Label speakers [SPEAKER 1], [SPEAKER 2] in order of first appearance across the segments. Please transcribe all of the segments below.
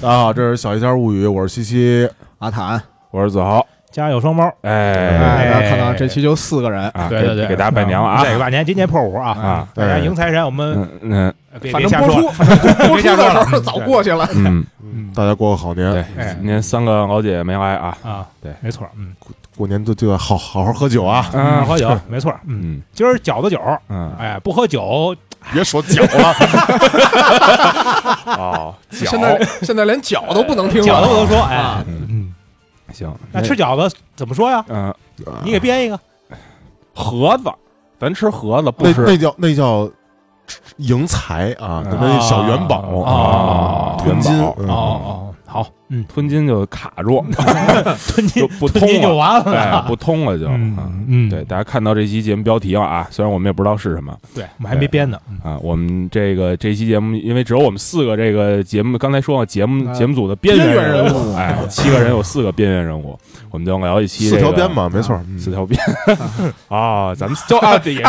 [SPEAKER 1] 大家啊好，这是小一家物语，我是西西，
[SPEAKER 2] 阿坦，
[SPEAKER 1] 我是子豪。
[SPEAKER 3] 家有双猫，
[SPEAKER 1] 哎，
[SPEAKER 2] 哎，大家看到这期就四个人，
[SPEAKER 4] 哎
[SPEAKER 1] 啊，
[SPEAKER 3] 对对对，
[SPEAKER 1] 给
[SPEAKER 3] 嗯
[SPEAKER 1] 给大家拜年了啊
[SPEAKER 3] 对，把年今年破五啊，
[SPEAKER 1] 啊！
[SPEAKER 3] 大家
[SPEAKER 1] 对
[SPEAKER 3] 迎财神，我们呃
[SPEAKER 1] 嗯嗯
[SPEAKER 3] 别
[SPEAKER 2] 反
[SPEAKER 3] 别
[SPEAKER 2] 正
[SPEAKER 3] 瞎
[SPEAKER 2] 播
[SPEAKER 3] 说
[SPEAKER 2] 出
[SPEAKER 3] 了，
[SPEAKER 2] 反正播播
[SPEAKER 3] 别
[SPEAKER 2] 出
[SPEAKER 3] 瞎
[SPEAKER 2] 的
[SPEAKER 3] 说
[SPEAKER 2] 时
[SPEAKER 3] 了
[SPEAKER 2] 候早过去了。
[SPEAKER 1] 嗯，
[SPEAKER 3] 嗯
[SPEAKER 1] 大家过个好年，
[SPEAKER 4] 对
[SPEAKER 3] 哎，
[SPEAKER 4] 您三个老姐没来啊？
[SPEAKER 3] 啊，
[SPEAKER 4] 嗯对，
[SPEAKER 3] 没错，嗯，
[SPEAKER 1] 过年就就要好好好喝酒 啊！
[SPEAKER 3] 嗯，喝酒，没错，嗯，
[SPEAKER 4] 嗯
[SPEAKER 3] 今儿饺子酒，
[SPEAKER 4] 嗯，
[SPEAKER 3] 哎，不喝酒，
[SPEAKER 1] 别说酒
[SPEAKER 4] 啊
[SPEAKER 1] 了，
[SPEAKER 4] 哦，
[SPEAKER 2] 现在现在连脚都不能听
[SPEAKER 3] 饺子我
[SPEAKER 2] 了啊
[SPEAKER 3] 都，说，哎，
[SPEAKER 4] 嗯，
[SPEAKER 3] 嗯，
[SPEAKER 4] 行，
[SPEAKER 3] 那吃饺子怎么说呀？
[SPEAKER 4] 嗯
[SPEAKER 3] 你给编一个，
[SPEAKER 4] 盒子，咱吃盒子不
[SPEAKER 1] 那
[SPEAKER 4] 吃
[SPEAKER 1] 那叫那叫迎财啊，
[SPEAKER 4] 嗯
[SPEAKER 1] 那小元宝
[SPEAKER 3] 哦
[SPEAKER 1] 吞金
[SPEAKER 4] 啊元宝啊
[SPEAKER 1] 嗯
[SPEAKER 3] 哦哦，好，嗯，
[SPEAKER 4] 吞金就卡 住，
[SPEAKER 3] 吞
[SPEAKER 4] 就
[SPEAKER 3] 金
[SPEAKER 4] 不
[SPEAKER 3] 吞
[SPEAKER 4] 通
[SPEAKER 3] 金就
[SPEAKER 4] 了，
[SPEAKER 3] 完
[SPEAKER 4] 哎，
[SPEAKER 3] 了，
[SPEAKER 4] 不通了就。
[SPEAKER 3] 嗯嗯，
[SPEAKER 4] 对，大家看到这期节目标题了啊，虽然我们也不知道是什么
[SPEAKER 3] 对，我们还没编呢，嗯
[SPEAKER 4] 啊，我们这个这期节目，因为只有我们四个这个节目，刚才说了节目
[SPEAKER 3] 嗯
[SPEAKER 2] 啊
[SPEAKER 4] 节目组的边缘
[SPEAKER 2] 边缘人
[SPEAKER 4] 物，哎，七个人有四个边缘人物，我们就聊一期
[SPEAKER 1] 四条
[SPEAKER 4] 这个
[SPEAKER 1] 边嘛，没 错，嗯
[SPEAKER 4] 四 条边啊，咱们就啊，对也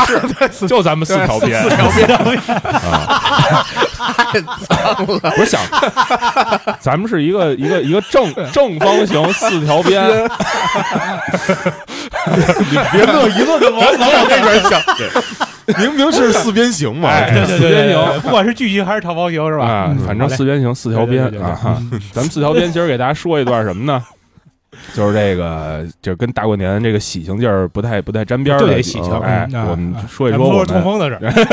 [SPEAKER 4] 是，就咱们四条边，四条边 啊，我想，咱们是一个一个一个正正方形 四条边，你别乐一乐就往往往那边想，
[SPEAKER 1] 明明是四边形嘛，
[SPEAKER 4] 哎
[SPEAKER 3] 对对对
[SPEAKER 4] 四边
[SPEAKER 3] 对，
[SPEAKER 4] 形
[SPEAKER 3] 不管是巨型还是长方形是吧？
[SPEAKER 4] 啊
[SPEAKER 3] 嗯，
[SPEAKER 4] 反正四边形四条边
[SPEAKER 3] 对对对对
[SPEAKER 4] 啊，哈咱们四条边今儿给大家说一段什么呢？就是这个，就是跟大过年这个喜庆劲儿不太不太沾边儿
[SPEAKER 3] 就
[SPEAKER 4] 的，
[SPEAKER 3] 得喜庆
[SPEAKER 4] 哎，
[SPEAKER 3] 嗯啊
[SPEAKER 4] 我们
[SPEAKER 3] 啊
[SPEAKER 4] 说一
[SPEAKER 3] 咱
[SPEAKER 4] 说
[SPEAKER 3] 们
[SPEAKER 4] 我
[SPEAKER 3] 说
[SPEAKER 4] 们
[SPEAKER 3] 痛风的事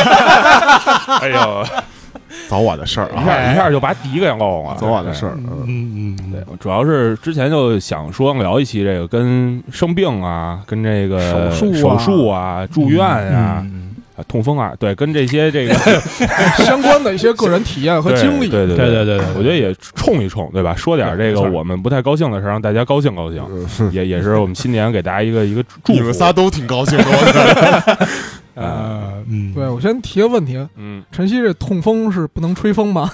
[SPEAKER 3] 儿，
[SPEAKER 4] 哎呦，
[SPEAKER 1] 早晚的事儿
[SPEAKER 4] 一
[SPEAKER 1] 啊，
[SPEAKER 4] 下一下就把底给漏了，
[SPEAKER 1] 早晚的事儿。嗯
[SPEAKER 3] 嗯嗯嗯，
[SPEAKER 4] 对。对，主要是之前就想说聊一期这个跟生病啊，跟这个
[SPEAKER 2] 手术
[SPEAKER 4] 手
[SPEAKER 2] 啊
[SPEAKER 4] 术啊、住院啊、
[SPEAKER 3] 嗯
[SPEAKER 4] 啊痛风啊，对，跟这些这个
[SPEAKER 2] 相关的一些个人体验和
[SPEAKER 4] 对
[SPEAKER 2] 经历。
[SPEAKER 4] 对对
[SPEAKER 3] 对对
[SPEAKER 4] 对
[SPEAKER 3] 对对
[SPEAKER 4] 我觉得也冲一冲，对吧？说点
[SPEAKER 3] 对
[SPEAKER 4] 这个
[SPEAKER 3] 没错
[SPEAKER 4] 我们不太高兴的事儿，让大家高兴高兴，
[SPEAKER 1] 嗯
[SPEAKER 4] 也也是我们新年给大家一个一个祝福。
[SPEAKER 1] 你们仨都挺高兴的，我觉得
[SPEAKER 4] 啊，
[SPEAKER 3] 呃嗯，
[SPEAKER 2] 对，我先提个问题，啊
[SPEAKER 4] 嗯，
[SPEAKER 2] 晨曦这痛风是不能吹风吗？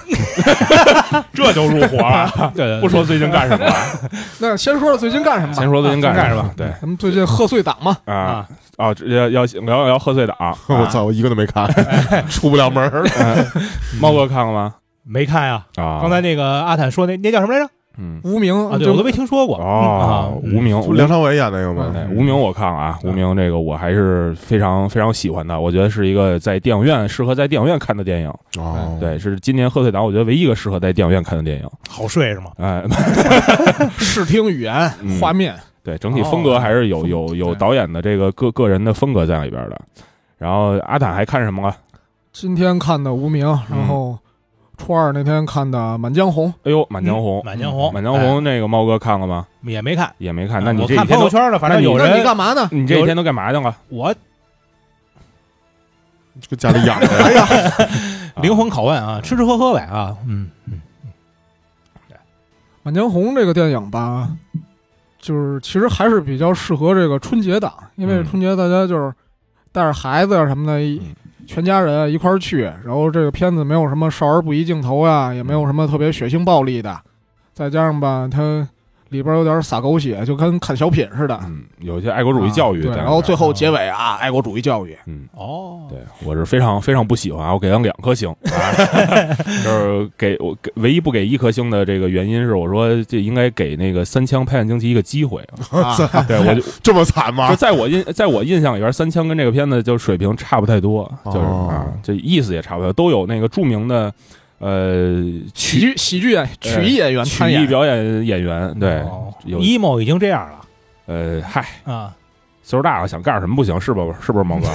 [SPEAKER 4] 这就入伙 了，
[SPEAKER 3] 对对，
[SPEAKER 4] 不说最近干什么了，
[SPEAKER 2] 那先说说最近干什么吧？
[SPEAKER 4] 先说最近干
[SPEAKER 3] 干
[SPEAKER 4] 什
[SPEAKER 3] 什
[SPEAKER 4] 么
[SPEAKER 3] 么，
[SPEAKER 4] 对
[SPEAKER 2] 咱们最近贺岁档嘛，
[SPEAKER 4] 啊
[SPEAKER 3] 啊，
[SPEAKER 4] 啊，这要要聊聊贺岁档，
[SPEAKER 1] 我
[SPEAKER 4] 啊
[SPEAKER 1] 操，我一个都没看，
[SPEAKER 4] 哎
[SPEAKER 1] 出不了门 儿。
[SPEAKER 4] 猫哥看了吗？
[SPEAKER 3] 没看呀。
[SPEAKER 4] 啊，
[SPEAKER 3] 刚才那个阿坦说那那叫什么来着？
[SPEAKER 4] 嗯
[SPEAKER 2] 无名
[SPEAKER 3] 啊，对
[SPEAKER 2] 就
[SPEAKER 3] 我都没听说过。
[SPEAKER 4] 哦，
[SPEAKER 3] 嗯啊嗯
[SPEAKER 4] 无名
[SPEAKER 1] 不是梁朝伟演那个吗？
[SPEAKER 4] 哎，无名我看了啊，无名这个我还是非常非常喜欢的，我觉得是一个在电影院适合在电影院看的电影，
[SPEAKER 3] 嗯
[SPEAKER 1] 哦，
[SPEAKER 4] 哎对，是今年贺岁档我觉得唯一一个适合在电影院看的电影，
[SPEAKER 3] 好睡是吗？
[SPEAKER 4] 哎，
[SPEAKER 2] 视听语言
[SPEAKER 4] 嗯、
[SPEAKER 2] 画面，
[SPEAKER 4] 对，整体
[SPEAKER 3] 哦
[SPEAKER 4] 风格还是有有有导演的这个个个人的风格在里边的。然后阿坦还看什么了？
[SPEAKER 2] 今天看的无名，
[SPEAKER 3] 嗯
[SPEAKER 2] 然后初二那天看的《满江红》，
[SPEAKER 4] 哎呦，《满江红》
[SPEAKER 3] 嗯满江红
[SPEAKER 4] 满江红，那个猫哥看了吗？
[SPEAKER 3] 也没看。
[SPEAKER 4] 也没看。那你
[SPEAKER 3] 我
[SPEAKER 4] 这几
[SPEAKER 3] 看
[SPEAKER 4] 天
[SPEAKER 3] 朋友
[SPEAKER 4] 都，
[SPEAKER 3] 圈了，反
[SPEAKER 4] 那
[SPEAKER 3] 正
[SPEAKER 4] 你
[SPEAKER 3] 有
[SPEAKER 2] 那你
[SPEAKER 3] 人
[SPEAKER 2] 干嘛呢？
[SPEAKER 4] 你这几天都干嘛去了？
[SPEAKER 3] 我
[SPEAKER 1] 就家里养的。
[SPEAKER 4] 啊
[SPEAKER 3] 灵魂拷问啊，吃吃喝喝呗啊，嗯嗯
[SPEAKER 2] 《满江红》这个电影吧，就是其实还是比较适合这个春节档，因为
[SPEAKER 4] 嗯
[SPEAKER 2] 春节大家就是带着孩子呀啊什么的，一
[SPEAKER 4] 嗯
[SPEAKER 2] 全家人啊一块儿去，然后这个片子没有什么少儿不宜镜头呀，也没有什么特别血腥暴力的，再加上吧，它里边有点撒狗血，就跟看小品似的。啊
[SPEAKER 4] 嗯，有一些爱国主
[SPEAKER 3] 啊
[SPEAKER 4] 义教育嗯在
[SPEAKER 2] 对，
[SPEAKER 4] 里边。
[SPEAKER 2] 然后最后结尾啊，爱国主义教育，
[SPEAKER 4] 嗯，
[SPEAKER 3] 哦，
[SPEAKER 4] 对我是非常非常不喜欢啊，我给了两颗星，啊就是给我给唯一不给一颗星的这个原因是，我说这应该给那个三枪拍案惊奇一个机会啊。
[SPEAKER 1] 操
[SPEAKER 4] 对我就
[SPEAKER 1] 这么惨
[SPEAKER 4] 就
[SPEAKER 1] 吗？
[SPEAKER 4] 在我印在我印象里边，《三枪》跟这个片子就水平差不太多，就是
[SPEAKER 1] 哦
[SPEAKER 4] 啊，这意思也差不多，都有那个著名的呃
[SPEAKER 2] 喜
[SPEAKER 4] 曲
[SPEAKER 2] 剧喜剧演曲艺演员
[SPEAKER 4] 曲
[SPEAKER 2] 参
[SPEAKER 4] 艺
[SPEAKER 2] 演，
[SPEAKER 4] 表演演员，对，有
[SPEAKER 3] 哦 emo 已经这样了
[SPEAKER 4] 呃，嗨，
[SPEAKER 3] 啊，
[SPEAKER 4] 岁数大了想干什么不行，是吧？是不是毛哥？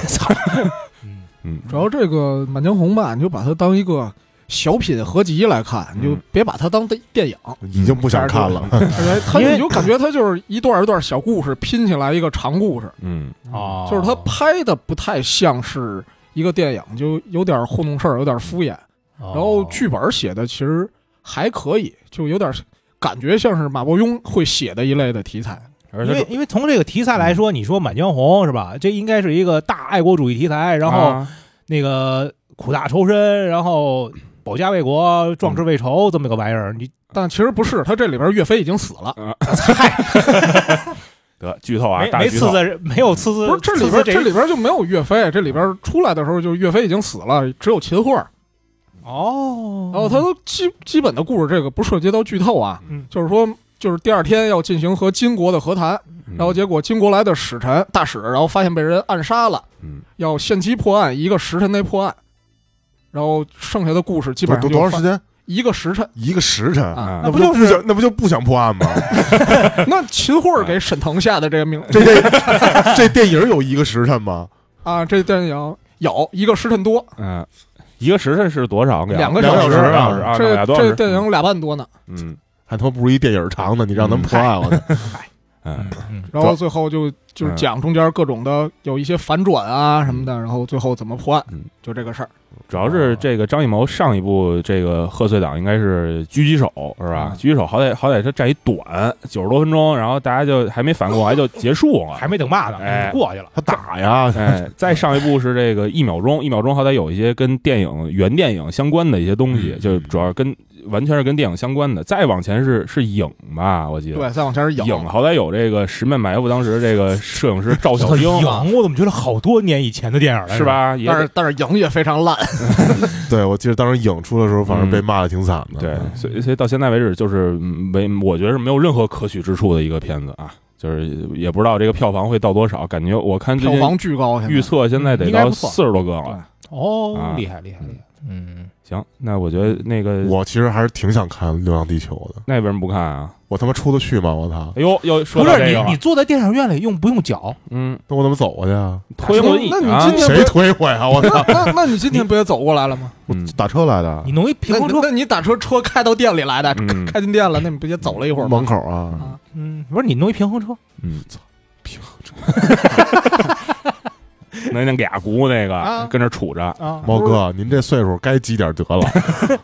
[SPEAKER 3] 嗯
[SPEAKER 4] 嗯，
[SPEAKER 2] 主要这个《满江红》吧，你就把它当一个小品合集来看，你就
[SPEAKER 4] 嗯
[SPEAKER 2] 别把它当电电 影。
[SPEAKER 1] 已经不想看了。
[SPEAKER 2] 对，它
[SPEAKER 3] 因为
[SPEAKER 2] 你就感觉它就是一段一段小故事拼起来一个长故事，
[SPEAKER 4] 嗯，
[SPEAKER 3] 哦，
[SPEAKER 2] 就是它拍的不太像是一个电影，就有点糊弄事儿，有点敷衍。
[SPEAKER 3] 然
[SPEAKER 2] 然后剧本写的其实还可以，就有点感觉像是马伯庸会写的一类的题材。
[SPEAKER 4] 而
[SPEAKER 3] 因
[SPEAKER 4] 且
[SPEAKER 3] 为因为从这个题材来说，你说《满江红》是吧？这应该是一个大爱国主义题材，然后
[SPEAKER 4] 啊
[SPEAKER 3] 那个苦大仇深，然后保家卫国、壮志未愁这么个玩意儿，你
[SPEAKER 2] 但其实不是，他这里边岳飞已经死了，
[SPEAKER 4] 得剧透啊，
[SPEAKER 3] 没
[SPEAKER 4] 大
[SPEAKER 3] 没
[SPEAKER 4] 剧
[SPEAKER 3] 刺
[SPEAKER 4] 透，
[SPEAKER 3] 字，没有刺字，
[SPEAKER 2] 不是这
[SPEAKER 3] 刺
[SPEAKER 2] 里
[SPEAKER 3] 字
[SPEAKER 2] 边这里边就没有岳飞，这里边出来的时候就是岳飞已经死了，只有秦桧儿。
[SPEAKER 3] 哦
[SPEAKER 2] 然后他都基基本的故事这个不涉及到剧透啊，
[SPEAKER 3] 嗯
[SPEAKER 2] 就是说就是第二天要进行和金国的和谈，
[SPEAKER 4] 嗯
[SPEAKER 2] 然后结果金国来的使臣大使，然后发现被人暗杀了，
[SPEAKER 4] 嗯
[SPEAKER 2] 要限期破案，一个时辰内破案，然后剩下的故事基本上
[SPEAKER 1] 多
[SPEAKER 2] 就
[SPEAKER 1] 多长
[SPEAKER 2] 发
[SPEAKER 1] 时间？
[SPEAKER 2] 一个时辰
[SPEAKER 1] 一个时辰，
[SPEAKER 2] 啊？
[SPEAKER 4] 啊
[SPEAKER 2] 那
[SPEAKER 3] 那
[SPEAKER 2] 不
[SPEAKER 3] 不
[SPEAKER 2] 就
[SPEAKER 3] 就
[SPEAKER 1] 不想那不就不想破案 吗？
[SPEAKER 2] 那秦桧给沈腾下的这个命
[SPEAKER 1] 这这这电影有一个时辰吗？
[SPEAKER 2] 啊？这电影有一个时辰多，
[SPEAKER 4] 嗯，一个时辰是多少？
[SPEAKER 2] 两
[SPEAKER 4] 个
[SPEAKER 2] 个
[SPEAKER 4] 两
[SPEAKER 2] 小
[SPEAKER 4] 时，
[SPEAKER 2] 时
[SPEAKER 4] 两小时啊，那
[SPEAKER 2] 这
[SPEAKER 4] 俩多小
[SPEAKER 2] 这
[SPEAKER 4] 时。
[SPEAKER 2] 电影俩半多呢。
[SPEAKER 4] 嗯
[SPEAKER 1] 还他妈不如一电影长呢，你让他们破案了呢？
[SPEAKER 4] 嗯
[SPEAKER 2] 然后最后就就是讲中间各种的有一些反转啊什么的，然后最后怎么破案
[SPEAKER 4] 嗯，
[SPEAKER 2] 就这个事儿。
[SPEAKER 4] 主要是这个张艺谋上一部这个贺岁档应该是狙击手是吧？
[SPEAKER 3] 嗯
[SPEAKER 4] 狙击手好歹好歹它占一短九十多分钟，然后大家就还没反过来就结束了。
[SPEAKER 3] 嗯还没等骂呢，
[SPEAKER 4] 哎
[SPEAKER 3] 过去了。
[SPEAKER 1] 他打呀！
[SPEAKER 4] 哎，再上一部是这个一秒钟，一秒钟好歹有一些跟电影原电影相关的一些东西，
[SPEAKER 1] 嗯
[SPEAKER 4] 就是主要跟完全是跟电影相关的。再往前是是影吧，我记得
[SPEAKER 2] 对，再往前是
[SPEAKER 4] 影好歹有这个《十面埋伏》，当时这个摄影师赵小
[SPEAKER 3] 影，
[SPEAKER 4] 英
[SPEAKER 3] 啊我怎么觉得好多年以前的电影了？
[SPEAKER 4] 是？吧？也
[SPEAKER 2] 但是但是影也非常烂，
[SPEAKER 1] 对，我记得当时影出的时候，反正
[SPEAKER 2] 嗯
[SPEAKER 1] 被骂的挺惨的。
[SPEAKER 4] 对，所以所以到现在为止，就是嗯没，我觉得是没有任何可取之处的一个片子啊，就是也不知道这个票房会到多少，感觉我看最
[SPEAKER 2] 票
[SPEAKER 4] 近
[SPEAKER 2] 房巨高。现在
[SPEAKER 4] 预测现在得
[SPEAKER 2] 应该
[SPEAKER 4] 到
[SPEAKER 2] 不错
[SPEAKER 4] 四十多个了。
[SPEAKER 3] 哦
[SPEAKER 4] 啊，
[SPEAKER 3] 厉害厉害厉害！嗯，
[SPEAKER 4] 行，那我觉得那个
[SPEAKER 1] 我其实还是挺想看《流浪地球》的，
[SPEAKER 4] 那为什么不看啊？
[SPEAKER 1] 我他妈出得去吗？我操！
[SPEAKER 4] 哎呦，又说
[SPEAKER 3] 不
[SPEAKER 4] 到
[SPEAKER 3] 是
[SPEAKER 4] 这个
[SPEAKER 3] 你
[SPEAKER 4] 了
[SPEAKER 3] 你坐在电影院里用不用脚？
[SPEAKER 4] 嗯，
[SPEAKER 1] 那我怎么走过去啊？
[SPEAKER 4] 推轮椅
[SPEAKER 2] 那那
[SPEAKER 4] 啊
[SPEAKER 2] 你今天
[SPEAKER 1] 谁推我呀？我操！
[SPEAKER 2] 那那那你今天不也走过来了吗？
[SPEAKER 4] 嗯
[SPEAKER 1] 打车来的
[SPEAKER 3] 你，弄一
[SPEAKER 2] 那
[SPEAKER 3] 平衡
[SPEAKER 2] 你
[SPEAKER 3] 车？
[SPEAKER 2] 那你打车车开到店里来的，
[SPEAKER 4] 嗯
[SPEAKER 2] 开进店了，那你不也走了一会儿吗
[SPEAKER 1] 门？口啊，
[SPEAKER 2] 啊，
[SPEAKER 3] 嗯，不是你弄一平衡车？
[SPEAKER 4] 嗯，操，平衡 那那俩姑那个
[SPEAKER 3] 啊
[SPEAKER 4] 跟那杵着，
[SPEAKER 3] 啊
[SPEAKER 1] 猫哥，您这岁数该积点德了。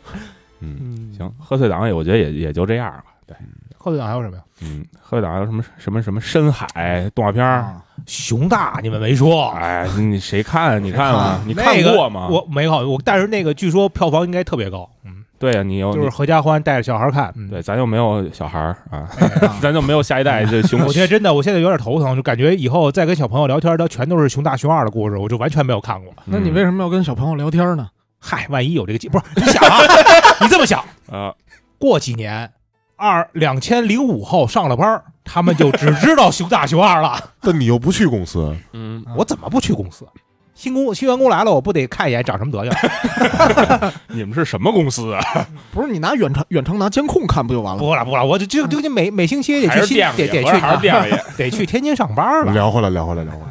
[SPEAKER 4] 嗯，
[SPEAKER 3] 嗯，
[SPEAKER 4] 行，贺岁档也我觉得也也就这样吧。对，
[SPEAKER 3] 贺岁档还有什么呀？
[SPEAKER 4] 嗯，贺岁档还有什么什么什么深海动画片儿，
[SPEAKER 3] 熊大，你们没说？
[SPEAKER 4] 哎，你谁看啊？你看 吗？你看
[SPEAKER 3] 那个
[SPEAKER 4] 过吗？
[SPEAKER 3] 我没看，我但是那个据说票房应该特别高，嗯，
[SPEAKER 4] 对啊呀，你有
[SPEAKER 3] 就是合家欢带着小孩看，嗯
[SPEAKER 4] 你，对，咱又没有小孩儿啊，
[SPEAKER 2] 啊
[SPEAKER 4] 咱就没有下一代，这 熊
[SPEAKER 3] 我觉得真的，我现在有点头疼，就感觉以后再跟小朋友聊天，他全都是熊大熊二的故事，我就完全没有看过。
[SPEAKER 2] 那你为什么要跟小朋友聊天呢？
[SPEAKER 3] 嗨，万一有这个机，不是你想啊，你这么想，
[SPEAKER 4] 啊，
[SPEAKER 3] 过几年二两千零五后上了班儿，他们就只知道熊大熊二了。
[SPEAKER 1] 但你又不去公司，
[SPEAKER 4] 嗯，
[SPEAKER 3] 我怎么不去公司？新工新员工来了，我不得看一眼长什么德行？
[SPEAKER 4] 你们是什么公司啊？
[SPEAKER 2] 不是你拿远程远程拿监控看不就完了？
[SPEAKER 3] 不了不了，我就就就就每每星期 得
[SPEAKER 4] 还
[SPEAKER 3] 去
[SPEAKER 4] 是
[SPEAKER 3] 新
[SPEAKER 4] 店
[SPEAKER 3] 得
[SPEAKER 4] 里，
[SPEAKER 3] 得
[SPEAKER 4] 合着还是
[SPEAKER 3] 去
[SPEAKER 4] 店里。
[SPEAKER 3] 得去天津上班了。
[SPEAKER 1] 聊回来，聊回来，聊回来。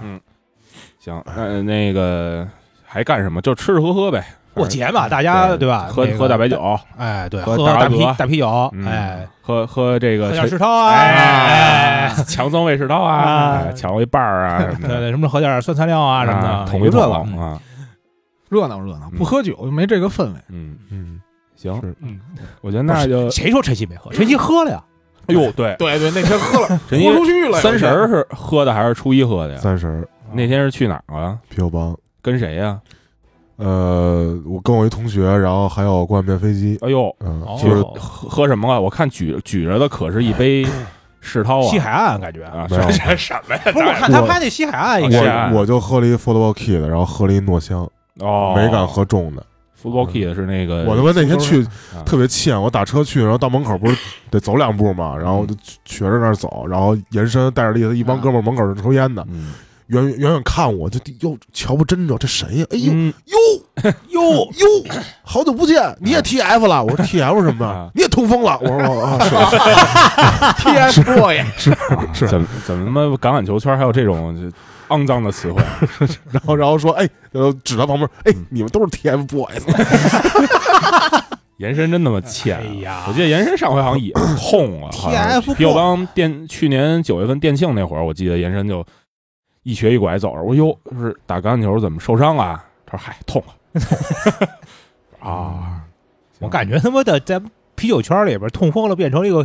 [SPEAKER 4] 行，那那个还干什么？就吃吃喝喝呗，
[SPEAKER 3] 过节嘛，大家对吧？
[SPEAKER 4] 喝
[SPEAKER 3] 那个
[SPEAKER 4] 喝大白酒，，
[SPEAKER 3] 哎，对，
[SPEAKER 4] 喝
[SPEAKER 3] 喝
[SPEAKER 4] 大
[SPEAKER 3] 大啤
[SPEAKER 4] 鹅
[SPEAKER 3] 大啤酒
[SPEAKER 4] 嗯，呃
[SPEAKER 3] 哎，
[SPEAKER 4] 喝喝这
[SPEAKER 3] 喝
[SPEAKER 4] 个
[SPEAKER 3] 点
[SPEAKER 4] 谁
[SPEAKER 3] 世涛啊，哎，
[SPEAKER 4] 强增胃食道啊，
[SPEAKER 3] 啊
[SPEAKER 4] 哎抢了一半儿 啊什么
[SPEAKER 3] 对
[SPEAKER 4] 的
[SPEAKER 3] 对，什么时候喝点酸菜料啊什么的，
[SPEAKER 4] 捅
[SPEAKER 3] 有
[SPEAKER 4] 一
[SPEAKER 3] 这
[SPEAKER 4] 捅
[SPEAKER 3] 个嗯
[SPEAKER 4] 啊，
[SPEAKER 2] 热闹热闹，
[SPEAKER 4] 嗯
[SPEAKER 2] 不喝酒就没这个氛围。
[SPEAKER 4] 嗯，
[SPEAKER 1] 嗯，
[SPEAKER 4] 行，
[SPEAKER 1] 是
[SPEAKER 3] 嗯，
[SPEAKER 4] 我觉得那就，
[SPEAKER 3] 谁说晨曦没喝？晨曦喝了呀，
[SPEAKER 4] 哎呦，对，
[SPEAKER 2] 对对，那天喝 了，
[SPEAKER 4] 人家
[SPEAKER 2] 豁出去了。
[SPEAKER 4] 三十儿是喝的还是初一喝
[SPEAKER 2] 啊
[SPEAKER 4] 的呀？
[SPEAKER 1] 三十
[SPEAKER 4] 嗯那天是去哪儿啊？
[SPEAKER 1] 啤酒帮，
[SPEAKER 4] 跟谁呀？
[SPEAKER 1] 呃，我跟我一同学，然后还有冠冕飞机，
[SPEAKER 4] 哎呦，
[SPEAKER 1] 嗯，
[SPEAKER 3] 哦
[SPEAKER 1] 就是哎
[SPEAKER 4] 喝喝什么啊了？我看举举着的可是一杯世涛
[SPEAKER 3] 西
[SPEAKER 4] 啊
[SPEAKER 3] 海岸感觉。
[SPEAKER 4] 啊，
[SPEAKER 1] 没有
[SPEAKER 4] 什么什么呀？
[SPEAKER 3] 哦 不是，我看他拍那西海岸应该
[SPEAKER 4] 是啊
[SPEAKER 1] 我我就喝了一 f o o t b a l l Key 的，然后喝了一糯香，
[SPEAKER 4] 哦，
[SPEAKER 1] 没敢。喝重的。
[SPEAKER 4] Football Key 的是那个，
[SPEAKER 1] 我他妈那天去
[SPEAKER 4] 啊
[SPEAKER 1] 特别欠，我打车去，然后到门口不是得走两步嘛，然后就瘸着那儿走，然后延伸带着例子，一帮哥们儿门口正抽烟呢，
[SPEAKER 4] 嗯
[SPEAKER 1] 远远远看我就哟瞧不真着，这谁呀？哎呦
[SPEAKER 4] 嗯
[SPEAKER 1] 哟
[SPEAKER 3] 哟，
[SPEAKER 1] 哟，好久不见，你也 TF 了？我说 TF 什么
[SPEAKER 4] 啊
[SPEAKER 1] 呀？你也痛风了？我说我啊，是
[SPEAKER 2] TFBOY
[SPEAKER 1] 是
[SPEAKER 4] 怎么怎么他妈橄榄球圈还有这种肮脏的词汇？
[SPEAKER 1] 然后然后说，哎，呃，指他旁边，哎，你们都是 TFBOYS，
[SPEAKER 4] 延伸真他妈欠啊！
[SPEAKER 3] 哎呀
[SPEAKER 4] 我记得延伸上回好像也痛啊，好像
[SPEAKER 3] TF
[SPEAKER 4] 啤酒帮电去年九月份电庆那会儿，我记得延伸就一瘸一拐走着，我说哟，是打橄榄球怎么受伤了啊？他说嗨，痛了， 痛了啊！
[SPEAKER 3] 我感觉他妈的在啤酒圈里边痛风了，变成了一个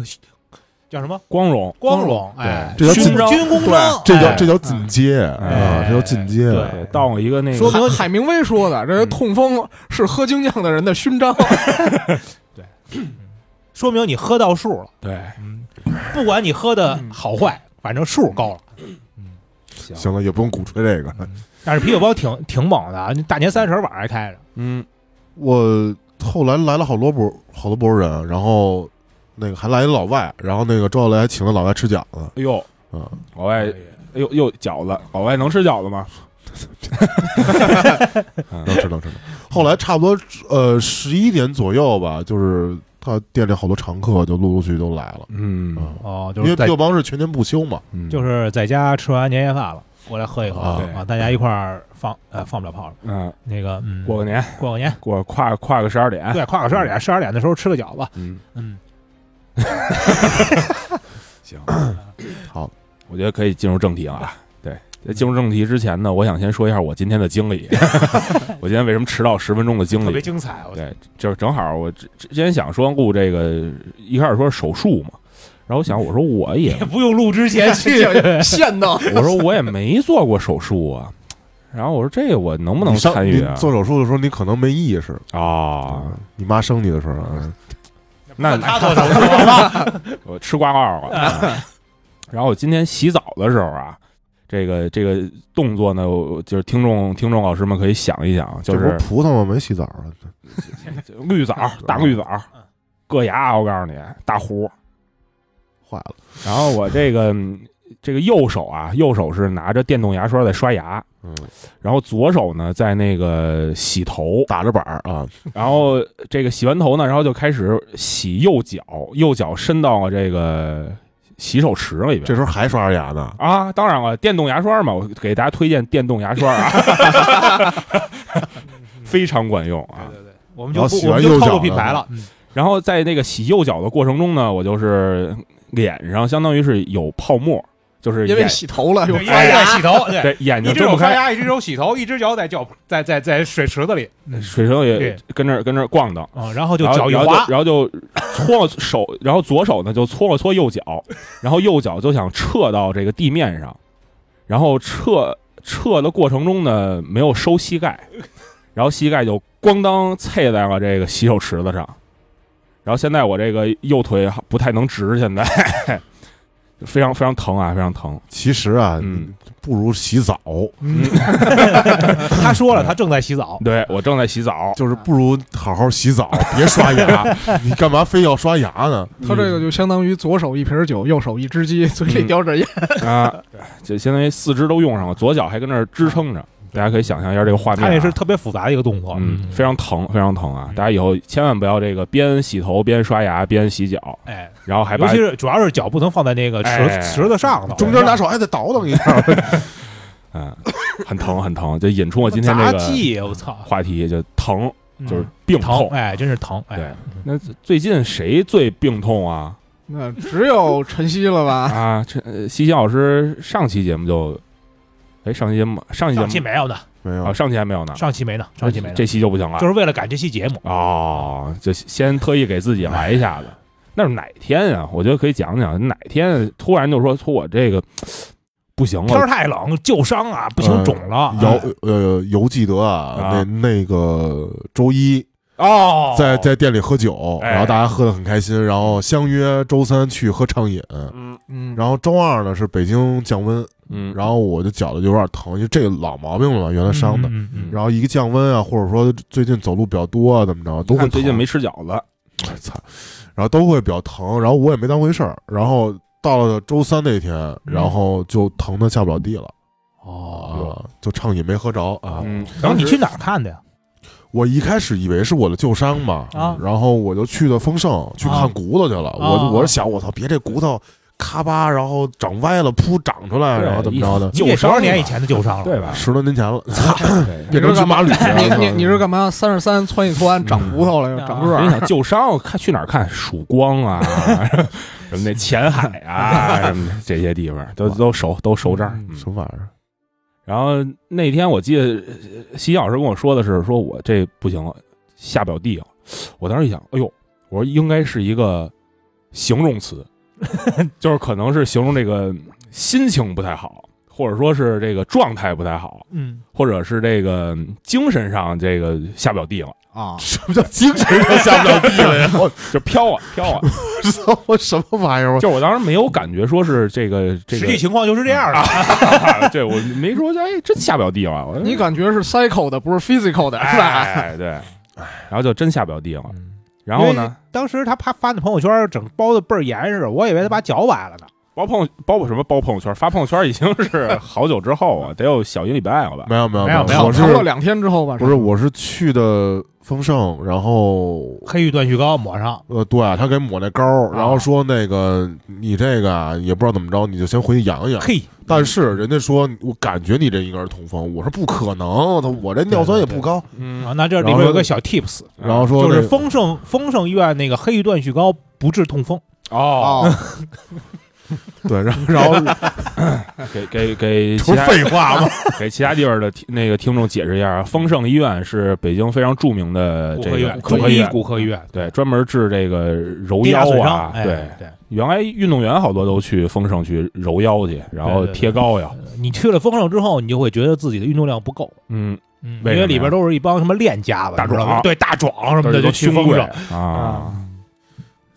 [SPEAKER 3] 叫什么
[SPEAKER 4] 光荣，
[SPEAKER 3] 光荣？哎，
[SPEAKER 1] 这叫
[SPEAKER 3] 军
[SPEAKER 1] 进
[SPEAKER 3] 军功章，
[SPEAKER 1] 这叫
[SPEAKER 3] 哎
[SPEAKER 1] 这叫进阶啊
[SPEAKER 3] 哎，
[SPEAKER 1] 这叫进阶。
[SPEAKER 3] 对
[SPEAKER 4] 对，到了一个那
[SPEAKER 2] 说
[SPEAKER 4] 个，
[SPEAKER 2] 明海明威说的，这个痛风是喝精酿的人的勋章。
[SPEAKER 3] 说明你喝到数了。
[SPEAKER 4] 对，
[SPEAKER 3] 嗯，不管你喝的好坏，反正数高了。
[SPEAKER 1] 行了，也不用鼓吹这个。
[SPEAKER 3] 但是啤酒包挺挺猛的，啊！大年三十晚上还开着。
[SPEAKER 4] 嗯，
[SPEAKER 1] 我后来来了好多波好多波人，然后那个还来一老外，然后那个周小雷还请了老外吃饺子，
[SPEAKER 4] 哎呦，
[SPEAKER 1] 嗯，
[SPEAKER 4] 老外，哎呦又饺子，老外能吃饺子 吗？
[SPEAKER 1] 能吃能吃。后来差不多呃十一点左右吧，就是他店里好多常客就陆陆续续都来了，
[SPEAKER 4] 嗯
[SPEAKER 1] 嗯，
[SPEAKER 3] 哦，
[SPEAKER 1] 因
[SPEAKER 3] 就
[SPEAKER 1] 为
[SPEAKER 3] 是在
[SPEAKER 1] 六帮是全年不休嘛，
[SPEAKER 4] 嗯
[SPEAKER 3] 就是在家吃完年夜饭了，过来喝一口
[SPEAKER 1] 啊
[SPEAKER 3] 啊，大家一块儿放呃放不了炮了，
[SPEAKER 4] 嗯，
[SPEAKER 3] 那个嗯
[SPEAKER 4] 过个年，
[SPEAKER 3] 过个年，
[SPEAKER 4] 过跨跨个十二点，
[SPEAKER 3] 对，跨个十二点，十二点的时候吃个饺子，
[SPEAKER 4] 嗯，
[SPEAKER 3] 嗯，
[SPEAKER 4] 行，
[SPEAKER 1] 好，
[SPEAKER 4] 我觉得可以进入正题了啊。对，在进入正题之前呢，我想先说一下我今天的经历。我今天为什么迟到十分钟的经
[SPEAKER 3] 嗯特别
[SPEAKER 4] 历？
[SPEAKER 3] 精彩，我觉得
[SPEAKER 4] 对，就是正好我之之前想说录这个，一开始说手术嘛，然后我想我说我也
[SPEAKER 3] 也不用录之前 去，
[SPEAKER 2] 现弄，
[SPEAKER 4] 我说我也没做过手术啊，然后我说这个我能不能
[SPEAKER 1] 你上
[SPEAKER 4] 参与啊
[SPEAKER 1] 你？做手术的时候你可能没意识
[SPEAKER 4] 啊，，
[SPEAKER 1] 你妈生你的时候，嗯
[SPEAKER 4] 那
[SPEAKER 3] 他做手术了，
[SPEAKER 4] 我吃瓜瓜了。 啊然后我今天洗澡的时候啊，这个这个动作呢，我就是听众听众老师们可以想一想，就
[SPEAKER 1] 这不
[SPEAKER 4] 是
[SPEAKER 1] 葡萄吗？没洗澡啊，
[SPEAKER 4] 绿枣
[SPEAKER 1] 嗯
[SPEAKER 4] 大绿枣，硌牙，我告诉你，大核。
[SPEAKER 1] 坏了，
[SPEAKER 4] 然后我这个嗯这个右手啊，右手是拿着电动牙刷在刷牙，
[SPEAKER 1] 嗯，
[SPEAKER 4] 然后左手呢在那个洗头，
[SPEAKER 1] 打着板儿啊，
[SPEAKER 4] 然后这个洗完头呢，然后就开始洗右脚，右脚伸到了这个洗手池里边。
[SPEAKER 1] 这时候还刷着牙呢，
[SPEAKER 4] 啊，当然了，电动牙刷嘛，我给大家推荐电动牙刷啊，非常管用啊。
[SPEAKER 3] 对对对，我们
[SPEAKER 1] 然
[SPEAKER 3] 就
[SPEAKER 1] 后
[SPEAKER 3] 不
[SPEAKER 1] 洗
[SPEAKER 3] 我
[SPEAKER 1] 完
[SPEAKER 3] 们就
[SPEAKER 1] 右
[SPEAKER 3] 透露
[SPEAKER 1] 脚
[SPEAKER 3] 品
[SPEAKER 1] 了
[SPEAKER 3] 牌了，嗯
[SPEAKER 4] 然后在那个洗右脚的过程中呢，我就是脸上相当于是有泡沫，就是
[SPEAKER 2] 因为
[SPEAKER 4] 眼
[SPEAKER 2] 洗头了，又
[SPEAKER 3] 对因为
[SPEAKER 2] 刷
[SPEAKER 3] 在
[SPEAKER 2] 牙，
[SPEAKER 3] 洗头，对。
[SPEAKER 4] 对眼
[SPEAKER 3] 一
[SPEAKER 4] 睛
[SPEAKER 3] 只
[SPEAKER 4] 睁不
[SPEAKER 3] 手刷
[SPEAKER 4] 开，
[SPEAKER 3] 牙，一只手洗头，一只脚在脚在在在水池子里，
[SPEAKER 4] 水声也
[SPEAKER 3] 对
[SPEAKER 4] 跟那儿跟那儿逛荡。
[SPEAKER 3] 嗯，然后就
[SPEAKER 4] 然
[SPEAKER 3] 脚
[SPEAKER 4] 后，
[SPEAKER 3] 一
[SPEAKER 4] 然后
[SPEAKER 3] 滑
[SPEAKER 4] 就，然后就搓了手，然后左手呢就搓了搓右脚，然后右脚就想撤到这个地面上，然后撤撤的过程中呢没有收膝盖，然后膝盖就咣当啐在了这个洗手池子上，然后现在我这个右腿不太能直，现在非常非常疼啊，非常疼。
[SPEAKER 1] 其实啊，
[SPEAKER 4] 嗯
[SPEAKER 1] 不如洗澡，
[SPEAKER 3] 嗯，他说了，他正在洗 澡，
[SPEAKER 4] 对我正在洗澡，
[SPEAKER 1] 就是不如好好洗澡，别刷 牙。你干嘛非要刷牙呢？
[SPEAKER 2] 他这个就相当于左手一瓶酒，右手一只鸡，嘴
[SPEAKER 1] 嗯
[SPEAKER 2] 里叼着烟，
[SPEAKER 4] 啊，就相当于四肢都用上了，左脚还跟那儿支撑着，大家可以想象一下这个画面、啊。
[SPEAKER 3] 他也是特别复杂的一个动作，
[SPEAKER 4] 嗯，非常疼，非常疼啊！
[SPEAKER 3] 嗯
[SPEAKER 4] 大家以后千万不要这个边洗头边刷牙边洗脚，
[SPEAKER 3] 哎，
[SPEAKER 4] 然后还
[SPEAKER 3] 尤
[SPEAKER 4] 把
[SPEAKER 3] 其是主要是脚不能放在那个
[SPEAKER 4] 哎
[SPEAKER 3] 池池子上头，
[SPEAKER 1] 中间拿手还得倒腾一 下，
[SPEAKER 4] 嗯，很疼很疼，就引出我今天这
[SPEAKER 3] 杂
[SPEAKER 4] 个
[SPEAKER 3] 技，我操，
[SPEAKER 4] 话题，就疼，
[SPEAKER 3] 嗯
[SPEAKER 4] 就是病
[SPEAKER 3] 疼
[SPEAKER 4] 痛，。
[SPEAKER 3] 哎，真是疼，哎，
[SPEAKER 4] 对，那最近谁最病痛啊？
[SPEAKER 2] 那只有晨曦了吧？
[SPEAKER 4] 啊，这呃西西老师上期节目就，哎，上期节目上期
[SPEAKER 3] 上期
[SPEAKER 4] 节目
[SPEAKER 3] 没有呢，
[SPEAKER 1] 没
[SPEAKER 4] 啊，
[SPEAKER 1] 有，
[SPEAKER 4] 上期还没有呢，
[SPEAKER 3] 上期没呢，上期没呢，
[SPEAKER 4] 这期就不行了
[SPEAKER 3] 就，是为了赶这期节目，
[SPEAKER 4] 哦，就先特意给自己来一下子。那是哪天啊？我觉得可以讲讲哪天突然就说说我这个不行
[SPEAKER 3] 天
[SPEAKER 4] 了
[SPEAKER 3] 儿，太冷，旧伤啊，不行，
[SPEAKER 1] 嗯
[SPEAKER 3] 肿了，
[SPEAKER 1] 姚
[SPEAKER 3] 哎
[SPEAKER 1] 呃尤记得啊，
[SPEAKER 4] 啊
[SPEAKER 1] 那那个周一
[SPEAKER 3] 哦，
[SPEAKER 1] 在在店里喝酒，
[SPEAKER 4] 哎
[SPEAKER 1] 然后大家喝得很开心，然后相约周三去喝畅饮。
[SPEAKER 4] 嗯
[SPEAKER 2] 嗯，
[SPEAKER 1] 然后周二呢是北京降温，
[SPEAKER 4] 嗯，
[SPEAKER 1] 然后我就觉得有点疼，因为这老毛病了嘛，原来
[SPEAKER 3] 嗯
[SPEAKER 1] 伤的。
[SPEAKER 3] 嗯嗯嗯
[SPEAKER 1] 然后一个降温啊，或者说最近走路比较多啊，怎么着都会
[SPEAKER 4] 看最近
[SPEAKER 1] 疼
[SPEAKER 4] 没吃饺子，
[SPEAKER 1] 我操，然后都会比较疼，然后我也没当回事儿，然后到了周三那天，
[SPEAKER 4] 嗯
[SPEAKER 1] 然后就疼的下不了地了
[SPEAKER 3] 哦，
[SPEAKER 1] 啊，就畅饮没喝着啊。
[SPEAKER 4] 嗯，
[SPEAKER 3] 然后你去哪儿看的呀？
[SPEAKER 1] 我一开始以为是我的旧伤嘛
[SPEAKER 3] 啊，
[SPEAKER 1] 然后我就去的丰盛去看骨头去了，
[SPEAKER 3] 啊
[SPEAKER 1] 我我是想我操，别这骨头咔吧，然后长歪了，噗长出来，
[SPEAKER 4] 对
[SPEAKER 1] 然后怎么着的，
[SPEAKER 4] 一
[SPEAKER 3] 你
[SPEAKER 4] 旧
[SPEAKER 3] 也多
[SPEAKER 4] 伤
[SPEAKER 3] 少年
[SPEAKER 4] 了
[SPEAKER 3] 以前的旧伤了，
[SPEAKER 4] 对吧？
[SPEAKER 1] 十多年前 了，
[SPEAKER 4] 啊对
[SPEAKER 1] 变成军马旅了。嗯
[SPEAKER 2] 你你
[SPEAKER 1] 操
[SPEAKER 2] 你是干嘛？三十三窜一窜，长骨头了，又长个
[SPEAKER 4] 人
[SPEAKER 2] 儿
[SPEAKER 4] 想。旧伤，我看去哪儿看？曙光啊， 什么那前海啊，什么的这些地方都都熟都熟这儿。嗯
[SPEAKER 1] 什么玩意儿？
[SPEAKER 4] 然后那天我记得呃西老师跟我说的是，说我这不行了，下不了地了。我当时一想，哎呦，我说应该是一个形容词，就是可能是形容这个心情不太好，或者说是这个状态不太好，
[SPEAKER 3] 嗯，
[SPEAKER 4] 或者是这个精神上这个下不了地了，
[SPEAKER 2] 啊，
[SPEAKER 1] 什么叫精神上下不了
[SPEAKER 4] 哎
[SPEAKER 1] 地了呀？我
[SPEAKER 4] 就飘啊飘 啊。
[SPEAKER 1] 操！我 什么玩意儿？我
[SPEAKER 4] 就是我当时没有感觉说是这个这
[SPEAKER 3] 实
[SPEAKER 4] 个
[SPEAKER 3] 际，情况就是这样的，
[SPEAKER 4] 对我没说哎真下不了地了。我
[SPEAKER 2] 你感觉是 psycho 的，不是 physical 的，是吧？
[SPEAKER 4] 哎对。然后就真下不了地了。
[SPEAKER 3] 嗯
[SPEAKER 4] 然后呢，？
[SPEAKER 3] 当时他啪发那朋友圈，整包的倍儿严实，我以为他把脚崴了呢。
[SPEAKER 4] 包朋友包什么包朋友圈，发朋友圈已经是好久之后啊，得有小一个礼拜了吧？
[SPEAKER 1] 没有没有
[SPEAKER 3] 没有没有
[SPEAKER 1] 我是
[SPEAKER 2] 逃了两天之后吧，
[SPEAKER 1] 不是我是去的丰盛，然后
[SPEAKER 3] 黑玉断续膏抹上，
[SPEAKER 1] 呃，对他给抹那膏儿，然
[SPEAKER 3] 啊
[SPEAKER 1] 后说那个你这个啊也不知道怎么着，你就先回去养一养。
[SPEAKER 3] 嘿，
[SPEAKER 1] 但是人家说，我感觉你这应该是痛风，我说不可能，他我这尿酸也不高。
[SPEAKER 4] 嗯
[SPEAKER 3] 啊，那这里面有个小 tips，
[SPEAKER 1] 然后说
[SPEAKER 3] 啊就
[SPEAKER 1] 那
[SPEAKER 3] 是
[SPEAKER 1] 个
[SPEAKER 3] 丰盛丰盛医院那个黑玉断续膏不治痛风，
[SPEAKER 4] 哦，
[SPEAKER 2] 哦，
[SPEAKER 1] 对，然后 然后
[SPEAKER 4] 哦给给给
[SPEAKER 1] 不
[SPEAKER 4] 其
[SPEAKER 1] 是
[SPEAKER 4] 他
[SPEAKER 1] 废话吗？
[SPEAKER 4] 给其他地方的听那个听众解释一下啊，丰盛医院是北京非常著名的呃这
[SPEAKER 3] 科医
[SPEAKER 4] 个
[SPEAKER 3] 院，
[SPEAKER 4] 骨科
[SPEAKER 3] 医
[SPEAKER 4] 医院，
[SPEAKER 3] 骨科医院，
[SPEAKER 4] 对，专门治这个揉
[SPEAKER 3] 跌打
[SPEAKER 4] 腰
[SPEAKER 3] 损
[SPEAKER 4] 啊
[SPEAKER 3] 伤，，哎
[SPEAKER 4] 对，
[SPEAKER 3] 对。
[SPEAKER 4] 原来运动员好多都去丰盛去揉腰去，然后
[SPEAKER 3] 对对对
[SPEAKER 4] 贴膏药，
[SPEAKER 3] 你去了丰盛之后，你就会觉得自己的运动量不够，
[SPEAKER 4] 嗯，
[SPEAKER 3] 嗯因
[SPEAKER 4] 为什么呀
[SPEAKER 3] 为里边都是一帮什么练家子、
[SPEAKER 4] 大壮
[SPEAKER 3] 你知道吗对大壮什么
[SPEAKER 4] 都
[SPEAKER 3] 的，
[SPEAKER 4] 是
[SPEAKER 3] 就
[SPEAKER 4] 都
[SPEAKER 3] 去
[SPEAKER 4] 去
[SPEAKER 3] 丰
[SPEAKER 4] 丰
[SPEAKER 3] 盛。
[SPEAKER 4] 盛啊，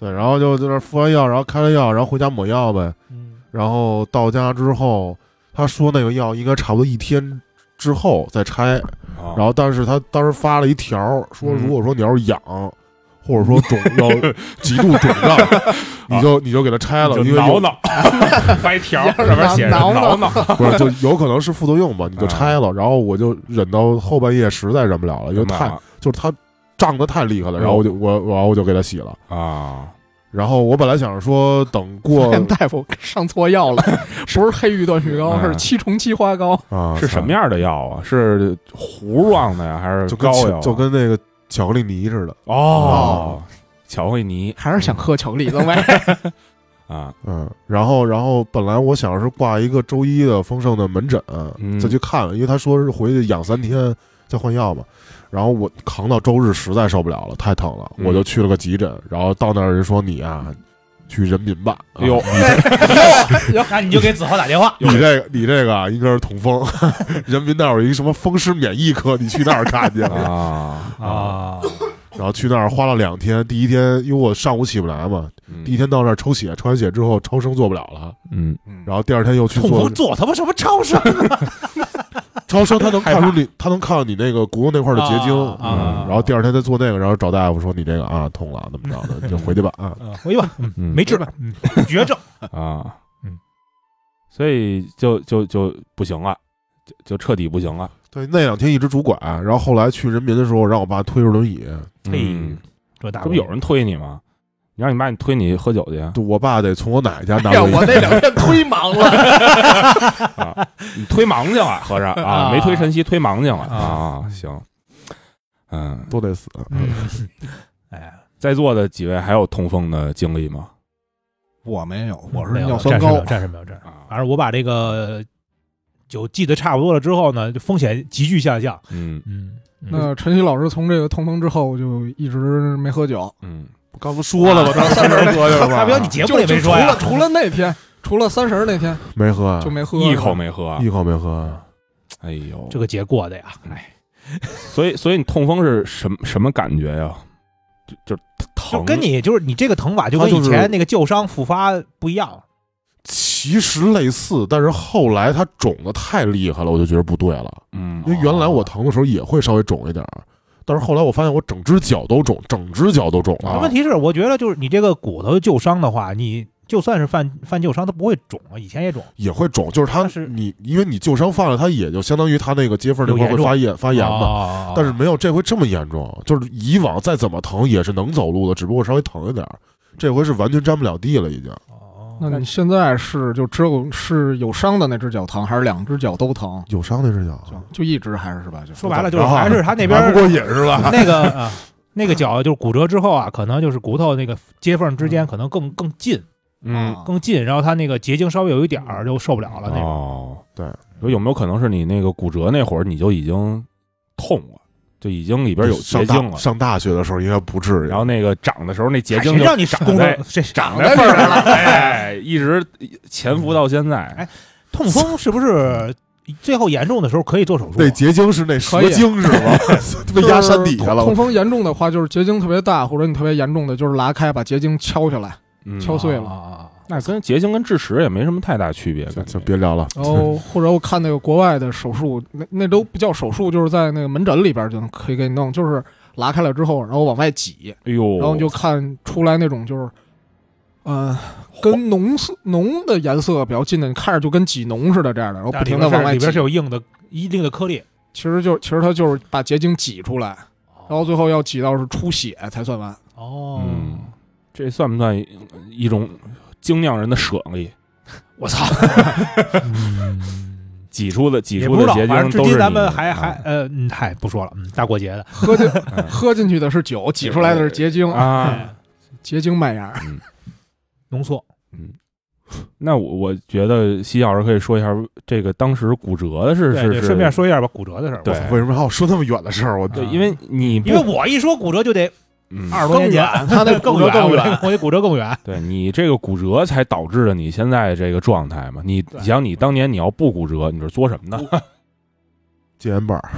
[SPEAKER 1] 对，然后就在那儿敷完药，然后开了药，然后回家抹药呗。
[SPEAKER 3] 嗯
[SPEAKER 1] 然后到家之后，他说那个药应该差不多一天之后再拆。然
[SPEAKER 4] 后
[SPEAKER 1] 后，但是他当时发了一条儿说，
[SPEAKER 4] 啊嗯
[SPEAKER 1] 如果说你要是痒，或者说 肿要极度肿胀，你就你就给它拆了，
[SPEAKER 4] 啊就
[SPEAKER 1] 因为
[SPEAKER 4] 挠
[SPEAKER 1] 有
[SPEAKER 4] 挠， 发一条上面写着
[SPEAKER 2] 挠挠
[SPEAKER 4] 挠挠，
[SPEAKER 1] 不是就有可能是副作用吧，你
[SPEAKER 4] 嗯
[SPEAKER 1] 就拆了。然后我就忍到后半夜实在忍不了了，因为太
[SPEAKER 4] 啊
[SPEAKER 1] 就是它胀得太厉
[SPEAKER 4] 嗯
[SPEAKER 1] 害了，然后我就我我然后我就给它洗了。
[SPEAKER 4] 啊，
[SPEAKER 1] 然后我本来想着说等过
[SPEAKER 2] 见大夫上错药 了，不是黑玉断续膏，
[SPEAKER 1] 哎
[SPEAKER 4] 嗯
[SPEAKER 2] 是七重七花膏。
[SPEAKER 1] 啊
[SPEAKER 4] 是什么样的药啊？是糊状的呀，还是
[SPEAKER 1] 就
[SPEAKER 4] 膏
[SPEAKER 1] 跟
[SPEAKER 4] 药啊？
[SPEAKER 1] 就跟那个巧克力泥似的，
[SPEAKER 4] 哦， 巧克力泥
[SPEAKER 2] 还是想喝巧克力，增味。
[SPEAKER 4] 啊，
[SPEAKER 1] 嗯。然后然后本来我想是挂一个周一的丰盛的门诊
[SPEAKER 4] 嗯
[SPEAKER 1] 再去看，因为他说是回去养三天再换药嘛。然后我扛到周日实在受不了了，太疼了，
[SPEAKER 4] 嗯
[SPEAKER 1] 我就去了个急诊。然后到那儿人说你啊，去人民吧。啊，
[SPEAKER 4] 哎呦，
[SPEAKER 3] 那你就给子豪打电话
[SPEAKER 1] 你这个你这个啊，应该是痛风。 人民那儿有一什么风湿免疫科，你去那儿看去。
[SPEAKER 4] 啊
[SPEAKER 3] 啊，
[SPEAKER 1] 然后去那儿花了两天，第一天因为我上午起不来嘛，第一天到那儿抽血，抽完血之后超声做不了了，
[SPEAKER 4] 嗯，
[SPEAKER 1] 然后第二天又去
[SPEAKER 3] 痛
[SPEAKER 1] 做
[SPEAKER 3] 风做他妈什么超声
[SPEAKER 1] 超声，他能看出你，他能看到你那个骨头那块儿的结晶。
[SPEAKER 3] 啊啊啊
[SPEAKER 1] 嗯然后第二天再做那个，然后找大夫说你这个啊痛了，怎么着的，你就回去吧啊。
[SPEAKER 3] 啊？回去吧，嗯
[SPEAKER 4] 嗯
[SPEAKER 3] 没治吧，嗯绝症。
[SPEAKER 4] 啊，
[SPEAKER 3] 嗯，
[SPEAKER 4] 所以就就就不行了，就就彻底不行了。
[SPEAKER 1] 对，那两天一直拄拐，然后后来去人民的时候，让我爸推着轮椅，
[SPEAKER 4] 嗯，
[SPEAKER 3] 这大
[SPEAKER 4] 这不有人推你吗？你让你妈你推你喝酒去啊，
[SPEAKER 1] 就我爸得从我奶奶家拿
[SPEAKER 2] 哎呀，
[SPEAKER 1] 轮椅
[SPEAKER 2] 我那 两天忒忙了，
[SPEAKER 4] 你推盲去了，合着啊，
[SPEAKER 3] 啊
[SPEAKER 4] 没推晨曦，推盲去了
[SPEAKER 3] 啊
[SPEAKER 4] 啊。行，嗯，
[SPEAKER 1] 都得死。啊
[SPEAKER 3] 嗯，哎，
[SPEAKER 4] 在座的几位还有痛风的经历吗？
[SPEAKER 2] 我没有，我
[SPEAKER 3] 没
[SPEAKER 2] 是
[SPEAKER 3] 有
[SPEAKER 2] 尿酸
[SPEAKER 3] 暂时没
[SPEAKER 2] 高
[SPEAKER 3] 有，暂时没有，暂时没有。
[SPEAKER 4] 啊，
[SPEAKER 3] 反正我把这个酒记得差不多了之后呢，就风险急剧下降。
[SPEAKER 4] 嗯
[SPEAKER 3] 嗯，嗯
[SPEAKER 2] 那晨曦老师从这个痛风之后就一直没喝酒，
[SPEAKER 4] 嗯，
[SPEAKER 1] 刚不说了吗？当时没喝就是
[SPEAKER 3] 大彪，你
[SPEAKER 1] 吧？
[SPEAKER 3] 节目
[SPEAKER 2] 就
[SPEAKER 3] 里没
[SPEAKER 2] 就除
[SPEAKER 3] 说
[SPEAKER 2] 了
[SPEAKER 3] 呀？
[SPEAKER 2] 除了那天，除了三十那天
[SPEAKER 1] 没喝啊
[SPEAKER 2] 就，没喝，
[SPEAKER 4] 一口没喝。
[SPEAKER 1] 一口没喝。啊
[SPEAKER 4] 哎呦，
[SPEAKER 3] 这个节过的呀，哎，
[SPEAKER 4] 所以所以你痛风是什么什么感觉呀？就就是
[SPEAKER 3] 就
[SPEAKER 4] 疼，
[SPEAKER 3] 跟你就是你这个疼法就
[SPEAKER 1] 他
[SPEAKER 3] 跟以
[SPEAKER 1] 就是
[SPEAKER 3] 前那个旧伤复发不一样了。
[SPEAKER 1] 其实类似，但是后来它肿的太厉害了，我就觉得不对了。
[SPEAKER 4] 嗯
[SPEAKER 1] 因为原来我疼的时候也会稍微肿一点儿，但是后来我发现我整只脚都肿，整只脚都肿
[SPEAKER 3] 那
[SPEAKER 1] 了
[SPEAKER 3] 问。题是，我觉得就是你这个骨头旧伤的话，你就算是犯犯旧伤，它不会肿啊，以前也肿。
[SPEAKER 1] 也会肿，就是它
[SPEAKER 3] 但是
[SPEAKER 1] 你因为你旧伤犯了，它也就相当于它那个接缝那块会
[SPEAKER 3] 有严重啊
[SPEAKER 1] 发炎发炎嘛。
[SPEAKER 3] 嘛
[SPEAKER 1] 但是没有这回这么严重，就是以往再怎么疼也是能走路的，只不过稍微疼一点儿。这回是完全沾不了地了，已经。
[SPEAKER 2] 那你现在是就只有是有伤的那只脚疼，还是两只脚都疼？
[SPEAKER 1] 有伤那只脚，
[SPEAKER 2] 就就一直还是是吧？就
[SPEAKER 3] 说白了，
[SPEAKER 1] 就
[SPEAKER 3] 就是还是他 那边
[SPEAKER 1] 过瘾是吧？
[SPEAKER 3] 那个啊，那个脚就是骨折之后啊，可能就是骨头那个接缝之间可能更更近，
[SPEAKER 4] 嗯
[SPEAKER 2] 啊
[SPEAKER 3] 更近，然后它那个结晶稍微有一点儿就受不了了那种。
[SPEAKER 4] 哦，
[SPEAKER 1] 对，
[SPEAKER 4] 有没有可能是你那个骨折那会儿你就已经痛了，就已经里边有
[SPEAKER 1] 上
[SPEAKER 4] 结
[SPEAKER 1] 大
[SPEAKER 4] 晶了，
[SPEAKER 1] 上大学的时候应该不至于。
[SPEAKER 4] 然后那个长的时候那结
[SPEAKER 3] 哎
[SPEAKER 4] 晶
[SPEAKER 3] 谁
[SPEAKER 4] 就
[SPEAKER 3] 让你
[SPEAKER 4] 长
[SPEAKER 3] 功
[SPEAKER 4] 在
[SPEAKER 3] 夫谁长
[SPEAKER 4] 在缝儿上了，哎，一直潜伏到现在。
[SPEAKER 3] 哎痛风是不是最后严重的时候可以做手术啊
[SPEAKER 1] 那？结晶是那蛇精是 吗？被压山底下了。
[SPEAKER 2] 痛风严重的话，就是结晶特别大，或者你特别严重的就是拉开，把结晶敲下来。
[SPEAKER 4] 嗯
[SPEAKER 2] 敲碎了
[SPEAKER 3] 啊。
[SPEAKER 4] 那跟结晶跟智齿也没什么太大区别，
[SPEAKER 1] 行
[SPEAKER 4] 感觉
[SPEAKER 1] 行，别聊了。
[SPEAKER 2] 然后或者我看那个国外的手术，那那都不叫手术，就是在那个门诊里边就能可以给你弄，就是拉开了之后，然后往外挤，
[SPEAKER 4] 哎呦，
[SPEAKER 2] 然后你就看出来那种就是，呃，跟浓色浓的颜色比较近的，你看着就跟挤脓似的这样的，然后不停的往
[SPEAKER 3] 但
[SPEAKER 2] 外
[SPEAKER 3] 里边是里
[SPEAKER 2] 挤
[SPEAKER 3] 边。是有硬的一定的颗粒，
[SPEAKER 2] 其实就其实它就是把结晶挤出来，然后最后要挤到是出血才算完。
[SPEAKER 3] 哦，
[SPEAKER 4] 嗯，这算不算一种精酿人的舍利？
[SPEAKER 3] 我操，
[SPEAKER 4] 挤出的挤
[SPEAKER 3] 也
[SPEAKER 4] 出
[SPEAKER 3] 不知
[SPEAKER 4] 的
[SPEAKER 3] 道，
[SPEAKER 4] 结
[SPEAKER 3] 反正
[SPEAKER 4] 晶
[SPEAKER 3] 至
[SPEAKER 4] 都是
[SPEAKER 3] 今咱们
[SPEAKER 4] 你
[SPEAKER 3] 还还
[SPEAKER 4] 啊
[SPEAKER 3] 呃，嗯，嗨，不说了，嗯，大过节的，
[SPEAKER 2] 喝进喝进去的是酒，挤出来的是结晶，
[SPEAKER 4] 嗯啊。
[SPEAKER 3] 哎
[SPEAKER 2] 结晶麦芽。
[SPEAKER 3] 浓缩，
[SPEAKER 4] 嗯那我我觉得西老师可以说一下这个当时骨折的是
[SPEAKER 3] 对，
[SPEAKER 4] 是
[SPEAKER 3] 对
[SPEAKER 4] 是，
[SPEAKER 3] 顺便说一下吧，骨折的事儿，
[SPEAKER 4] 对
[SPEAKER 3] 我操
[SPEAKER 1] 为什么还要说那么远的事儿？我
[SPEAKER 4] 对，
[SPEAKER 3] 哎啊
[SPEAKER 4] 因为你不
[SPEAKER 3] 因为我一说骨折就得
[SPEAKER 4] 嗯
[SPEAKER 3] 二十多年前，
[SPEAKER 2] 他那
[SPEAKER 3] 更
[SPEAKER 2] 骨折更
[SPEAKER 3] 我
[SPEAKER 2] 远
[SPEAKER 3] 这我这骨折更 远，
[SPEAKER 4] 对你这个骨折才导致了你现在这个状态嘛？你
[SPEAKER 3] 对
[SPEAKER 4] 想，你当年你要不骨折，你是做什么 的？
[SPEAKER 1] 肩膀儿，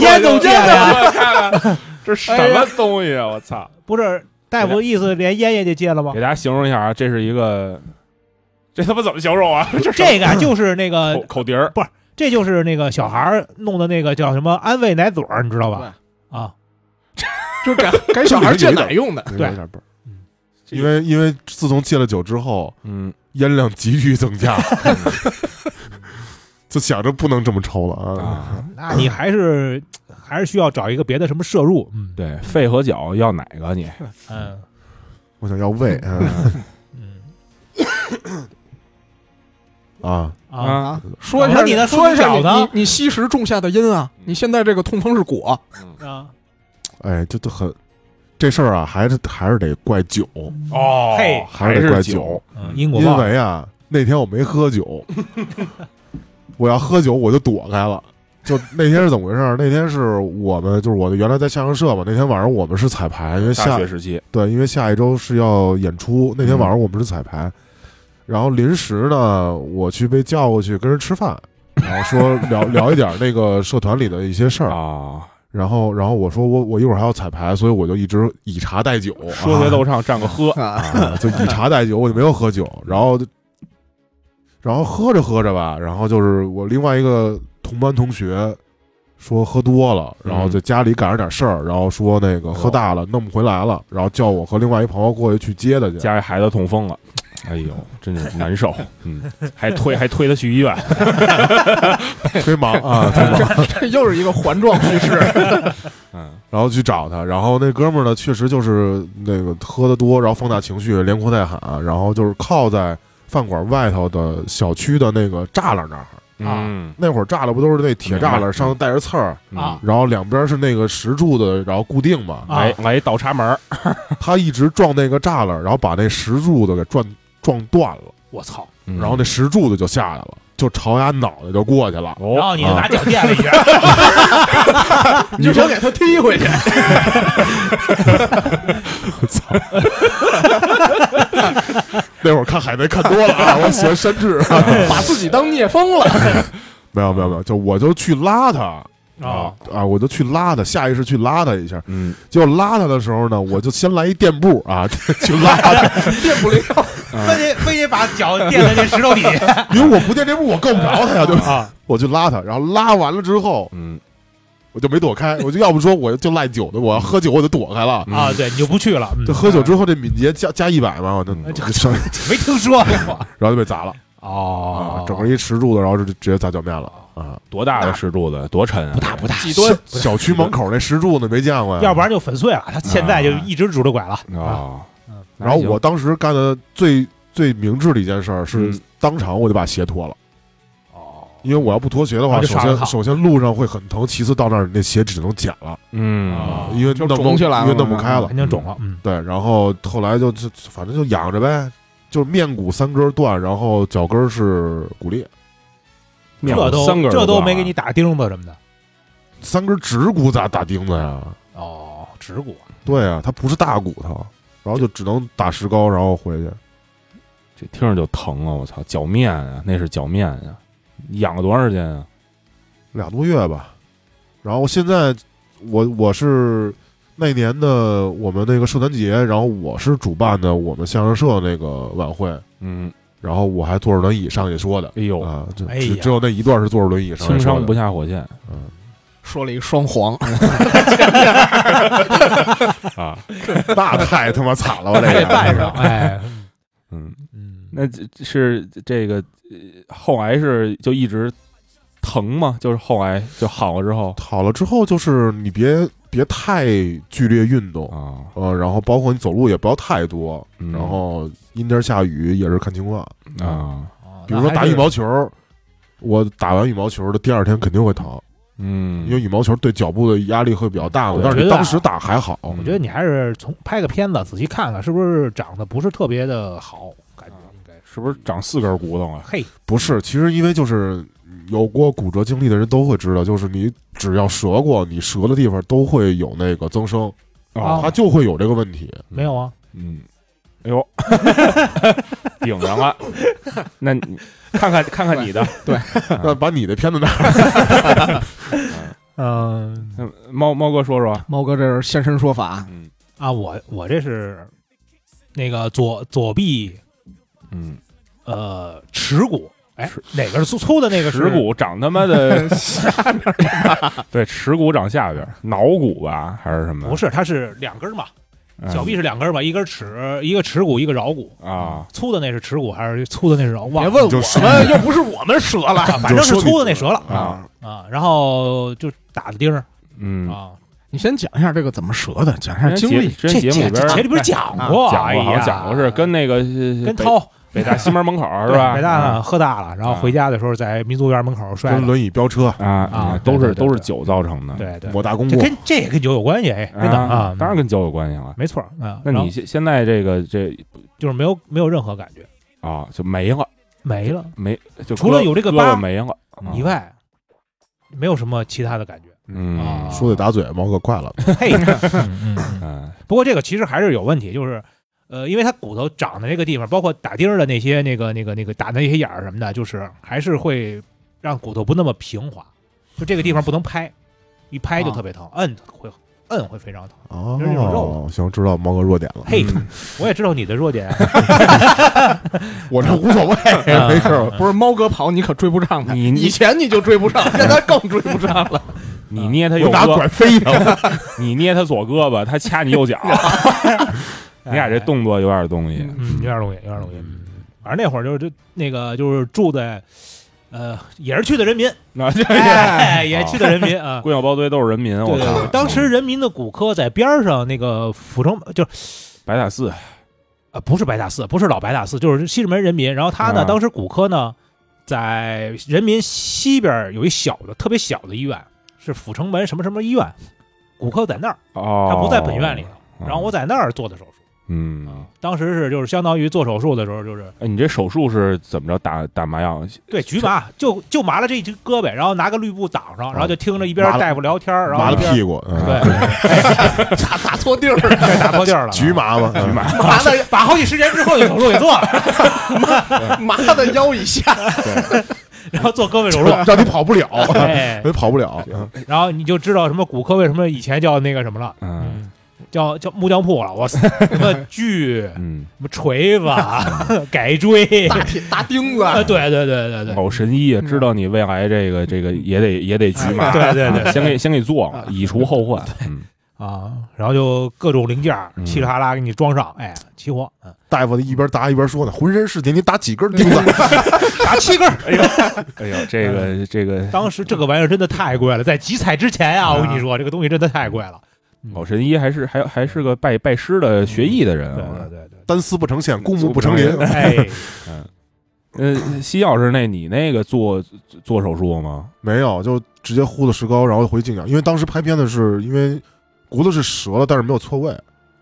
[SPEAKER 3] 烟总
[SPEAKER 4] 这
[SPEAKER 3] 监呀，
[SPEAKER 4] 这什
[SPEAKER 1] 哎
[SPEAKER 4] 么东西啊！我操！
[SPEAKER 3] 不是大夫意思连烟也得戒了吗
[SPEAKER 4] 给？大家形容一下啊，这是一个， 这他妈怎么形容啊？
[SPEAKER 3] 这个啊就是那个
[SPEAKER 4] 口口碟儿，
[SPEAKER 3] 这就是那个小孩儿弄的那个叫什么安慰奶嘴儿，你知道吧？啊，
[SPEAKER 2] 就是给给小孩戒奶用的。
[SPEAKER 1] 有
[SPEAKER 3] 对
[SPEAKER 1] 点儿笨
[SPEAKER 3] 嗯
[SPEAKER 1] 因为因为自从戒了酒之后，
[SPEAKER 4] 嗯，
[SPEAKER 1] 烟量急剧增加，就想着不能这么抽了啊。
[SPEAKER 4] 啊，
[SPEAKER 3] 那你还是还是需要找一个别的什么摄入，嗯，
[SPEAKER 4] 对，肺和脚要哪个你？
[SPEAKER 3] 嗯
[SPEAKER 1] 我想要胃，嗯
[SPEAKER 3] 嗯
[SPEAKER 1] 啊，
[SPEAKER 3] 啊，
[SPEAKER 2] 啊，说一下
[SPEAKER 3] 那你呢
[SPEAKER 2] 说一
[SPEAKER 3] 说
[SPEAKER 2] 下你
[SPEAKER 3] 你小子
[SPEAKER 2] 你你吸食种下的因啊，你现在这个痛风是果，
[SPEAKER 4] 嗯
[SPEAKER 3] 啊，
[SPEAKER 1] 哎，这都很这事儿啊，还是还是得怪酒，
[SPEAKER 4] 哦
[SPEAKER 3] 嘿
[SPEAKER 1] 还是
[SPEAKER 4] 是
[SPEAKER 1] 怪
[SPEAKER 4] 酒
[SPEAKER 1] 酒，
[SPEAKER 3] 嗯因果
[SPEAKER 1] 因
[SPEAKER 3] 报应
[SPEAKER 1] 为啊，那天我没喝酒，我要喝酒我就躲开了。就那天是怎么回事儿？那天是我们就是我的原来在相声社嘛，那天晚上我们是彩排，因为
[SPEAKER 4] 大
[SPEAKER 1] 下
[SPEAKER 4] 学时期，
[SPEAKER 1] 对，因为下一周是要演出，那天晚上
[SPEAKER 4] 嗯
[SPEAKER 1] 我们是彩排，然后临时呢，我去被叫过去跟人吃 饭，然后说聊聊一点那个社团里的一些事儿，
[SPEAKER 4] 啊，
[SPEAKER 1] 然后然后我说我我一会儿还要彩排，所以我就一直以茶代酒，
[SPEAKER 4] 说学
[SPEAKER 1] 啊
[SPEAKER 4] 逗唱，站个喝，
[SPEAKER 2] 啊，
[SPEAKER 1] 啊，就以茶代酒，我就没有喝酒，然后就然后喝着喝着吧，然后就是我另外一个同班同学说喝多了，然后在
[SPEAKER 4] 嗯
[SPEAKER 1] 家里赶上点事儿，然后说那个喝大了弄不回来了，然后叫我和另外一朋友过去去接他去。
[SPEAKER 4] 家里孩子痛风了，哎呦，真是难受，嗯，还推还推他去医院，
[SPEAKER 1] 推 忙啊，推忙，
[SPEAKER 2] 这又是一个 环状叙事。
[SPEAKER 4] 嗯，
[SPEAKER 1] 然后去找他，然后那哥们儿呢，确实就是那个喝的多，然后放大情绪，连哭带喊，啊然后就是靠在饭馆外头的小区的那个栅栏那儿。
[SPEAKER 4] 嗯
[SPEAKER 1] 那会儿栅栏不都是那铁栅
[SPEAKER 4] 明白嗯
[SPEAKER 1] 栏，上头带着刺儿，
[SPEAKER 3] 啊
[SPEAKER 1] 然后两边是那个石柱子，然后固定嘛。
[SPEAKER 3] 啊
[SPEAKER 4] 来来一倒插门儿，
[SPEAKER 1] 他一直撞那个栅栏，然后把那石柱子给撞撞断了，
[SPEAKER 3] 我操！
[SPEAKER 4] 嗯
[SPEAKER 1] 然后那石柱子就下来了，就朝他脑袋就过去了。
[SPEAKER 4] 哦
[SPEAKER 3] 然后你就
[SPEAKER 1] 啊
[SPEAKER 3] 拿脚垫了一下，
[SPEAKER 2] 你就想给他踢回去，
[SPEAKER 1] 那会儿看海贼 看多了 啊，我喜欢山治。
[SPEAKER 2] 把自己当聂风了。
[SPEAKER 1] 没有没有没有，就我就去拉他
[SPEAKER 3] 啊
[SPEAKER 1] 啊，我就去拉他，下意识去拉他一下。
[SPEAKER 4] 嗯
[SPEAKER 1] 结果拉他的时候呢，我就先来一垫步啊， 去拉他，
[SPEAKER 2] 电不灵，
[SPEAKER 3] 非得非得把脚垫在那石头底下
[SPEAKER 1] 因为我不垫这步我够不着他呀，对吧？
[SPEAKER 3] 啊！
[SPEAKER 1] 我就拉他，然后拉完了之后，
[SPEAKER 4] 嗯
[SPEAKER 1] 我就没躲开，我就要不说我就赖酒的，我要喝酒我就躲开了。
[SPEAKER 3] 啊，对，你就不去了，嗯
[SPEAKER 1] 这喝酒之后，这敏捷加加一百嘛，我就
[SPEAKER 4] 嗯
[SPEAKER 1] 我就上，
[SPEAKER 3] 没听说过
[SPEAKER 1] 然后就被砸了啊
[SPEAKER 3] 哦，
[SPEAKER 1] 整个一石柱子，然后就直接砸脚面了啊！
[SPEAKER 4] 多大的石柱子，哦多沉啊，不大不大
[SPEAKER 2] 几吨
[SPEAKER 1] 小区门口那石柱子没见过呀，
[SPEAKER 3] 要不然就粉碎了。他现在就一直拄着拐了啊！
[SPEAKER 4] 啊。
[SPEAKER 1] 然后我当时干的最最明智的一件事儿是
[SPEAKER 4] 嗯，
[SPEAKER 1] 当场我就把鞋脱了，
[SPEAKER 3] 哦，
[SPEAKER 1] 因为我要不脱鞋的
[SPEAKER 3] 啊
[SPEAKER 1] 话，
[SPEAKER 3] 就
[SPEAKER 1] 首
[SPEAKER 3] 上了
[SPEAKER 1] 先
[SPEAKER 3] 套
[SPEAKER 1] 首先路上会很疼，其次到那儿那鞋只能剪了，
[SPEAKER 4] 嗯
[SPEAKER 3] 啊
[SPEAKER 1] 因为
[SPEAKER 2] 就
[SPEAKER 1] 弄不
[SPEAKER 2] 肿起来了
[SPEAKER 1] 因为弄不开了
[SPEAKER 3] 肯。定肿了，嗯，
[SPEAKER 1] 对，然后后来就就反正就养着呗，就是面骨三根断，然后脚跟是骨裂，
[SPEAKER 4] 面
[SPEAKER 3] 这都
[SPEAKER 4] 三根儿
[SPEAKER 3] 这
[SPEAKER 4] 都
[SPEAKER 3] 都
[SPEAKER 4] 断
[SPEAKER 3] 没
[SPEAKER 4] 了
[SPEAKER 3] 给你打钉子什么的。
[SPEAKER 1] 三根指骨咋打钉子呀？
[SPEAKER 3] 哦，指骨
[SPEAKER 1] 对啊，它不是大骨头，然后就只能打石膏，然后回去。
[SPEAKER 4] 这听着就疼啊！我操，脚面啊，那是脚面啊，养了多长时间啊？
[SPEAKER 1] 俩多月吧。然后现在我我是那年的我们那个社团节，然后我是主办的我们相声社那个晚会，
[SPEAKER 4] 嗯，
[SPEAKER 1] 然后我还坐着轮椅上去说的。
[SPEAKER 4] 哎呦，
[SPEAKER 1] 啊，这
[SPEAKER 3] 哎
[SPEAKER 1] 只
[SPEAKER 3] 呀
[SPEAKER 1] 只有那一段是坐着轮椅上去
[SPEAKER 4] 轻
[SPEAKER 1] 说
[SPEAKER 4] 伤
[SPEAKER 1] 的
[SPEAKER 4] 不下火线，
[SPEAKER 1] 嗯，
[SPEAKER 2] 说了一双簧，
[SPEAKER 4] 啊，
[SPEAKER 1] 那太他妈惨了，我这
[SPEAKER 3] 还
[SPEAKER 1] 个
[SPEAKER 3] 得带上， 哎，
[SPEAKER 4] 嗯，
[SPEAKER 3] 嗯，
[SPEAKER 4] 那这是这个呃后来是就一直疼吗？就是后来就好了之后
[SPEAKER 1] 好了之后就是你别别太剧烈运动，
[SPEAKER 4] 啊，
[SPEAKER 1] 呃，然后包括你走路也不要太多，
[SPEAKER 4] 嗯
[SPEAKER 1] 然后阴天下雨也是看情况，
[SPEAKER 4] 啊，
[SPEAKER 3] 哦
[SPEAKER 1] 比如说打羽，
[SPEAKER 3] 那还
[SPEAKER 1] 毛球，我打完羽毛球的第二天肯定会疼，
[SPEAKER 4] 嗯，
[SPEAKER 1] 因为羽毛球对脚部的压力会比较大嘛。
[SPEAKER 3] 我
[SPEAKER 1] 但是
[SPEAKER 3] 觉
[SPEAKER 1] 你
[SPEAKER 3] 得啊
[SPEAKER 1] 当时打还好，
[SPEAKER 3] 是我觉得你还是从拍个片子，仔细看看是不是长得不是特别的好，感觉应该是。
[SPEAKER 4] 是不是长四根骨头了？
[SPEAKER 3] 嘿，
[SPEAKER 1] 不是，其实因为就是有过骨折经历的人都会知道，就是你只要折过，你折的地方都会有那个增生，
[SPEAKER 3] 哦
[SPEAKER 1] 它就会有这个问题。
[SPEAKER 3] 没有啊，
[SPEAKER 4] 嗯，哎呦， 顶上 了。那你看看看看你的，
[SPEAKER 1] 那把你的片子拿，
[SPEAKER 3] 嗯
[SPEAKER 4] 嗯猫猫哥说说。
[SPEAKER 2] 猫哥这是现身说法，
[SPEAKER 4] 嗯
[SPEAKER 3] 啊，我我这是那个左左臂
[SPEAKER 4] 嗯，
[SPEAKER 3] 呃耻骨，哎，哪个是粗粗的那个是
[SPEAKER 4] 耻？骨长他妈 的下边，对，耻骨长下边，脑骨吧还是什么？
[SPEAKER 3] 不是，它是两根儿嘛，
[SPEAKER 4] 嗯
[SPEAKER 3] 小臂是两根儿嘛，一根尺，一个尺骨，一个桡骨。
[SPEAKER 4] 啊，
[SPEAKER 3] 粗的那是耻骨还是粗的那是桡？忘
[SPEAKER 2] 别
[SPEAKER 3] 了
[SPEAKER 2] 问我
[SPEAKER 1] 就说
[SPEAKER 2] 们，又不是我们折了。
[SPEAKER 3] 啊反正是
[SPEAKER 1] 你就说
[SPEAKER 3] 粗的那
[SPEAKER 1] 你
[SPEAKER 3] 折了
[SPEAKER 4] 啊
[SPEAKER 3] 啊。然后就打的钉儿
[SPEAKER 4] 嗯，
[SPEAKER 3] 啊，
[SPEAKER 2] 你先讲一下这个怎么折的，讲一下
[SPEAKER 4] 之
[SPEAKER 2] 经
[SPEAKER 4] 前
[SPEAKER 2] 历。
[SPEAKER 4] 节之前节目里边
[SPEAKER 3] 这里边
[SPEAKER 4] 哎
[SPEAKER 3] 讲
[SPEAKER 2] 啊
[SPEAKER 4] 讲过，
[SPEAKER 3] 过，
[SPEAKER 4] 好
[SPEAKER 3] 哎呀
[SPEAKER 4] 像讲过是跟那个呃
[SPEAKER 3] 跟
[SPEAKER 4] 北
[SPEAKER 3] 涛
[SPEAKER 4] 北大西 门门口儿是
[SPEAKER 3] 对
[SPEAKER 4] 吧？
[SPEAKER 3] 北大呢喝大了，然后
[SPEAKER 4] 啊
[SPEAKER 3] 回家的时候在民族园门口摔
[SPEAKER 1] 跟
[SPEAKER 3] 了。
[SPEAKER 1] 轮椅飙车、
[SPEAKER 4] 啊啊，都
[SPEAKER 3] 对
[SPEAKER 4] 是
[SPEAKER 3] 对对
[SPEAKER 4] 都是酒造成的，
[SPEAKER 3] 对对，
[SPEAKER 1] 抹大公
[SPEAKER 3] 这
[SPEAKER 1] 共，
[SPEAKER 3] 跟这也跟酒有关系，哎，真的啊
[SPEAKER 4] 啊，，当然跟酒有关系了。
[SPEAKER 3] 没错儿啊。
[SPEAKER 4] 那
[SPEAKER 3] 然
[SPEAKER 4] 你
[SPEAKER 3] 后
[SPEAKER 4] 现现在这个这
[SPEAKER 3] 就是没有没有任何感觉，
[SPEAKER 4] 啊就没了，
[SPEAKER 3] 没了
[SPEAKER 4] 没就
[SPEAKER 3] 除了
[SPEAKER 4] 胳
[SPEAKER 3] 有这个
[SPEAKER 4] 胳
[SPEAKER 3] 疤
[SPEAKER 4] 膊没了啊
[SPEAKER 3] 以外，没有什么其他的 感觉。
[SPEAKER 4] 嗯
[SPEAKER 3] 啊
[SPEAKER 1] 说得打嘴，毛哥快 了，
[SPEAKER 3] 嘿，嗯嗯嗯
[SPEAKER 4] 嗯
[SPEAKER 3] 不过这个其实还是有问题，就是呃，因为它骨头长的那个地方，包括打钉儿的那些那个那个那个打的那些眼儿什么的，就是还是会让骨头不那么平滑，就这个地方不能拍，一拍就特别疼，摁会摁会非常疼。就是那种
[SPEAKER 1] 哦
[SPEAKER 3] 肉，
[SPEAKER 1] 行，知道毛哥弱点了。
[SPEAKER 3] 嘿，
[SPEAKER 4] 嗯
[SPEAKER 3] 我也知道你的弱点，
[SPEAKER 1] 我这无所谓，
[SPEAKER 3] 嗯
[SPEAKER 1] 没事儿。
[SPEAKER 2] 不是猫哥跑，你可追不上他。
[SPEAKER 4] 啊你啊
[SPEAKER 2] 以前你就追不上，现在更追不 上了。
[SPEAKER 4] 你捏他
[SPEAKER 3] 嗯
[SPEAKER 1] 我
[SPEAKER 4] 右
[SPEAKER 1] 拿
[SPEAKER 4] 胳，
[SPEAKER 1] 拐 飞他，
[SPEAKER 4] 你捏他左胳膊，他掐你右 脚，你俩这动作有点东西。
[SPEAKER 3] 哎嗯，有点东西，有点东西。反正那会儿就是就那个就是住在呃也是去的人民，
[SPEAKER 4] 那这
[SPEAKER 3] 哎，也是去的人民啊。
[SPEAKER 4] 龟鸟包堆都是人民，我
[SPEAKER 3] 对对对
[SPEAKER 4] 靠！，
[SPEAKER 3] 当时人民的骨科在边儿上那个阜成就是。
[SPEAKER 4] 白塔寺
[SPEAKER 3] 呃，不是白塔寺，不是老白塔寺，就是西直门人民。然后他呢，
[SPEAKER 4] 啊
[SPEAKER 3] 当时骨科呢，在人民西边儿有一小的、特别小的医院，是阜成门什么什么医院，骨科在那儿，
[SPEAKER 4] 哦，
[SPEAKER 3] 他不在本院里头。
[SPEAKER 4] 哦。
[SPEAKER 3] 然后我在那儿做的手术，
[SPEAKER 4] 嗯，
[SPEAKER 3] 当时是就是相当于做手术的时候，就是
[SPEAKER 4] 哎，你这手术是怎么着？打打麻药？
[SPEAKER 3] 对局麻，就就麻了这一只胳膊，然后拿个绿布挡上，然后就听着一
[SPEAKER 1] 哦
[SPEAKER 3] 边
[SPEAKER 1] 麻了
[SPEAKER 3] 大夫聊天儿，然
[SPEAKER 1] 麻
[SPEAKER 3] 后
[SPEAKER 1] 了
[SPEAKER 3] 一边
[SPEAKER 1] 屁股，嗯
[SPEAKER 3] 对
[SPEAKER 2] 打打错地儿 了，
[SPEAKER 3] 对打破地儿了，
[SPEAKER 1] 局麻 嘛，局麻，
[SPEAKER 3] 麻的，把好几十年之后的手术给做 了，
[SPEAKER 2] 麻的腰以下。
[SPEAKER 3] 然后做胳 膊手术，
[SPEAKER 1] 嗯让你跑不了，
[SPEAKER 3] 哎，
[SPEAKER 1] 也跑不了。
[SPEAKER 3] 然后你就知道什么骨科为什么以前叫那个什么了，
[SPEAKER 4] 嗯
[SPEAKER 3] 叫叫木匠铺了，我操，什么锯、什
[SPEAKER 4] 嗯，
[SPEAKER 3] 么锤 子、改锥，
[SPEAKER 2] 大铁大钉子，
[SPEAKER 3] 啊，对对对对嗯对，
[SPEAKER 4] 老神医啊，知道你未来这个这个也得也得局麻，
[SPEAKER 3] 对哎对对
[SPEAKER 4] 啊先给先给做了，以除后患。嗯
[SPEAKER 3] 啊，然后就各种零件儿
[SPEAKER 4] 嗯
[SPEAKER 3] 稀里哗啦给你装上，哎，齐活，嗯，
[SPEAKER 1] 大夫一边答一边说呢，浑身是血，你打几根 钉子？
[SPEAKER 3] 打七根儿。
[SPEAKER 4] 哎呦，这
[SPEAKER 3] 嗯
[SPEAKER 4] 个这个
[SPEAKER 3] 当时这个玩意儿真的太贵了，在集采之前啊，我
[SPEAKER 4] 嗯
[SPEAKER 3] 跟你说，这个东西真的太贵了。
[SPEAKER 4] 老神医还是还还是个拜拜师的学艺的人
[SPEAKER 3] 对
[SPEAKER 4] 啊。
[SPEAKER 3] 对对对，
[SPEAKER 1] 单丝不成线，公母不成林。
[SPEAKER 3] 哎，
[SPEAKER 4] 呃，西药师那你那个做做手术吗？
[SPEAKER 1] 没有，就直接糊了石膏，然后回静养。因为当时拍片的是因为骨头是折了，但是没有错位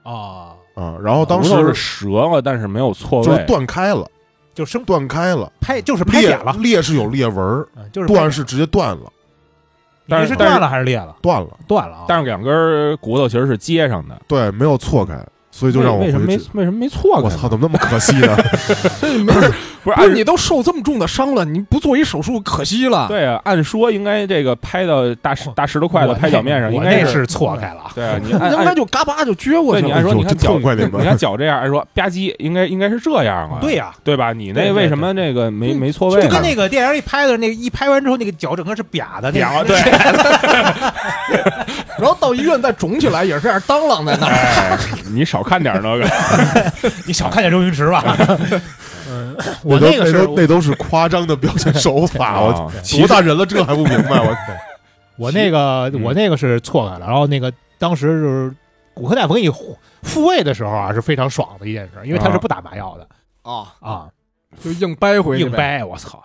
[SPEAKER 3] 啊，
[SPEAKER 1] 啊。然后当时
[SPEAKER 4] 骨头是折了，但是没有错
[SPEAKER 1] 就是
[SPEAKER 4] 位。
[SPEAKER 1] 断开了，
[SPEAKER 3] 就生
[SPEAKER 1] 断开了，
[SPEAKER 3] 拍就是拍
[SPEAKER 1] 裂
[SPEAKER 3] 扁了，
[SPEAKER 1] 裂是有裂纹儿，
[SPEAKER 3] 嗯就是
[SPEAKER 1] 断
[SPEAKER 3] 断，
[SPEAKER 1] 是直接断了，
[SPEAKER 3] 你这
[SPEAKER 4] 但
[SPEAKER 3] 是
[SPEAKER 4] 是
[SPEAKER 3] 断了还是裂了？
[SPEAKER 1] 断了，
[SPEAKER 3] 断了啊，
[SPEAKER 4] 但是两根骨头其实是接上的，
[SPEAKER 1] 对，没有错开，所以就让我
[SPEAKER 4] 为
[SPEAKER 1] 回
[SPEAKER 4] 什么没
[SPEAKER 1] 去。
[SPEAKER 4] 为什么没错
[SPEAKER 1] 我
[SPEAKER 4] 开呢？
[SPEAKER 1] 操，怎么那么可惜呢？
[SPEAKER 2] 这没
[SPEAKER 4] 不是
[SPEAKER 2] 不
[SPEAKER 4] 按
[SPEAKER 2] 是你都受这么重的伤了，你不做一手术可惜了。
[SPEAKER 4] 对啊，按说应该这个拍到大石大石头块子
[SPEAKER 3] 我
[SPEAKER 4] 拍脚面上，
[SPEAKER 3] 那
[SPEAKER 4] 应
[SPEAKER 3] 我
[SPEAKER 4] 该
[SPEAKER 3] 那是错开了啊。
[SPEAKER 4] 对啊，你按
[SPEAKER 2] 应该
[SPEAKER 4] 按
[SPEAKER 2] 哎就嘎巴就撅过
[SPEAKER 4] 对
[SPEAKER 2] 去
[SPEAKER 4] 你
[SPEAKER 2] 了。
[SPEAKER 4] 按说
[SPEAKER 1] 哎呦
[SPEAKER 4] 你看
[SPEAKER 1] 真
[SPEAKER 4] 脚
[SPEAKER 1] 痛快你们
[SPEAKER 4] 你看脚这样，按说吧唧，应该应该是这样啊，
[SPEAKER 3] 对呀，
[SPEAKER 4] 对吧？你
[SPEAKER 3] 对
[SPEAKER 4] 那
[SPEAKER 3] 对
[SPEAKER 4] 为
[SPEAKER 3] 对
[SPEAKER 4] 什么那个没
[SPEAKER 3] 嗯
[SPEAKER 4] 没错位啊
[SPEAKER 3] 就
[SPEAKER 4] 呢
[SPEAKER 3] 跟？那个电影里拍的那个，一拍完之后那个脚整个是瘪的，那
[SPEAKER 4] 表
[SPEAKER 3] 个
[SPEAKER 4] 对，
[SPEAKER 2] 然后到医院再肿起来也是这样，当啷在那儿。
[SPEAKER 4] 哎，你少看点儿那个，
[SPEAKER 3] 你少看见周星驰吧。嗯，我
[SPEAKER 1] 都
[SPEAKER 3] 那个是
[SPEAKER 1] 都 那都是夸张的表现手法，我
[SPEAKER 4] 啊
[SPEAKER 1] 多大人了，这还不明白？我
[SPEAKER 5] 我那个
[SPEAKER 4] 嗯
[SPEAKER 5] 我那个是错开了，然后那个当时就是骨科大夫给你复复位的时候啊，是非常爽的一件事，因为他
[SPEAKER 4] 啊
[SPEAKER 5] 是不打麻药的
[SPEAKER 2] 啊，
[SPEAKER 5] 啊，
[SPEAKER 2] 就硬掰回去，
[SPEAKER 5] 硬。掰，我操，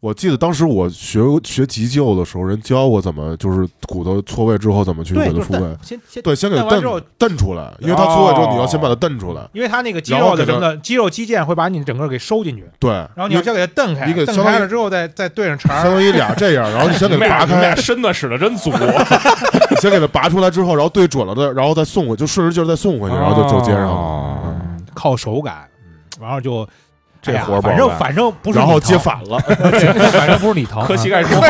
[SPEAKER 1] 我记得当时我学学急救的时候，人教我怎么就是骨头错位之后怎么去
[SPEAKER 3] 对，
[SPEAKER 1] 给
[SPEAKER 3] 就
[SPEAKER 1] 它
[SPEAKER 3] 是
[SPEAKER 1] 复位
[SPEAKER 3] 蹬，先先，
[SPEAKER 1] 对，先给
[SPEAKER 3] 蹬完之后
[SPEAKER 1] 蹬蹬出来，因为它错位之后你要先把它蹬出来，
[SPEAKER 3] 因为他那个肌
[SPEAKER 1] 然后
[SPEAKER 3] 肉的
[SPEAKER 1] 给
[SPEAKER 3] 什
[SPEAKER 1] 它
[SPEAKER 3] 么的，肌肉肌腱会把你整个给收进去，
[SPEAKER 1] 对，
[SPEAKER 3] 然后你要先给它蹬开，
[SPEAKER 1] 你给
[SPEAKER 3] 蹬
[SPEAKER 1] 相当于
[SPEAKER 3] 开了之后再再对上
[SPEAKER 1] 相
[SPEAKER 3] 茬儿。
[SPEAKER 1] 当于俩这样，然后你先
[SPEAKER 4] 你
[SPEAKER 1] 给
[SPEAKER 4] 们
[SPEAKER 1] 它
[SPEAKER 4] 俩
[SPEAKER 1] 拔
[SPEAKER 4] 你们俩
[SPEAKER 1] 开，
[SPEAKER 4] 身子使的真足，
[SPEAKER 1] 你先给它拔出来之后，然后对准了的，然后再送回，就顺着劲儿再送回去，
[SPEAKER 3] 哦
[SPEAKER 1] 然后就就接上了，嗯
[SPEAKER 4] 了。
[SPEAKER 3] 靠手感，嗯然后就
[SPEAKER 1] 这
[SPEAKER 3] 哎呀
[SPEAKER 1] 活儿不好
[SPEAKER 3] 反正
[SPEAKER 1] 干
[SPEAKER 3] 反正不是
[SPEAKER 1] 然后
[SPEAKER 3] 你疼
[SPEAKER 1] 接，反了，
[SPEAKER 3] 反正不是你疼，
[SPEAKER 4] 磕膝
[SPEAKER 3] 啊
[SPEAKER 4] 盖之后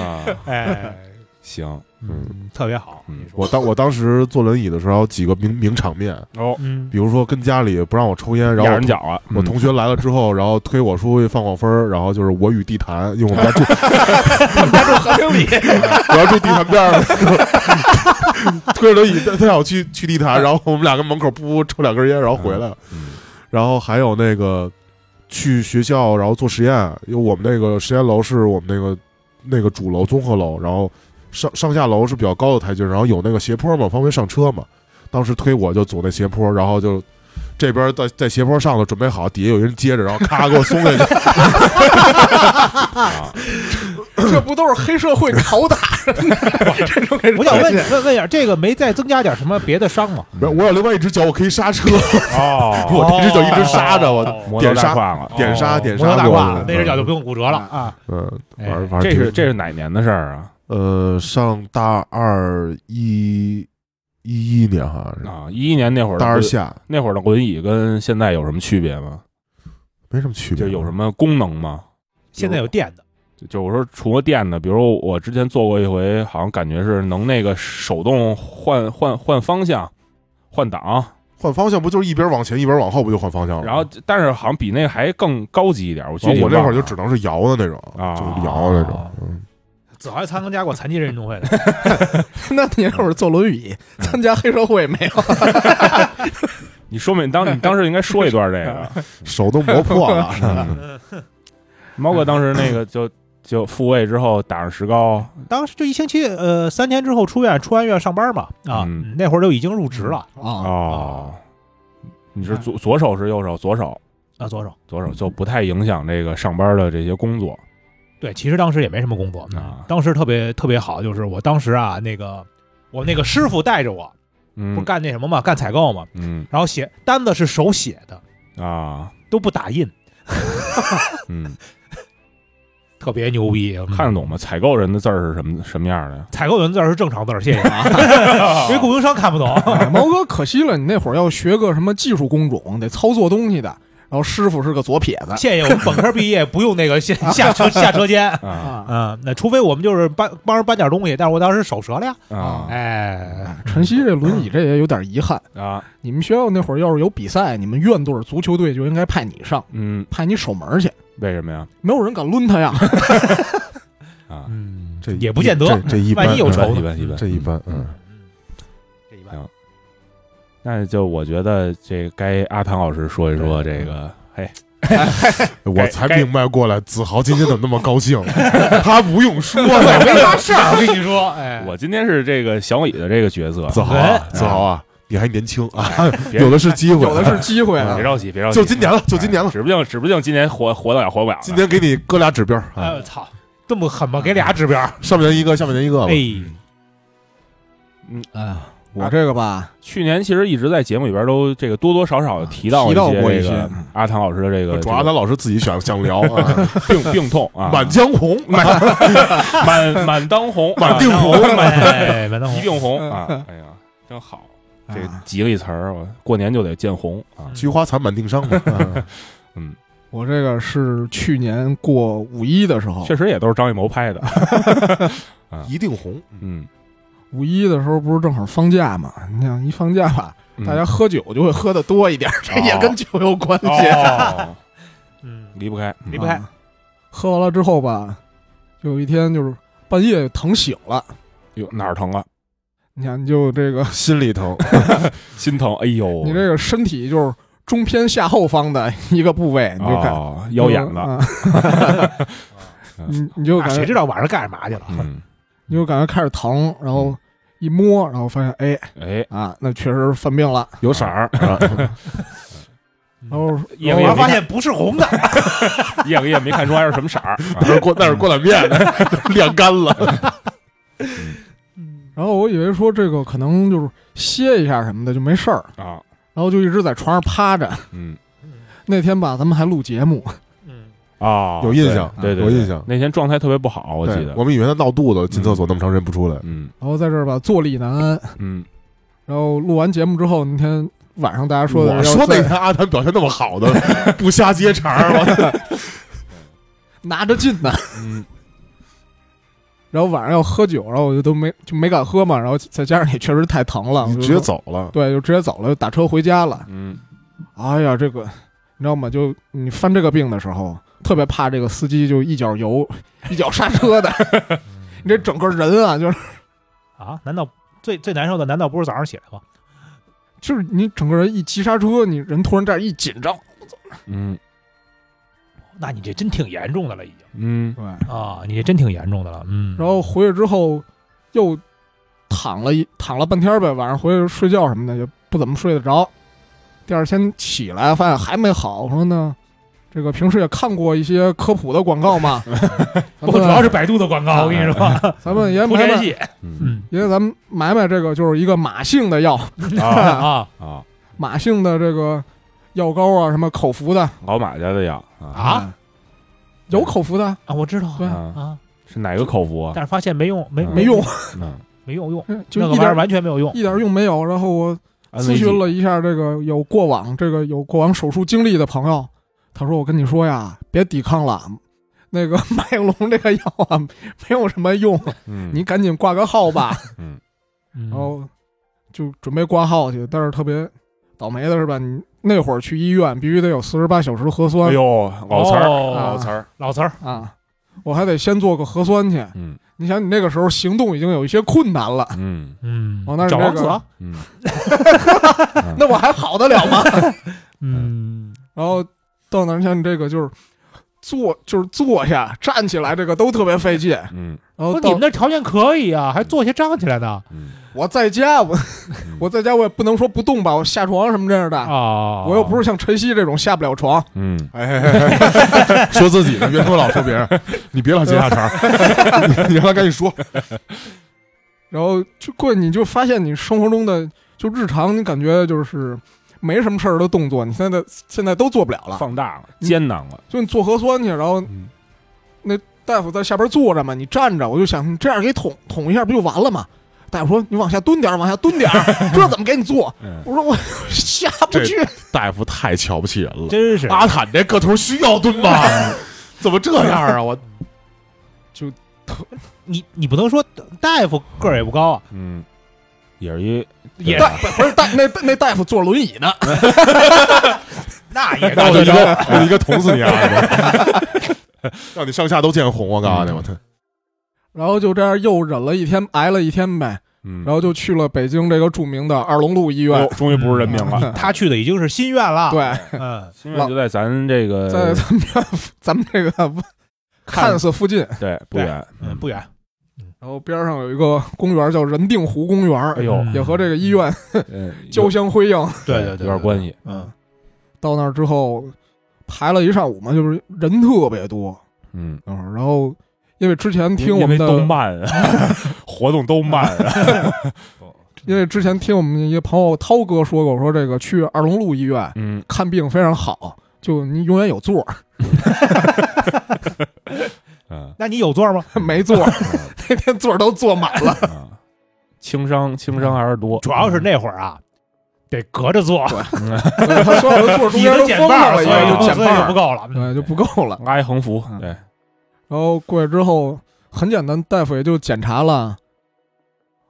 [SPEAKER 4] 啊，
[SPEAKER 3] 哎，
[SPEAKER 4] 行，
[SPEAKER 3] 嗯，特别好，
[SPEAKER 4] 嗯
[SPEAKER 1] 我当我当时坐轮椅的时候，几个名名场面，
[SPEAKER 4] 哦，
[SPEAKER 3] 嗯，
[SPEAKER 1] 比如说跟家里不让我抽烟，然后
[SPEAKER 4] 压
[SPEAKER 1] 我
[SPEAKER 4] 人
[SPEAKER 1] 同
[SPEAKER 4] 脚啊，
[SPEAKER 1] 我同学来了之后，然后推我出去放放风儿，然后就是我与地坛，因为我们家住，
[SPEAKER 3] 他住和平里，
[SPEAKER 1] 我要住地坛边儿，推着轮椅，他想去去地坛，然后我们俩跟门口噗噗抽两根烟，然后回来，
[SPEAKER 4] 嗯
[SPEAKER 1] 然后还有那个去学校，然后做实验，因为我们那个实验楼是我们那个那个主楼综合楼，然后上上下楼是比较高的台阶，然后有那个斜坡嘛，方便上车嘛。当时推我就走那斜坡，然后就这边在在斜坡上了，准备好，底下有人接着，然后咔给我松下去，
[SPEAKER 4] 嗯啊，
[SPEAKER 2] 这不都是黑社会拷打？
[SPEAKER 3] 我想 问问问一下，这个没再增加点什么别的伤吗？
[SPEAKER 1] 没有，我有另外一只脚，我可以刹车，
[SPEAKER 4] 哦，哎
[SPEAKER 1] 我这只脚一直刹着， 我的
[SPEAKER 4] 摩托
[SPEAKER 1] 点
[SPEAKER 4] 大
[SPEAKER 1] 刹
[SPEAKER 4] 胯了，哦
[SPEAKER 1] 点刹点
[SPEAKER 3] 摩托
[SPEAKER 1] 刹
[SPEAKER 3] 大
[SPEAKER 1] 过
[SPEAKER 3] 胯
[SPEAKER 1] 去，
[SPEAKER 3] 那只脚就不用骨折了
[SPEAKER 2] 嗯
[SPEAKER 3] 啊。
[SPEAKER 1] 嗯，
[SPEAKER 3] 哎
[SPEAKER 1] 玩儿玩儿
[SPEAKER 4] 这是
[SPEAKER 1] 挺
[SPEAKER 4] 这是哪年的事儿啊？
[SPEAKER 1] 呃上大二一一一年好像是，
[SPEAKER 4] 啊，一一年那会儿的
[SPEAKER 1] 大二
[SPEAKER 4] 轮，
[SPEAKER 1] 下
[SPEAKER 4] 那会儿的轮椅跟现在有什么区别吗？
[SPEAKER 1] 没什么区别，
[SPEAKER 4] 就有什么功能吗？
[SPEAKER 3] 现在有电的，
[SPEAKER 4] 就就我说，除了电的，比如我之前做过一回，好像感觉是能那个手动换换换方向、换
[SPEAKER 1] 哦
[SPEAKER 4] 挡，
[SPEAKER 1] 换方向不就是一边往前一边往后不就换方向了？
[SPEAKER 4] 然后但是好像比那个还更高级一点。我具
[SPEAKER 1] 然
[SPEAKER 4] 体
[SPEAKER 1] 哦后我那
[SPEAKER 4] 忘
[SPEAKER 1] 会儿
[SPEAKER 4] 了
[SPEAKER 1] 就只能是摇的那种，
[SPEAKER 4] 啊
[SPEAKER 1] 就是摇的那种。嗯
[SPEAKER 3] 子豪还参加过残疾人运动会的，
[SPEAKER 2] 那你要是坐轮椅参加黑社会没有？
[SPEAKER 4] 你说明当你当时应该说一段这个，
[SPEAKER 1] 手都磨破了，
[SPEAKER 4] 猫哥当时那个就就复位之后打上石膏，
[SPEAKER 3] 当时就一星期，呃，三天之后出院，出完院上班嘛，啊，
[SPEAKER 4] 嗯
[SPEAKER 3] 那会儿就已经入职了
[SPEAKER 2] 啊，
[SPEAKER 4] 哦，你是左左手是右手，左手
[SPEAKER 1] 嗯
[SPEAKER 3] 啊，左手。
[SPEAKER 4] 左手就不太影响这个上班的这些工作
[SPEAKER 3] 对，其实当时也没什么工作，
[SPEAKER 1] 嗯
[SPEAKER 4] 啊。
[SPEAKER 3] 当时特别特别好，就是我当时啊，那个我那个师傅带着我，
[SPEAKER 4] 嗯，
[SPEAKER 3] 不是干那什么嘛，干采购嘛，
[SPEAKER 4] 嗯
[SPEAKER 3] 然后写单子是手写的，
[SPEAKER 4] 啊，
[SPEAKER 3] 都不打印，
[SPEAKER 4] 嗯，
[SPEAKER 3] 特别牛逼。嗯
[SPEAKER 4] 看得懂吗？采购人的字儿是什么什么样的呀？
[SPEAKER 3] 采购人字儿是正常字儿，谢谢啊， 因为供应商看不懂。
[SPEAKER 2] 哎猫哥，可惜了，你那会儿要学个什么技术工种，得操作东西的。然后师傅是个左撇子
[SPEAKER 3] 谢谢，我们本科毕业不用那个下下车下车间，
[SPEAKER 4] 啊
[SPEAKER 2] 啊，
[SPEAKER 3] 嗯，那除非我们就是搬帮人搬点东西，但是我当时手折了呀，
[SPEAKER 4] 啊
[SPEAKER 3] 哎，
[SPEAKER 2] 晨曦这轮椅这也有点遗憾。
[SPEAKER 4] 啊，
[SPEAKER 2] 你们学校那会儿要是有比赛，你们院队儿足球队就应该派你上，
[SPEAKER 4] 嗯，
[SPEAKER 2] 派你守门去，
[SPEAKER 4] 为什么呀？
[SPEAKER 2] 没有人敢抡 他呀。
[SPEAKER 4] 啊，
[SPEAKER 3] 嗯
[SPEAKER 1] 这
[SPEAKER 3] 也不见得，
[SPEAKER 1] 这这一般，
[SPEAKER 3] 万一有仇
[SPEAKER 4] 一
[SPEAKER 3] 呢
[SPEAKER 4] 般一般。
[SPEAKER 1] 这一般，嗯，
[SPEAKER 3] 这一
[SPEAKER 4] 行那就我觉得这该阿汤老师说一说这个，嘿，
[SPEAKER 1] 嗯我才明白过来，子豪今天怎么那么高兴？他不用说 了，
[SPEAKER 3] 没啥事儿，我跟你说，哎，
[SPEAKER 4] 我今天是这个小李的这个角色，
[SPEAKER 1] 子豪啊，子豪啊，你还年轻 啊，
[SPEAKER 4] 别
[SPEAKER 1] 有的是机会，
[SPEAKER 2] 有的是机会
[SPEAKER 4] 别
[SPEAKER 2] 啊。
[SPEAKER 4] 着急，别着急，
[SPEAKER 1] 就今年了，就今年 了，
[SPEAKER 4] 指不定指不定今年活活得了活不了呢。
[SPEAKER 1] 今年给你搁俩指标，
[SPEAKER 3] 哎
[SPEAKER 4] 嗯
[SPEAKER 1] 啊
[SPEAKER 3] 呦操，这么狠吗？给俩指标，
[SPEAKER 1] 上半年一个，下半年一个
[SPEAKER 4] 嗯
[SPEAKER 1] 吧
[SPEAKER 3] 哎，，
[SPEAKER 2] 哎呀，我这个吧，
[SPEAKER 4] 去年其实一直在节目里边都这个多多少少提到
[SPEAKER 2] 提到过
[SPEAKER 4] 一
[SPEAKER 2] 一
[SPEAKER 4] 些这个
[SPEAKER 2] 些
[SPEAKER 4] 阿汤老师的这个
[SPEAKER 1] 主要他老师自己想想聊啊，
[SPEAKER 4] 这个病病痛啊，
[SPEAKER 1] 满江红，
[SPEAKER 4] 满满当红，
[SPEAKER 1] 满
[SPEAKER 4] 啊
[SPEAKER 1] 定红
[SPEAKER 3] 哎，满当
[SPEAKER 4] 一
[SPEAKER 3] 红，
[SPEAKER 4] 病红啊，哎呀，真好。这
[SPEAKER 2] 啊
[SPEAKER 4] 吉利词儿，我过年就得见红 啊！
[SPEAKER 1] 菊花残满腚伤嘛。嗯
[SPEAKER 4] 嗯，
[SPEAKER 2] 我这个是去年过五一的时候，
[SPEAKER 4] 确实也都是张艺谋拍的。
[SPEAKER 1] 一定红，
[SPEAKER 4] 嗯，
[SPEAKER 2] 五一的时候不是正好放假嘛？你想一放假吧，
[SPEAKER 4] 嗯
[SPEAKER 2] 大家喝酒就会喝的多一点，这也跟酒有关系。
[SPEAKER 4] 哦，
[SPEAKER 3] 嗯，
[SPEAKER 4] 离不开，嗯
[SPEAKER 3] 离不开
[SPEAKER 2] 啊。喝完了之后吧，就有一天就是半夜疼醒了，
[SPEAKER 4] 哟，哪儿疼啊了？
[SPEAKER 2] 你看就这
[SPEAKER 4] 哦
[SPEAKER 2] 个，
[SPEAKER 1] 心里疼。
[SPEAKER 4] 心疼，哎呦，
[SPEAKER 2] 你这个身体就是中偏下后方的一个部位，你就感
[SPEAKER 4] 哦，腰眼子，
[SPEAKER 2] 啊 你你就
[SPEAKER 3] 那
[SPEAKER 2] 感
[SPEAKER 3] 谁
[SPEAKER 2] 觉
[SPEAKER 3] 知道晚上干什嘛去了？
[SPEAKER 4] 嗯，
[SPEAKER 2] 你就感觉开始疼，然后一摸，然后发现哎
[SPEAKER 4] 哎，
[SPEAKER 2] 啊，那确实犯病了。
[SPEAKER 4] 有色儿，
[SPEAKER 1] 啊
[SPEAKER 4] 嗯
[SPEAKER 2] 然后
[SPEAKER 4] 夜里
[SPEAKER 2] 哦我
[SPEAKER 3] 我
[SPEAKER 4] 也
[SPEAKER 3] 还
[SPEAKER 4] 没
[SPEAKER 3] 发
[SPEAKER 4] 看，
[SPEAKER 3] 现不是红的，
[SPEAKER 4] 夜里也没看出来是什么色儿，啊
[SPEAKER 1] 那是过那是过两遍的， 晾干了。
[SPEAKER 2] 然后我以为说这个可能就是歇一下什么的就没事儿，
[SPEAKER 4] 啊，
[SPEAKER 2] 然后就一直在床上趴着。
[SPEAKER 4] 嗯
[SPEAKER 2] 那天吧，咱们还录节目，
[SPEAKER 3] 嗯，
[SPEAKER 4] 啊，
[SPEAKER 1] 有印象
[SPEAKER 4] 对对，
[SPEAKER 1] 有
[SPEAKER 4] 对
[SPEAKER 1] 印象
[SPEAKER 4] 那天状态特别不好，我记
[SPEAKER 1] 对
[SPEAKER 4] 得，
[SPEAKER 1] 我们以为他闹肚子，进厕所那么长时间不出来，
[SPEAKER 4] 嗯
[SPEAKER 2] 然后在这儿吧坐立难安。
[SPEAKER 4] 嗯，
[SPEAKER 2] 然后录完节目之后，那天晚上大家说的
[SPEAKER 1] 我
[SPEAKER 2] 要
[SPEAKER 1] 说那
[SPEAKER 2] 再
[SPEAKER 1] 天阿谭表现那么好的，不瞎接茬儿，我
[SPEAKER 2] 拿着劲呢，
[SPEAKER 4] 嗯，
[SPEAKER 2] 然后晚上要喝酒，然后我就都没就没敢喝嘛，然后再加上也确实太疼了，我
[SPEAKER 1] 你
[SPEAKER 2] 就
[SPEAKER 1] 直接
[SPEAKER 2] 说，
[SPEAKER 1] 走了。
[SPEAKER 2] 对，就直接走了，就打车回家了。
[SPEAKER 4] 嗯，
[SPEAKER 2] 哎呀，这个你知道吗？就你犯这个病的时候，特别怕这个司机就一脚油 一脚刹车的， 你这整个人啊，就是
[SPEAKER 3] 啊？难道最最难受的难道不是早上起来吗？
[SPEAKER 2] 就是你整个人一急刹车，你人突然这样一紧张，
[SPEAKER 4] 嗯
[SPEAKER 3] 那你这真挺严重的了，已经
[SPEAKER 4] 嗯
[SPEAKER 2] 对，
[SPEAKER 3] 啊，你这真挺严重的了，嗯。
[SPEAKER 2] 然后回去之后又躺了一躺了半天呗，晚上回去睡觉什么的也不怎么睡得着。第二天起来发现还没好，我说呢，这个平时也看过一些科普的广 告嘛，
[SPEAKER 3] 不，主要是百度的广告，我跟你说，
[SPEAKER 2] 啊咱们也
[SPEAKER 3] 不
[SPEAKER 2] 买
[SPEAKER 3] 联
[SPEAKER 2] 买，
[SPEAKER 3] 系，
[SPEAKER 4] 嗯
[SPEAKER 3] 嗯
[SPEAKER 2] 因为咱们买买这个就是一个马性的药，
[SPEAKER 4] 啊
[SPEAKER 3] 啊
[SPEAKER 4] 啊，
[SPEAKER 2] 马性的这个药膏啊，什么口服的
[SPEAKER 4] 老马家的药啊，
[SPEAKER 3] 啊，
[SPEAKER 2] 有口服的
[SPEAKER 3] 啊！我知道
[SPEAKER 2] 对
[SPEAKER 4] 啊
[SPEAKER 3] 啊，
[SPEAKER 4] 是哪个口服啊？
[SPEAKER 3] 但是发现没用，没
[SPEAKER 4] 嗯
[SPEAKER 2] 嗯没用，
[SPEAKER 4] 嗯，
[SPEAKER 3] 没用用，
[SPEAKER 2] 就
[SPEAKER 3] 那个玩
[SPEAKER 2] 一
[SPEAKER 3] 意儿
[SPEAKER 2] 点
[SPEAKER 3] 完全没有用
[SPEAKER 2] 一点用没有。然后我
[SPEAKER 4] 安慰剂
[SPEAKER 2] 咨询了一下这个有过往这个有过往手术经历的朋友，他说：“我跟你说呀，别抵抗了，那个麦龙这个药啊，没有什么用，
[SPEAKER 4] 嗯，
[SPEAKER 2] 你赶紧挂个号吧。
[SPEAKER 3] 嗯”
[SPEAKER 2] 然后就准备挂号去，但是特别倒霉的是吧？你那会儿去医院必须得有四十八小时核酸
[SPEAKER 4] 哎呦，老词儿，
[SPEAKER 3] 哦
[SPEAKER 4] 老词儿，
[SPEAKER 3] 老词儿，
[SPEAKER 2] 啊，我还得先做个核酸去。
[SPEAKER 4] 嗯
[SPEAKER 2] 你想，你那个时候行动已经有一些困难了，
[SPEAKER 4] 嗯
[SPEAKER 3] 嗯
[SPEAKER 2] 哦往那儿
[SPEAKER 3] 找
[SPEAKER 2] 这
[SPEAKER 3] 王子
[SPEAKER 2] 个
[SPEAKER 3] 了，，
[SPEAKER 4] 嗯
[SPEAKER 2] 那我还好得了吗？
[SPEAKER 3] 嗯，
[SPEAKER 2] 然后到那儿像你这个就是坐就是坐下站起来这个都特别费劲。
[SPEAKER 4] 嗯
[SPEAKER 2] 然
[SPEAKER 3] 不
[SPEAKER 2] 后
[SPEAKER 3] 是你
[SPEAKER 2] 哦到
[SPEAKER 3] 们那条件可以啊，还坐下站起来呢
[SPEAKER 4] 嗯，
[SPEAKER 2] 我在家我
[SPEAKER 4] 嗯
[SPEAKER 2] 我在家我也不能说不动吧，我下床什么这样的，
[SPEAKER 3] 啊，
[SPEAKER 2] 我又不是像晨曦这种下不了床。
[SPEAKER 4] 嗯，
[SPEAKER 1] 哎哎哎哎， 说自己的，别说老说别人，你别老接下茬儿，你你让他赶紧说。
[SPEAKER 2] 然后就过你就发现你生活中的就日常你感觉就是。没什么事儿的动作，你现在现在都做不了了。
[SPEAKER 4] 放大了，
[SPEAKER 2] 嗯
[SPEAKER 4] 艰难了，
[SPEAKER 2] 就你做核酸去，然后
[SPEAKER 4] 嗯
[SPEAKER 2] 大夫在下边坐着嘛，你站着，我就想你这样给捅捅一下不就完了吗？大夫说你往下蹲点儿，往下 蹲点儿，这怎么给你做？
[SPEAKER 4] 嗯，
[SPEAKER 2] 我说 我下不去，
[SPEAKER 1] 大夫太瞧不起人了，
[SPEAKER 3] 真是
[SPEAKER 2] 啊
[SPEAKER 1] 阿坦这个头需要蹲吧？怎么这样啊？我
[SPEAKER 3] 你你不能说大夫个儿也不高啊，
[SPEAKER 4] 嗯，也是一
[SPEAKER 3] 也
[SPEAKER 2] 大不是大那那大夫坐轮椅呢，
[SPEAKER 3] 那也
[SPEAKER 1] 那
[SPEAKER 3] 高
[SPEAKER 1] 我
[SPEAKER 3] 得
[SPEAKER 1] 一
[SPEAKER 3] 着，
[SPEAKER 1] 个我一个捅死你啊！让你上下都见红，我告诉你，我操！
[SPEAKER 2] 然后就这样又忍了一天，挨了一天呗，
[SPEAKER 4] 嗯，哦
[SPEAKER 2] 然后就去了北京这个著名的二龙路医
[SPEAKER 4] 哟
[SPEAKER 2] 院。
[SPEAKER 4] 终于不是人命
[SPEAKER 2] 嗯
[SPEAKER 4] 了，
[SPEAKER 3] 他去的已经是心愿了，，
[SPEAKER 2] 对，
[SPEAKER 3] 嗯，
[SPEAKER 4] 心愿就在咱这个
[SPEAKER 2] 在咱们院咱们这个
[SPEAKER 4] 嗯 看
[SPEAKER 2] 看似附近，
[SPEAKER 4] 对不远，
[SPEAKER 3] 嗯，不远，
[SPEAKER 2] 然后边上有一个公园叫人定湖公
[SPEAKER 4] 哎
[SPEAKER 2] 园，
[SPEAKER 4] 呦，
[SPEAKER 3] 嗯
[SPEAKER 2] 也和这个医院
[SPEAKER 4] 嗯，
[SPEAKER 2] 交相辉映。
[SPEAKER 3] 对对对，
[SPEAKER 4] 有点关系，
[SPEAKER 3] 嗯，
[SPEAKER 2] 到那儿之后排了一上午嘛，就是人特别多，
[SPEAKER 4] 嗯，
[SPEAKER 2] 嗯然后因为之前听我
[SPEAKER 4] 因为
[SPEAKER 2] 们的，
[SPEAKER 4] 都慢啊， 活动都慢啊，
[SPEAKER 2] 因为之前听我们一个朋友涛哥说过，说这个去二龙路医院
[SPEAKER 4] 嗯
[SPEAKER 2] 看病非常好，就你永远有座儿，
[SPEAKER 4] 嗯
[SPEAKER 3] 那你有座吗？
[SPEAKER 2] 没座儿，那天座儿都坐满了。
[SPEAKER 4] 啊嗯，轻伤轻伤还是多，
[SPEAKER 3] 主要是那会儿啊，得隔着做，
[SPEAKER 2] 他所有的座中
[SPEAKER 3] 你
[SPEAKER 2] 间
[SPEAKER 3] 的
[SPEAKER 2] 都
[SPEAKER 3] 减
[SPEAKER 2] 封
[SPEAKER 3] 半
[SPEAKER 2] 上
[SPEAKER 3] 了，
[SPEAKER 2] 了，
[SPEAKER 3] 所以
[SPEAKER 2] 已
[SPEAKER 3] 就
[SPEAKER 2] 经减
[SPEAKER 3] 所以就
[SPEAKER 2] 半
[SPEAKER 3] 不
[SPEAKER 2] 了，
[SPEAKER 3] 够了。
[SPEAKER 2] 对，就不够了。
[SPEAKER 4] 挨横幅，
[SPEAKER 2] 嗯
[SPEAKER 4] 对，
[SPEAKER 2] 然后过去之后，很简单，大夫也就检查了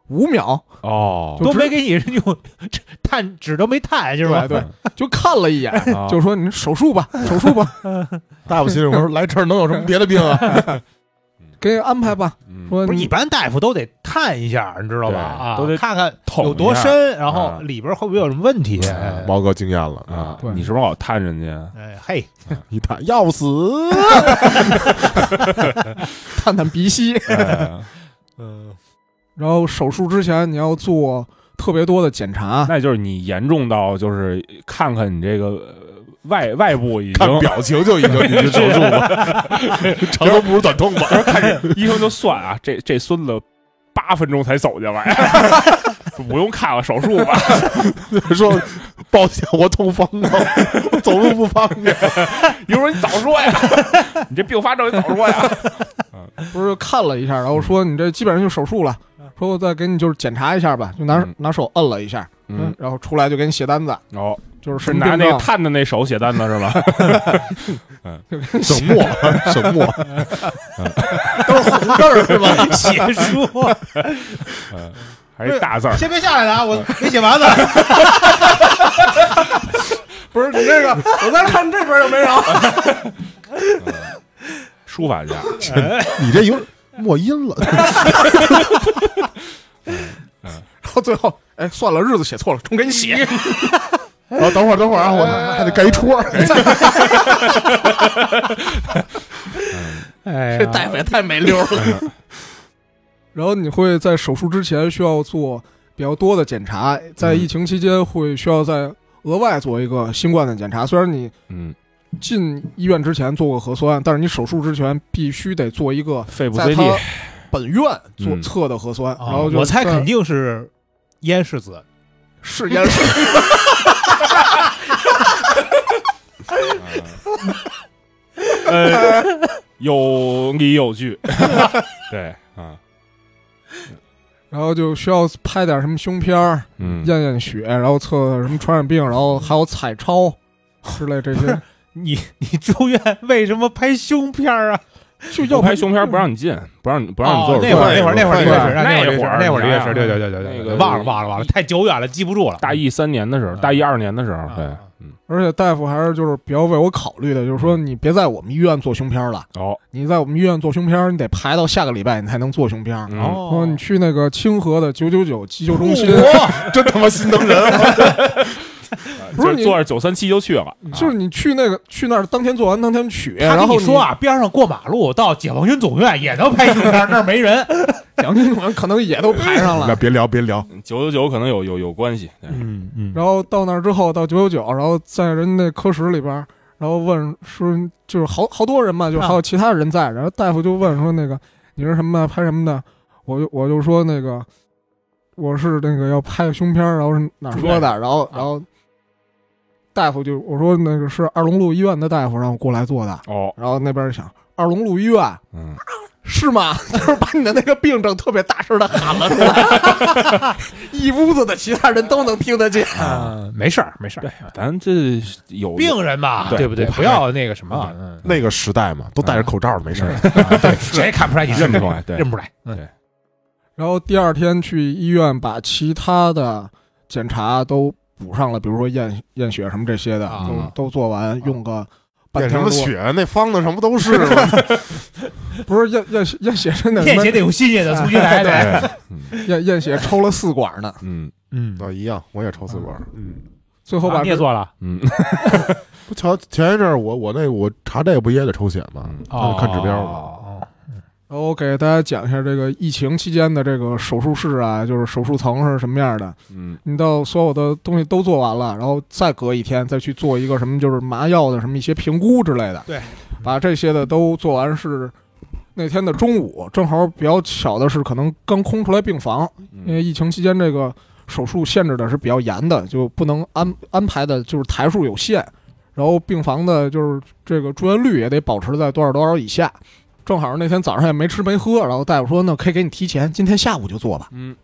[SPEAKER 2] 五秒，
[SPEAKER 4] 哦
[SPEAKER 2] 就
[SPEAKER 3] 都
[SPEAKER 2] 知
[SPEAKER 3] 没给你用 探纸都没探，是吧？
[SPEAKER 2] 对对，就看了一眼，
[SPEAKER 4] 嗯啊
[SPEAKER 2] 就说你手术吧，手术吧，
[SPEAKER 1] 大夫心里说：“来这儿能有什么别的病啊
[SPEAKER 2] 给你安排吧。
[SPEAKER 4] 嗯
[SPEAKER 2] 说
[SPEAKER 3] 不是
[SPEAKER 2] 你
[SPEAKER 3] 一般大夫都得探一下，你知道吧？
[SPEAKER 4] 对
[SPEAKER 3] 啊，
[SPEAKER 4] 都得
[SPEAKER 3] 看看
[SPEAKER 4] 捅
[SPEAKER 3] 有
[SPEAKER 4] 一
[SPEAKER 3] 多
[SPEAKER 4] 下
[SPEAKER 3] 深，然
[SPEAKER 4] 啊
[SPEAKER 3] 后里边会不会有什么问题？？”
[SPEAKER 1] 啊毛哥惊艳了
[SPEAKER 4] 啊
[SPEAKER 2] 对，
[SPEAKER 4] 你是不是老探人 家？
[SPEAKER 3] 哎，嘿，
[SPEAKER 1] 一看要死，
[SPEAKER 2] 探探鼻息，
[SPEAKER 4] 哎
[SPEAKER 3] 嗯，
[SPEAKER 2] 然后手术之前你要做特别多的检查，
[SPEAKER 4] 那就是你严重到就是看看你这个呃外外部已经
[SPEAKER 1] 看表情就已经已经手术了，长痛不如短痛吧。
[SPEAKER 4] 开始医生就算啊，这这孙子八分钟才走进 来，不用看了，手术吧。
[SPEAKER 1] 说抱歉，我痛风了，我走路不方便。
[SPEAKER 4] 医生说你早说呀，你这并发症你早说呀。
[SPEAKER 2] 不是看了一下，然后说你这基本上就手术了，说我再给你就是检查一下吧，就拿
[SPEAKER 4] 嗯
[SPEAKER 2] 拿手摁了一下，
[SPEAKER 4] 嗯，
[SPEAKER 2] 然后出来就给你写单子，
[SPEAKER 4] 哦，
[SPEAKER 2] 就是
[SPEAKER 4] 是
[SPEAKER 2] 什么
[SPEAKER 4] 拿那
[SPEAKER 2] 病
[SPEAKER 4] 个
[SPEAKER 2] 症
[SPEAKER 4] 探的那手写单子是 吧？
[SPEAKER 1] 沈墨，沈墨，
[SPEAKER 2] 字儿是吧？
[SPEAKER 3] 写 书，
[SPEAKER 4] 嗯，还是大字儿。
[SPEAKER 5] 先别下来了啊，
[SPEAKER 2] 嗯
[SPEAKER 5] 我没写完呢。
[SPEAKER 2] 不是你这个，我在这看这边又 没啥。
[SPEAKER 4] 书法家，
[SPEAKER 1] 你这有墨音了。
[SPEAKER 2] 然后最后，哎，算了，日子写错了，重给你写。
[SPEAKER 1] 然后等会儿，等会儿啊，我还得盖一戳。
[SPEAKER 5] 哎呀，
[SPEAKER 2] 这大夫也太没溜了。然后你会在手术之前需要做比较多的检查，在
[SPEAKER 4] 嗯
[SPEAKER 2] 疫情期间会需要再额外做一个新冠的检查。虽然你
[SPEAKER 4] 嗯，
[SPEAKER 2] 进医院之前做过核酸，但是你手术之前必须得做一个
[SPEAKER 4] 肺部
[SPEAKER 2] 在
[SPEAKER 4] CD
[SPEAKER 2] 他本院做
[SPEAKER 4] 嗯
[SPEAKER 2] 测的核酸，然后就
[SPEAKER 3] 啊我猜
[SPEAKER 2] 在
[SPEAKER 3] 肯定是燕世子，
[SPEAKER 2] 是验是
[SPEAKER 4] 呃，有理有据。 对，啊，
[SPEAKER 2] 然后就需要拍点什么胸片儿，
[SPEAKER 4] 嗯，
[SPEAKER 2] 验验血，然后测什么传染病，然后还有彩超之类这 些，
[SPEAKER 3] 你 你住院为什么拍胸片儿啊？
[SPEAKER 2] 就
[SPEAKER 4] 要
[SPEAKER 2] 要
[SPEAKER 4] 拍胸片不让你进，不让你不让你
[SPEAKER 3] 哦
[SPEAKER 4] 做手
[SPEAKER 3] 那会
[SPEAKER 4] 术。
[SPEAKER 3] 儿那会儿那会
[SPEAKER 1] 对
[SPEAKER 3] 儿这个事儿，
[SPEAKER 4] 那
[SPEAKER 3] 那
[SPEAKER 4] 会儿
[SPEAKER 3] 会儿这个事儿那会儿这个事
[SPEAKER 4] 那
[SPEAKER 3] 儿，对对对对
[SPEAKER 4] 那
[SPEAKER 3] 对
[SPEAKER 4] 个
[SPEAKER 3] 对，忘了忘了忘了，太久远了，记不住了。
[SPEAKER 4] 大一三年的时候，大一二年的时候，
[SPEAKER 3] 啊
[SPEAKER 4] 对
[SPEAKER 3] 啊，
[SPEAKER 4] 嗯，
[SPEAKER 2] 而且大夫还是就是比较为我考虑的，就是说你别在我们医院做胸片儿了，
[SPEAKER 4] 哦，
[SPEAKER 2] 你在我们医院做胸片儿，你得排到下个礼拜你才能做胸片儿。
[SPEAKER 4] 嗯，
[SPEAKER 2] 说你
[SPEAKER 3] 哦，
[SPEAKER 2] 去那个清河的九九九急救中心，
[SPEAKER 1] 真他妈心疼人啊！
[SPEAKER 2] 不是
[SPEAKER 4] 就
[SPEAKER 2] 你
[SPEAKER 4] 坐着九三七就去了，啊
[SPEAKER 2] 就是你去那个去那儿当天做完当天取，
[SPEAKER 3] 他
[SPEAKER 2] 然
[SPEAKER 3] 跟
[SPEAKER 2] 后
[SPEAKER 3] 你说啊，边上过马路到解放军总院也能拍胸片儿，那儿没人。
[SPEAKER 2] 奖金可能也都排 上
[SPEAKER 1] 那
[SPEAKER 2] 了。
[SPEAKER 1] 别聊，别聊，
[SPEAKER 4] 九九九可能有有有关系，对
[SPEAKER 3] 嗯嗯
[SPEAKER 2] 然后到那儿之后到九九九，然后在人那科室里边儿，然后问说就是好好多人嘛，就还有其他人在，然后大夫就问说那个你是什么拍什么的，我就我就说那个我是那个要拍胸片儿，然后是哪儿说的，然后然后大夫就我说那个是二龙路医院的大夫让我过来做的，
[SPEAKER 4] 哦，
[SPEAKER 2] 然后那边儿想二龙路医院。
[SPEAKER 4] 嗯，
[SPEAKER 2] 是吗？ 就是把你的那个病症特别大声的喊了出来， 一屋子的其他人都能听得见。
[SPEAKER 3] 啊，没事儿没事儿，
[SPEAKER 4] 咱这有
[SPEAKER 3] 病人嘛，
[SPEAKER 4] 对
[SPEAKER 3] 对不对？
[SPEAKER 4] 不怕
[SPEAKER 3] 不要那个什么，嗯
[SPEAKER 1] 那个时代嘛，都戴着口罩的，没事儿。
[SPEAKER 3] 对，谁看不出来你是
[SPEAKER 4] 认不出来，对，
[SPEAKER 3] 认不出来。
[SPEAKER 2] 然后第二天去医院把其他的检查都补上了，比如说验验血什么这些的，
[SPEAKER 3] 啊
[SPEAKER 2] 都都做完，用个半
[SPEAKER 1] 验什
[SPEAKER 2] 天
[SPEAKER 1] 么
[SPEAKER 2] 多。
[SPEAKER 1] 血，那方子什么都是嘛。
[SPEAKER 2] 不是验验血验血真的
[SPEAKER 3] 验血得有新鲜的，重新来对。
[SPEAKER 2] 验验血抽了四管呢，
[SPEAKER 4] 嗯
[SPEAKER 3] 嗯
[SPEAKER 1] 啊，一样，我也抽四管儿。嗯，
[SPEAKER 2] 最后把
[SPEAKER 3] 啊你也
[SPEAKER 2] 这
[SPEAKER 3] 做了
[SPEAKER 4] 嗯，
[SPEAKER 1] 不瞧前一阵儿我我那个我查这个不也得抽血吗？
[SPEAKER 4] 嗯
[SPEAKER 1] 那就看指标了。
[SPEAKER 3] 哦
[SPEAKER 2] 然后给大家讲一下这个疫情期间的这个手术室啊，就是手术层是什么样的。
[SPEAKER 4] 嗯，
[SPEAKER 2] 你到所有的东西都做完了，然后再隔一天再去做一个什么，就是麻药的什么一些评估之类的。
[SPEAKER 3] 对，
[SPEAKER 2] 把这些的都做完是那天的中午，正好比较巧的是，可能刚空出来病房，因
[SPEAKER 3] 呃
[SPEAKER 2] 为疫情期间这个手术限制的是比较严的，就不能安安排的就是台数有限，然后病房的就是这个住院率也得保持在多少多少以下。正好那天早上也没吃没喝，然后大夫说那可以给你提前，今天下午就做吧。
[SPEAKER 4] 嗯，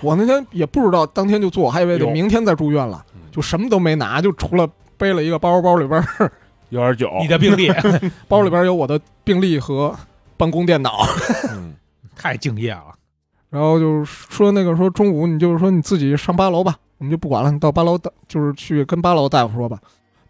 [SPEAKER 2] 我那天也不知道，当天就做，还以为得
[SPEAKER 4] 有
[SPEAKER 2] 明天再住院了，就什么都没拿，就除了背了一个包，包里边儿
[SPEAKER 4] 有点久，
[SPEAKER 3] 哦你的病历
[SPEAKER 2] 包里边儿有我的病历和办公电脑。
[SPEAKER 4] 嗯
[SPEAKER 3] 太敬业了，
[SPEAKER 2] 然后就是说那个说中午你就是说你自己上八楼吧，我们就不管了，你到八楼的，就是去跟八楼大夫说吧。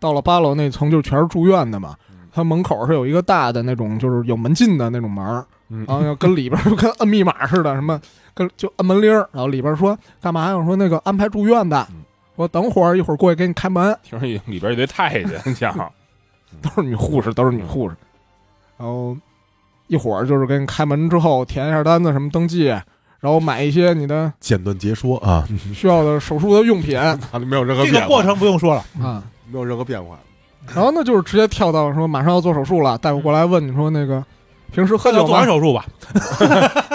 [SPEAKER 2] 到了八楼那层就全是住院的嘛
[SPEAKER 4] 嗯，
[SPEAKER 2] 他门口是有一个大的那种就是有门禁的那种门儿，
[SPEAKER 4] 嗯
[SPEAKER 2] 然后要跟里边儿就跟摁密码似的，什么跟就摁门铃儿，然后里边儿说干嘛呀？我说那个安排住院的
[SPEAKER 4] 嗯，
[SPEAKER 2] 我等会儿一会儿过去给你开门，
[SPEAKER 4] 听说里边一堆太监， 你想，
[SPEAKER 2] 都是女护士，都是女护士。然后一会儿就是给你开门之后填一下单子，什么登记，然后买一些你的
[SPEAKER 1] 简短截说啊，
[SPEAKER 2] 需要的手术的用品。
[SPEAKER 1] 它 没有任何
[SPEAKER 3] 这
[SPEAKER 1] 变化
[SPEAKER 3] 个过程不用说了，
[SPEAKER 2] 啊，
[SPEAKER 1] 没有任何变化，
[SPEAKER 2] 然后呢就是直接跳到说马上要做手术了，大夫过来问你说那个平时喝
[SPEAKER 3] 那就
[SPEAKER 2] 酒
[SPEAKER 3] 做完
[SPEAKER 2] 吗？
[SPEAKER 3] 手术吧，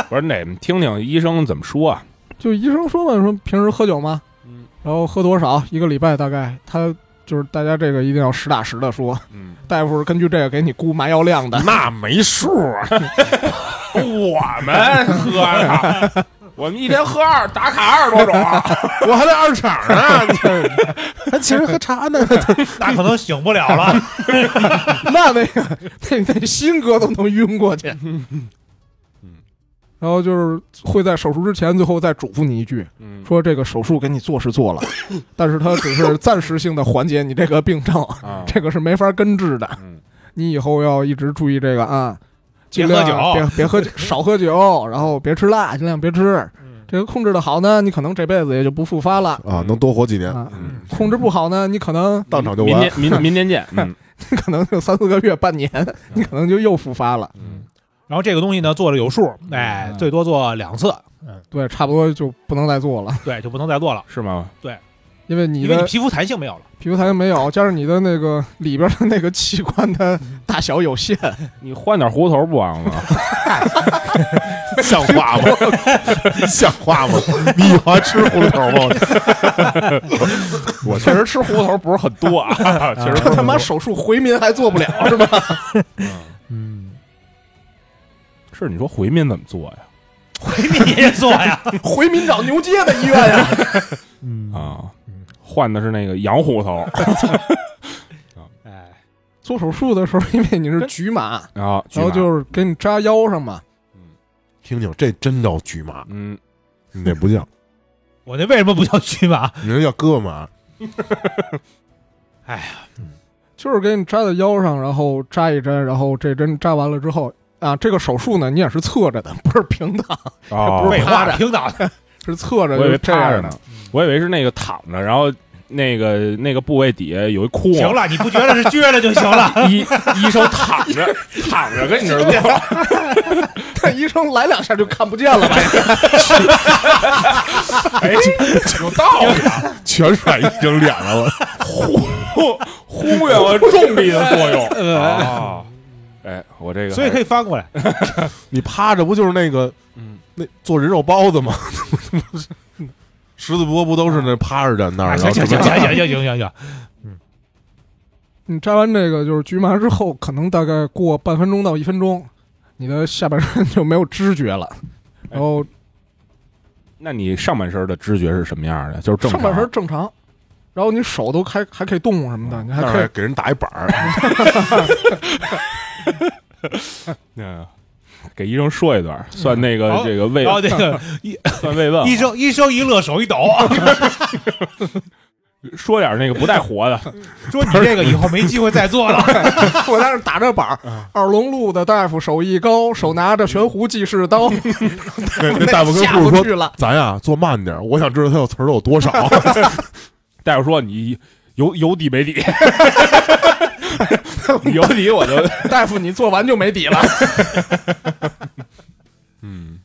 [SPEAKER 4] 不是哪听听医生怎么说啊？
[SPEAKER 2] 就医生说问说平时喝酒吗？
[SPEAKER 4] 嗯
[SPEAKER 2] 然后喝多少？一个礼拜大概？他就是大家这个一定要实打实的说，
[SPEAKER 4] 嗯，
[SPEAKER 2] 大夫是根据这个给你估麻药量的。
[SPEAKER 4] 那没数啊， 我们喝呀，我们一天喝二打卡二十多种 啊，
[SPEAKER 1] 我还在二厂呢，
[SPEAKER 2] 那其实喝茶呢，
[SPEAKER 3] 那可能醒不了了。
[SPEAKER 2] 那那个那那新哥都能晕过去。然后就是会在手术之前，最后再嘱咐你一句，
[SPEAKER 4] 嗯
[SPEAKER 2] 说这个手术给你做是 做了，但是它只是暂时性的缓解你这个病症，
[SPEAKER 4] 啊，
[SPEAKER 2] 这个是没法根治的。
[SPEAKER 4] 嗯
[SPEAKER 2] 你以后要一直注意这个啊，
[SPEAKER 3] 别
[SPEAKER 2] 尽量
[SPEAKER 3] 喝酒
[SPEAKER 2] 别 别喝酒，少喝酒，然后别吃辣，尽量别吃。
[SPEAKER 3] 嗯
[SPEAKER 2] 这个控制的好呢，你可能这辈子也就不复发了
[SPEAKER 1] 啊，能多活几年，
[SPEAKER 2] 啊。
[SPEAKER 4] 嗯，
[SPEAKER 2] 控制不好呢，你可能
[SPEAKER 1] 当场就
[SPEAKER 4] 明
[SPEAKER 1] 完
[SPEAKER 4] 年。明明年见， 嗯
[SPEAKER 2] 你可能就三四个月、半年，
[SPEAKER 3] 嗯
[SPEAKER 2] 你可能就又复发了。
[SPEAKER 4] 嗯
[SPEAKER 3] 然后这个东西呢，做了有数，
[SPEAKER 2] 嗯
[SPEAKER 3] 哎，最多做两次，嗯，
[SPEAKER 2] 对，差不多就不能再做了，
[SPEAKER 3] 对，就不能再做了，
[SPEAKER 4] 是吗？
[SPEAKER 2] 因为你
[SPEAKER 3] 因为你
[SPEAKER 2] 的
[SPEAKER 3] 皮肤弹性没有了。
[SPEAKER 2] 皮肤弹性没有，加上你的那个里边的那个器官的
[SPEAKER 3] 嗯
[SPEAKER 2] 大小 有限，
[SPEAKER 4] 你换点胡头不完了吗？
[SPEAKER 1] 像话吗？像话吗？ 你以前吃胡头吗？
[SPEAKER 4] 我确实吃胡头不是很多 啊，确实
[SPEAKER 2] 这他妈手术回民还做不了是吧？
[SPEAKER 3] 嗯，
[SPEAKER 4] 是你说回民怎么做呀？
[SPEAKER 3] 回民也做 呀，
[SPEAKER 2] 回民找牛街的医院呀、
[SPEAKER 3] 嗯，
[SPEAKER 4] 啊，换的是那个羊胡 啊头
[SPEAKER 3] 哎，
[SPEAKER 2] 做手术的 时候，因为你是局麻，
[SPEAKER 4] 啊，
[SPEAKER 2] 然后
[SPEAKER 4] 举牌
[SPEAKER 2] 就是给你扎腰上嘛，
[SPEAKER 1] 听听，这真叫局麻，
[SPEAKER 4] 嗯，
[SPEAKER 1] 那不叫，
[SPEAKER 3] 我那为什么不叫荨麻？
[SPEAKER 1] 你那叫胳膊麻。
[SPEAKER 2] 就是给你扎在腰上，然后扎一针，然后这针扎完了之后啊，这个手术呢，你也是侧着的， 不是平躺，
[SPEAKER 4] 啊，
[SPEAKER 2] 不是
[SPEAKER 3] 废话，
[SPEAKER 2] 趴着
[SPEAKER 3] 听到的，
[SPEAKER 2] 是侧着，
[SPEAKER 4] 我以为
[SPEAKER 2] 就是这样
[SPEAKER 4] 趴着呢，我以为是那个躺着，然后那个那个部位底下有一窟
[SPEAKER 3] 行
[SPEAKER 4] 窿，
[SPEAKER 3] 了，你不觉得是撅了就行 了？
[SPEAKER 4] 医医生躺着 躺着跟你这儿做，
[SPEAKER 2] 但医生来两下就看不见 了吧？
[SPEAKER 4] 哎，有道理啊，
[SPEAKER 1] 全甩医生脸上了，
[SPEAKER 4] 忽 忽略了重力的作 用啊。哎，我这个
[SPEAKER 3] 所以可
[SPEAKER 4] 以，
[SPEAKER 3] 以翻过来，
[SPEAKER 1] 你趴着不就是那个
[SPEAKER 4] 嗯，
[SPEAKER 1] 那做人肉包子吗？ 十字波不都是那趴着在那儿？
[SPEAKER 3] 啊哎行行行行行行行行行，
[SPEAKER 2] 你扎完这个就是局麻之后，可能大概过半分钟到一分钟，你的下半身就没有知觉了，
[SPEAKER 4] 哎
[SPEAKER 2] 然后
[SPEAKER 4] 那你上半身的知觉是什么样的？就是正
[SPEAKER 2] 上
[SPEAKER 4] 常啊
[SPEAKER 2] 半身正常，然后你手都还还可以动什么的，你还
[SPEAKER 1] 那
[SPEAKER 2] 可以
[SPEAKER 1] 还给人打一板儿，
[SPEAKER 4] 嗯，给医生说一段，算那个
[SPEAKER 3] 好
[SPEAKER 4] 这个慰
[SPEAKER 3] 然后那 个
[SPEAKER 4] 算慰问啊，
[SPEAKER 3] 医
[SPEAKER 2] 哦
[SPEAKER 3] 生医生一乐手一抖，
[SPEAKER 4] 说点那个不带活 的，
[SPEAKER 3] 说你这个以后没机会再 做了。
[SPEAKER 2] 哎我在那打着板
[SPEAKER 4] 嗯
[SPEAKER 2] 儿，二龙路的大夫手艺高，手拿着悬壶济 世刀，
[SPEAKER 1] 那那大夫跟
[SPEAKER 2] 下
[SPEAKER 1] 护
[SPEAKER 2] 不
[SPEAKER 1] 士说
[SPEAKER 2] 去了。
[SPEAKER 1] 咱呀做慢点儿，我想知道他有词儿都有多少。
[SPEAKER 4] 大夫说你有有底 没底，你有底我就
[SPEAKER 2] 大夫，你做完就没底了。
[SPEAKER 4] 嗯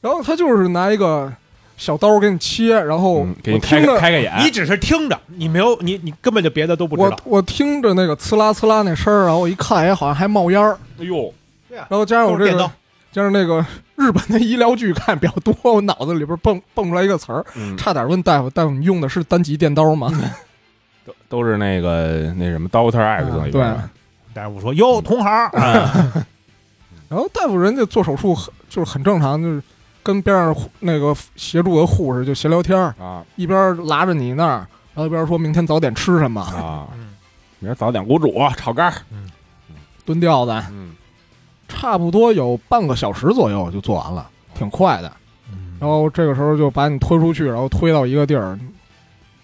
[SPEAKER 2] 然后他就是拿一个小刀给你切，然后
[SPEAKER 4] 嗯给你
[SPEAKER 2] 我
[SPEAKER 4] 开
[SPEAKER 2] 听
[SPEAKER 4] 个
[SPEAKER 2] 着，
[SPEAKER 4] 开个眼，
[SPEAKER 3] 你只是听着，你没有你你根本就别的都不知
[SPEAKER 2] 我
[SPEAKER 3] 道。
[SPEAKER 2] 我听着那个呲啦呲啦那声儿，然后我一看，哎，好像还冒烟儿。
[SPEAKER 4] 哎呦，
[SPEAKER 2] 然后加哎上我
[SPEAKER 3] 都是电
[SPEAKER 2] 这个
[SPEAKER 3] 刀，
[SPEAKER 2] 加上那个日本的医疗剧看比较多，我脑子里边蹦蹦出来一个词儿，
[SPEAKER 4] 嗯
[SPEAKER 2] 差点问大夫，大夫你用的是单极电刀吗？
[SPEAKER 4] 都都是那个那什么 Doctor X
[SPEAKER 2] 啊
[SPEAKER 4] 里边
[SPEAKER 2] 对
[SPEAKER 4] 的
[SPEAKER 3] 大夫说哟，同行，嗯
[SPEAKER 2] 然后大夫人家做手术很就是很正常，就是跟边上护那个协助的护士就闲聊天儿，
[SPEAKER 4] 啊
[SPEAKER 2] 一边拉着你那儿，然后一边说明天早点吃什么，
[SPEAKER 4] 啊！
[SPEAKER 3] 嗯，
[SPEAKER 4] 明儿早点卤煮炒肝儿，
[SPEAKER 2] 蹲吊子，
[SPEAKER 4] 嗯
[SPEAKER 2] 差不多有半个小时左右就做完了，挺快的。
[SPEAKER 3] 嗯
[SPEAKER 2] 然后这个时候就把你推出去，然后推到一个地儿，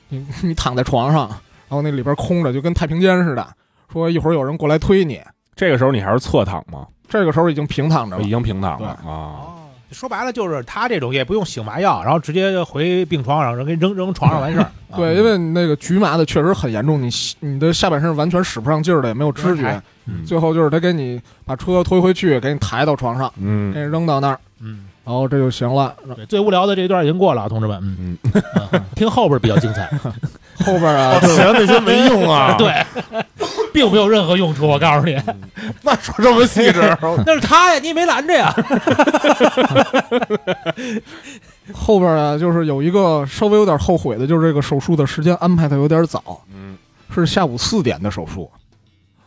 [SPEAKER 2] 你你躺在床上，然后那里边空着，就跟太平间似的。说一会儿有人过来推你，
[SPEAKER 4] 这个时候你还是侧躺吗？
[SPEAKER 2] 这个时候已经平躺
[SPEAKER 1] 嗯
[SPEAKER 2] 着了
[SPEAKER 4] 已。经平躺了啊。
[SPEAKER 3] 哦，说白了就是他这种也不用醒麻药，然后直接回病床上，人给扔扔床上完事儿。
[SPEAKER 2] 对，
[SPEAKER 3] 啊
[SPEAKER 2] 因为你那个局麻的确实很严重，你你的下半身完全使不上劲儿的，也没有知觉。
[SPEAKER 4] 嗯
[SPEAKER 2] 最后就是他给你把车推回去，给你抬到床上，给
[SPEAKER 4] 嗯
[SPEAKER 2] 你扔到那儿，
[SPEAKER 3] 嗯，
[SPEAKER 2] 然后这就行了。
[SPEAKER 3] 对，最无聊的这一段已经过了，啊，同志们，嗯，
[SPEAKER 4] 嗯，
[SPEAKER 3] 啊听后边比较精 彩。，
[SPEAKER 2] 后边
[SPEAKER 4] 哦
[SPEAKER 2] 啊，就是
[SPEAKER 1] 前那些没用啊
[SPEAKER 3] 对， 并没有任何用处，我告诉你，
[SPEAKER 1] 那说这么细致，
[SPEAKER 3] 那是他呀，你也没拦着呀。
[SPEAKER 2] 后边啊，就是有一个稍微有点后悔的，就是这个手术的时间安排的有点早，
[SPEAKER 4] 嗯
[SPEAKER 2] 是下午四点的手术，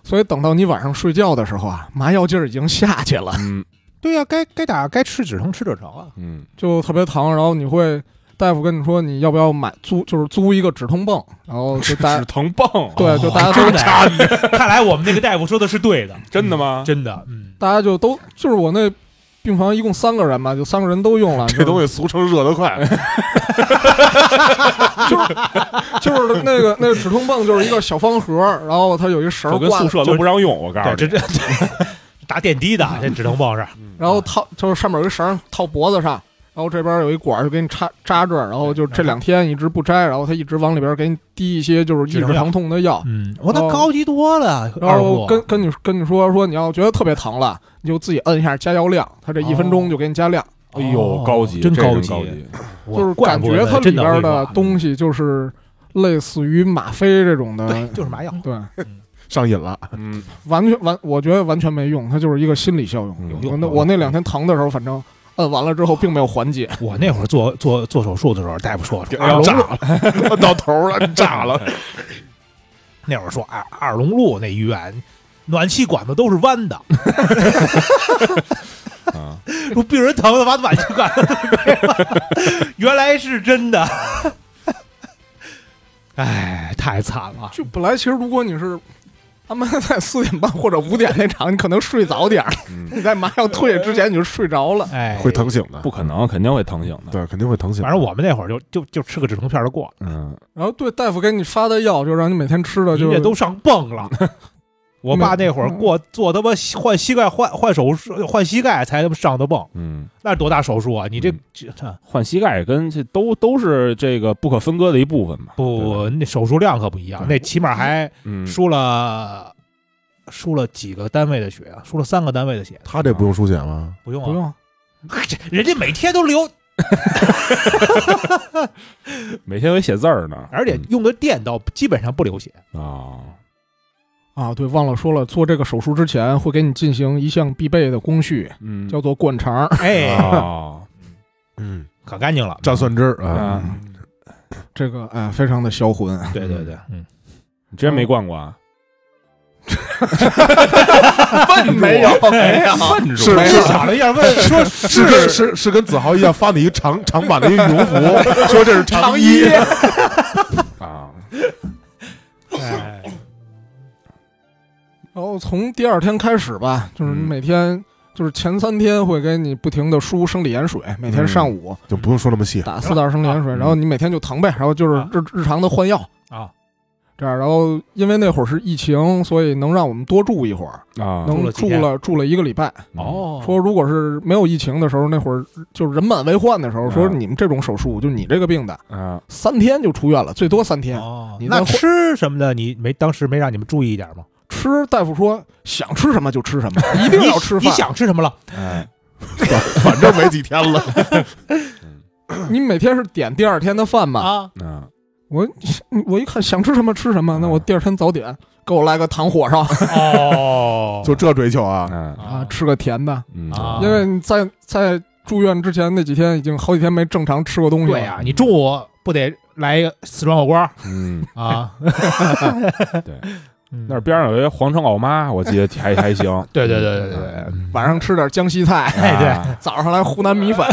[SPEAKER 2] 所以等到你晚上睡觉的时候啊，麻药劲儿已经下去了，
[SPEAKER 4] 嗯
[SPEAKER 3] 对呀，该该打该吃止疼吃止疼啊。
[SPEAKER 4] 嗯
[SPEAKER 2] 就特别疼。然后你会大夫跟你说你要不要买租，就是租一个止痛泵，然后就大
[SPEAKER 4] 止疼啊泵，哦
[SPEAKER 2] 对，就大家都
[SPEAKER 3] 哦真的呀， 看来我们那个大夫说的是对的，
[SPEAKER 4] 真的吗？
[SPEAKER 3] 真的，嗯，
[SPEAKER 2] 大家就都就是我那病房一共三个人嘛，就三个人都 用了。
[SPEAKER 1] 这东
[SPEAKER 2] 西
[SPEAKER 1] 西俗称热得快，
[SPEAKER 2] 就是那个那个止痛泵就是一个小方盒，然后它有一绳
[SPEAKER 4] 就
[SPEAKER 2] 儿
[SPEAKER 4] 跟
[SPEAKER 2] 挂
[SPEAKER 4] 宿
[SPEAKER 2] 在，
[SPEAKER 4] 舍都不让用，我告诉
[SPEAKER 3] 对，
[SPEAKER 4] 你
[SPEAKER 3] 这 这打点滴的，这止疼泵是，
[SPEAKER 2] 然后套就是上面有一绳儿套脖子上，然后这边有一管儿就给你插扎这儿，然后就这两天一直不摘，然后他一直往里边给你滴一些就是抑制疼痛的药，
[SPEAKER 3] 嗯，我
[SPEAKER 2] 那高
[SPEAKER 3] 级多了，
[SPEAKER 2] 然后跟跟你跟你说说你要觉得特别疼了，你就自己摁一下加药量，他这一分钟就给你加量，
[SPEAKER 4] 哎呦，高级，
[SPEAKER 3] 哦真
[SPEAKER 4] 这真
[SPEAKER 3] 级，
[SPEAKER 4] 高级，
[SPEAKER 2] 就是感觉它里边的东
[SPEAKER 3] 西
[SPEAKER 2] 西就是类似于吗啡这种的，
[SPEAKER 3] 就是麻药，
[SPEAKER 2] 对，
[SPEAKER 1] 上瘾了。
[SPEAKER 4] 嗯，
[SPEAKER 2] 完全完我觉得完全没用，它就是一个心理效用。
[SPEAKER 4] 嗯
[SPEAKER 2] 我那我那两天疼的时候，反正摁完了之后并没有缓解。
[SPEAKER 3] 我那会儿做做做手术的时候，大夫说说
[SPEAKER 1] 要炸了，到头了，炸了。
[SPEAKER 3] 那会儿说二二龙路那医院暖气管子都是弯的，
[SPEAKER 4] 啊，
[SPEAKER 3] 说病人疼的把暖气管子 原来是真的，哎，太惨了。
[SPEAKER 2] 就本来其实如果你是安排在四点半或者五点那场，你可能睡早点儿，
[SPEAKER 4] 嗯
[SPEAKER 2] 你在麻 药退下之前你就睡着了。
[SPEAKER 3] 哎，
[SPEAKER 1] 会疼醒的，
[SPEAKER 4] 不可能，肯定会疼醒的，
[SPEAKER 1] 对，肯定会疼醒。
[SPEAKER 3] 反正我们那会儿就就就吃个止疼片儿就过
[SPEAKER 4] 嗯，
[SPEAKER 2] 然后对大夫给你发的药，就让你每天
[SPEAKER 1] 呃
[SPEAKER 2] 吃
[SPEAKER 3] 了，
[SPEAKER 2] 的
[SPEAKER 3] 人
[SPEAKER 2] 就
[SPEAKER 3] 家都上泵了。
[SPEAKER 1] 嗯
[SPEAKER 3] 我爸那会儿过做他妈换膝盖换换手术换膝盖才他妈上的泵，
[SPEAKER 4] 嗯，
[SPEAKER 3] 那是多大手术啊！你这
[SPEAKER 4] 嗯
[SPEAKER 3] 这这
[SPEAKER 4] 换膝盖跟这都都是这个不可分割的一部分嘛，
[SPEAKER 3] 不
[SPEAKER 4] 对吧，
[SPEAKER 3] 不那手术量可不一样，那起码还
[SPEAKER 4] 嗯，
[SPEAKER 3] 输了输了几个单位的血啊，输了三个单位的血，
[SPEAKER 1] 他这不用输血吗？
[SPEAKER 3] 不用啊，
[SPEAKER 2] 不用。
[SPEAKER 3] 这人家每天都流，
[SPEAKER 4] 每天有写字儿呢，
[SPEAKER 3] 而且用的电刀基本上不流血，
[SPEAKER 4] 嗯啊，
[SPEAKER 2] 啊，对，忘了说了，做这个手术之前会给你进行一项必备的工序，
[SPEAKER 4] 嗯，
[SPEAKER 2] 叫做灌肠。
[SPEAKER 3] 哎，
[SPEAKER 4] 啊，
[SPEAKER 1] 嗯，
[SPEAKER 3] 可干净了。
[SPEAKER 1] 蘸蒜汁儿啊，
[SPEAKER 4] 啊，
[SPEAKER 2] 这个哎，非常的销 魂。
[SPEAKER 3] 对对对，嗯，
[SPEAKER 4] 你之前没逛过啊？
[SPEAKER 2] 没 有，
[SPEAKER 3] 哎
[SPEAKER 2] 没有。
[SPEAKER 4] 笨
[SPEAKER 1] 是
[SPEAKER 2] 没
[SPEAKER 1] 是
[SPEAKER 2] 有
[SPEAKER 3] 想了一下问说
[SPEAKER 1] 是跟是是跟子豪一样发你一长长版的一羽绒服，说这是
[SPEAKER 2] 长
[SPEAKER 1] 衣
[SPEAKER 2] 衣。
[SPEAKER 4] 啊，
[SPEAKER 3] 哎
[SPEAKER 2] 然后从第二天开始吧，就是你每天。就是前三天会给你不停的输生理盐水，每天上午
[SPEAKER 1] 就不用说那么细，
[SPEAKER 2] 打四袋生理盐水，
[SPEAKER 4] 嗯
[SPEAKER 2] 然后你每天就疼呗，然后就是
[SPEAKER 3] 啊
[SPEAKER 2] 日日常的换药
[SPEAKER 3] 啊，
[SPEAKER 2] 这样。然后因为那会儿是疫情，所以能让我们多住一会儿，
[SPEAKER 4] 啊，
[SPEAKER 3] 住
[SPEAKER 2] 能
[SPEAKER 3] 了几
[SPEAKER 2] 住
[SPEAKER 3] 天
[SPEAKER 2] 了住了一个礼拜。
[SPEAKER 3] 哦，
[SPEAKER 2] 说如果是没有疫情的时候，那会儿就是人满为患的时候，
[SPEAKER 4] 啊
[SPEAKER 2] 说你们这种手术，就你这个病的，
[SPEAKER 4] 啊，
[SPEAKER 2] 三天就出院了，最多三天。
[SPEAKER 3] 哦，
[SPEAKER 2] 你
[SPEAKER 3] 那
[SPEAKER 2] 再换
[SPEAKER 3] 吃什么的，你没当时没让你们注意一点吗？
[SPEAKER 2] 吃大夫说想吃什么就吃什么，一定要吃
[SPEAKER 3] 你
[SPEAKER 2] 饭。
[SPEAKER 3] 想吃什么了？
[SPEAKER 4] 哎，
[SPEAKER 1] 反正没几天了。
[SPEAKER 2] 你每天是点第二天的饭嘛？
[SPEAKER 3] 啊，
[SPEAKER 4] 啊，
[SPEAKER 2] 我我一看想吃什么吃什么，那我
[SPEAKER 4] 嗯
[SPEAKER 2] 第二天早点给我来个糖火
[SPEAKER 3] 啊
[SPEAKER 2] 烧
[SPEAKER 3] 哦
[SPEAKER 1] 就这追求啊，
[SPEAKER 4] 嗯
[SPEAKER 2] 啊，吃个甜的，
[SPEAKER 4] 嗯
[SPEAKER 3] 啊
[SPEAKER 2] 因为你在在住院之前那几天已经好几天没正常吃过东西了。
[SPEAKER 3] 对啊呀，你 中午不得来一个四川火锅
[SPEAKER 4] 嗯，
[SPEAKER 3] 啊？
[SPEAKER 5] 那
[SPEAKER 4] 那儿边上有一皇城老妈，我记得 还还行。嗯
[SPEAKER 5] 对对对对对对，
[SPEAKER 2] 晚上吃点江西菜，
[SPEAKER 4] 哎，
[SPEAKER 2] 早上来湖南米粉、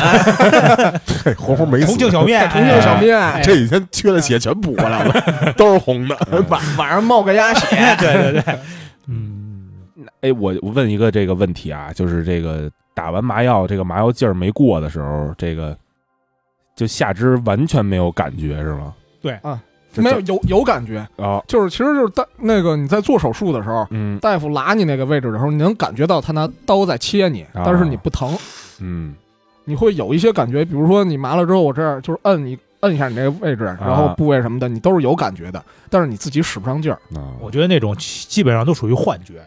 [SPEAKER 1] 嘿，红红没死
[SPEAKER 3] 重庆嗯小面，
[SPEAKER 2] 重庆小面，
[SPEAKER 1] 这几天缺的血全补过来了，都是红的。
[SPEAKER 2] 晚晚上冒个鸭血，
[SPEAKER 3] 哎，对对对，嗯，
[SPEAKER 4] 哎，我我问一个这个问题啊，就是这个打完麻药，这个麻药劲儿没过的时候，这个就下肢完全没有感觉是吗？这
[SPEAKER 2] 啊没有有有感觉，
[SPEAKER 4] 啊，
[SPEAKER 2] 就是其实就是大那个你在做手术的时候，
[SPEAKER 4] 嗯
[SPEAKER 2] 大夫拉你那个位置的时候，你能感觉到他拿刀在切你，
[SPEAKER 4] 啊
[SPEAKER 2] 但是你不疼，
[SPEAKER 4] 嗯，
[SPEAKER 2] 你会有一些感觉，比如说你麻了之后，我这儿就是摁你摁一下你这个位置，然后部位什么的，你都是有感觉的，但是你自己使不上劲儿，
[SPEAKER 4] 啊
[SPEAKER 3] 我觉得那种基基本上都属于幻觉，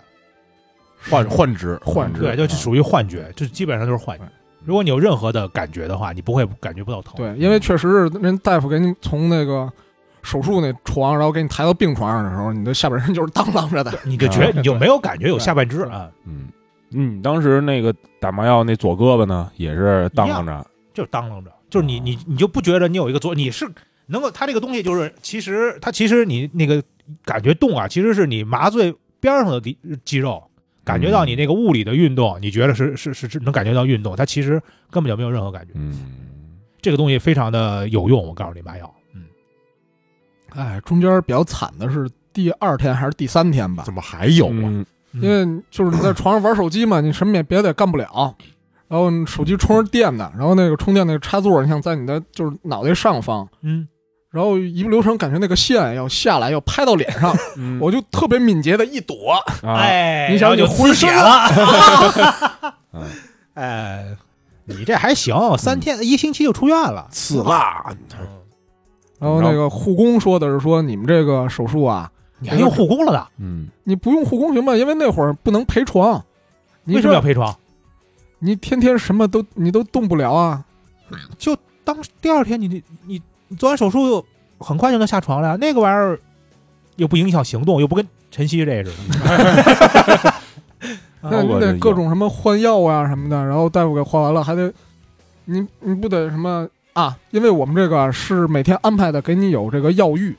[SPEAKER 1] 换换值，
[SPEAKER 2] 幻啊嗯肢
[SPEAKER 3] 对，就是属于幻觉，就基本上就是幻觉。如果你有任何的感觉的话，你不会感觉不到疼。
[SPEAKER 2] 对，因为确实是人大夫给你从那个手术那床，然后给你抬到病床上的时候，你的下半身就是当啷着的，
[SPEAKER 3] 你就觉
[SPEAKER 4] 啊
[SPEAKER 3] 你就没有感觉有下半肢啊，
[SPEAKER 4] 嗯，你当时那个打麻药那左胳膊呢，也是当啷着，
[SPEAKER 3] 就是当啷着，就是你你你就不觉得你有一个左，你是能够它这个东西就是其实它其实你那个感觉动啊，其实是你麻醉边上的肌肌肉。感觉到你那个物理的运动，你觉得是是是是能感觉到运动，它其实根本就没有任何感觉。
[SPEAKER 4] 嗯，
[SPEAKER 3] 这个东西非常的有用，我告诉你，麻药，嗯，
[SPEAKER 2] 哎，中间比较惨的是第二天还是第三天吧，
[SPEAKER 1] 怎么还有啊？
[SPEAKER 4] 嗯
[SPEAKER 2] 因为就是你在床上玩手机嘛，你什么也别的也干不了，然后你手机充着电呢，然后那个充电那个插座，你想在你的就是脑袋上方，
[SPEAKER 3] 嗯，
[SPEAKER 2] 然后一不留神感觉那个线要下来要拍到脸上，
[SPEAKER 4] 嗯
[SPEAKER 2] 我就特别敏捷的一躲，
[SPEAKER 4] 啊
[SPEAKER 3] 哎，
[SPEAKER 2] 你想
[SPEAKER 3] 然后
[SPEAKER 2] 你
[SPEAKER 3] 就出
[SPEAKER 2] 浑身
[SPEAKER 3] 血了，
[SPEAKER 4] 嗯
[SPEAKER 3] 哎，你这还行，三天一星期就出院了，
[SPEAKER 1] 刺辣，
[SPEAKER 3] 嗯
[SPEAKER 2] 然后那个护工说的是说你们这个手术啊，
[SPEAKER 3] 你还用护工了呢？
[SPEAKER 4] 嗯
[SPEAKER 2] 你不用护工行吧？因为那会儿不能陪床，你
[SPEAKER 3] 为什么要
[SPEAKER 2] 这
[SPEAKER 3] 陪床？
[SPEAKER 2] 你天天什么都你都动不了啊，
[SPEAKER 3] 就当第二天你你你你做完手术很快就能下床了呀，那个玩意儿又不影响行动，又不跟晨曦这似的， 啊
[SPEAKER 2] 那你
[SPEAKER 4] 我
[SPEAKER 2] 得
[SPEAKER 4] 这
[SPEAKER 2] 各
[SPEAKER 4] 有
[SPEAKER 2] 种什么换药啊什么的，然后大夫给换完了，还得你你不得什么啊？因为我们这个是每天安排的，给你有这个药浴，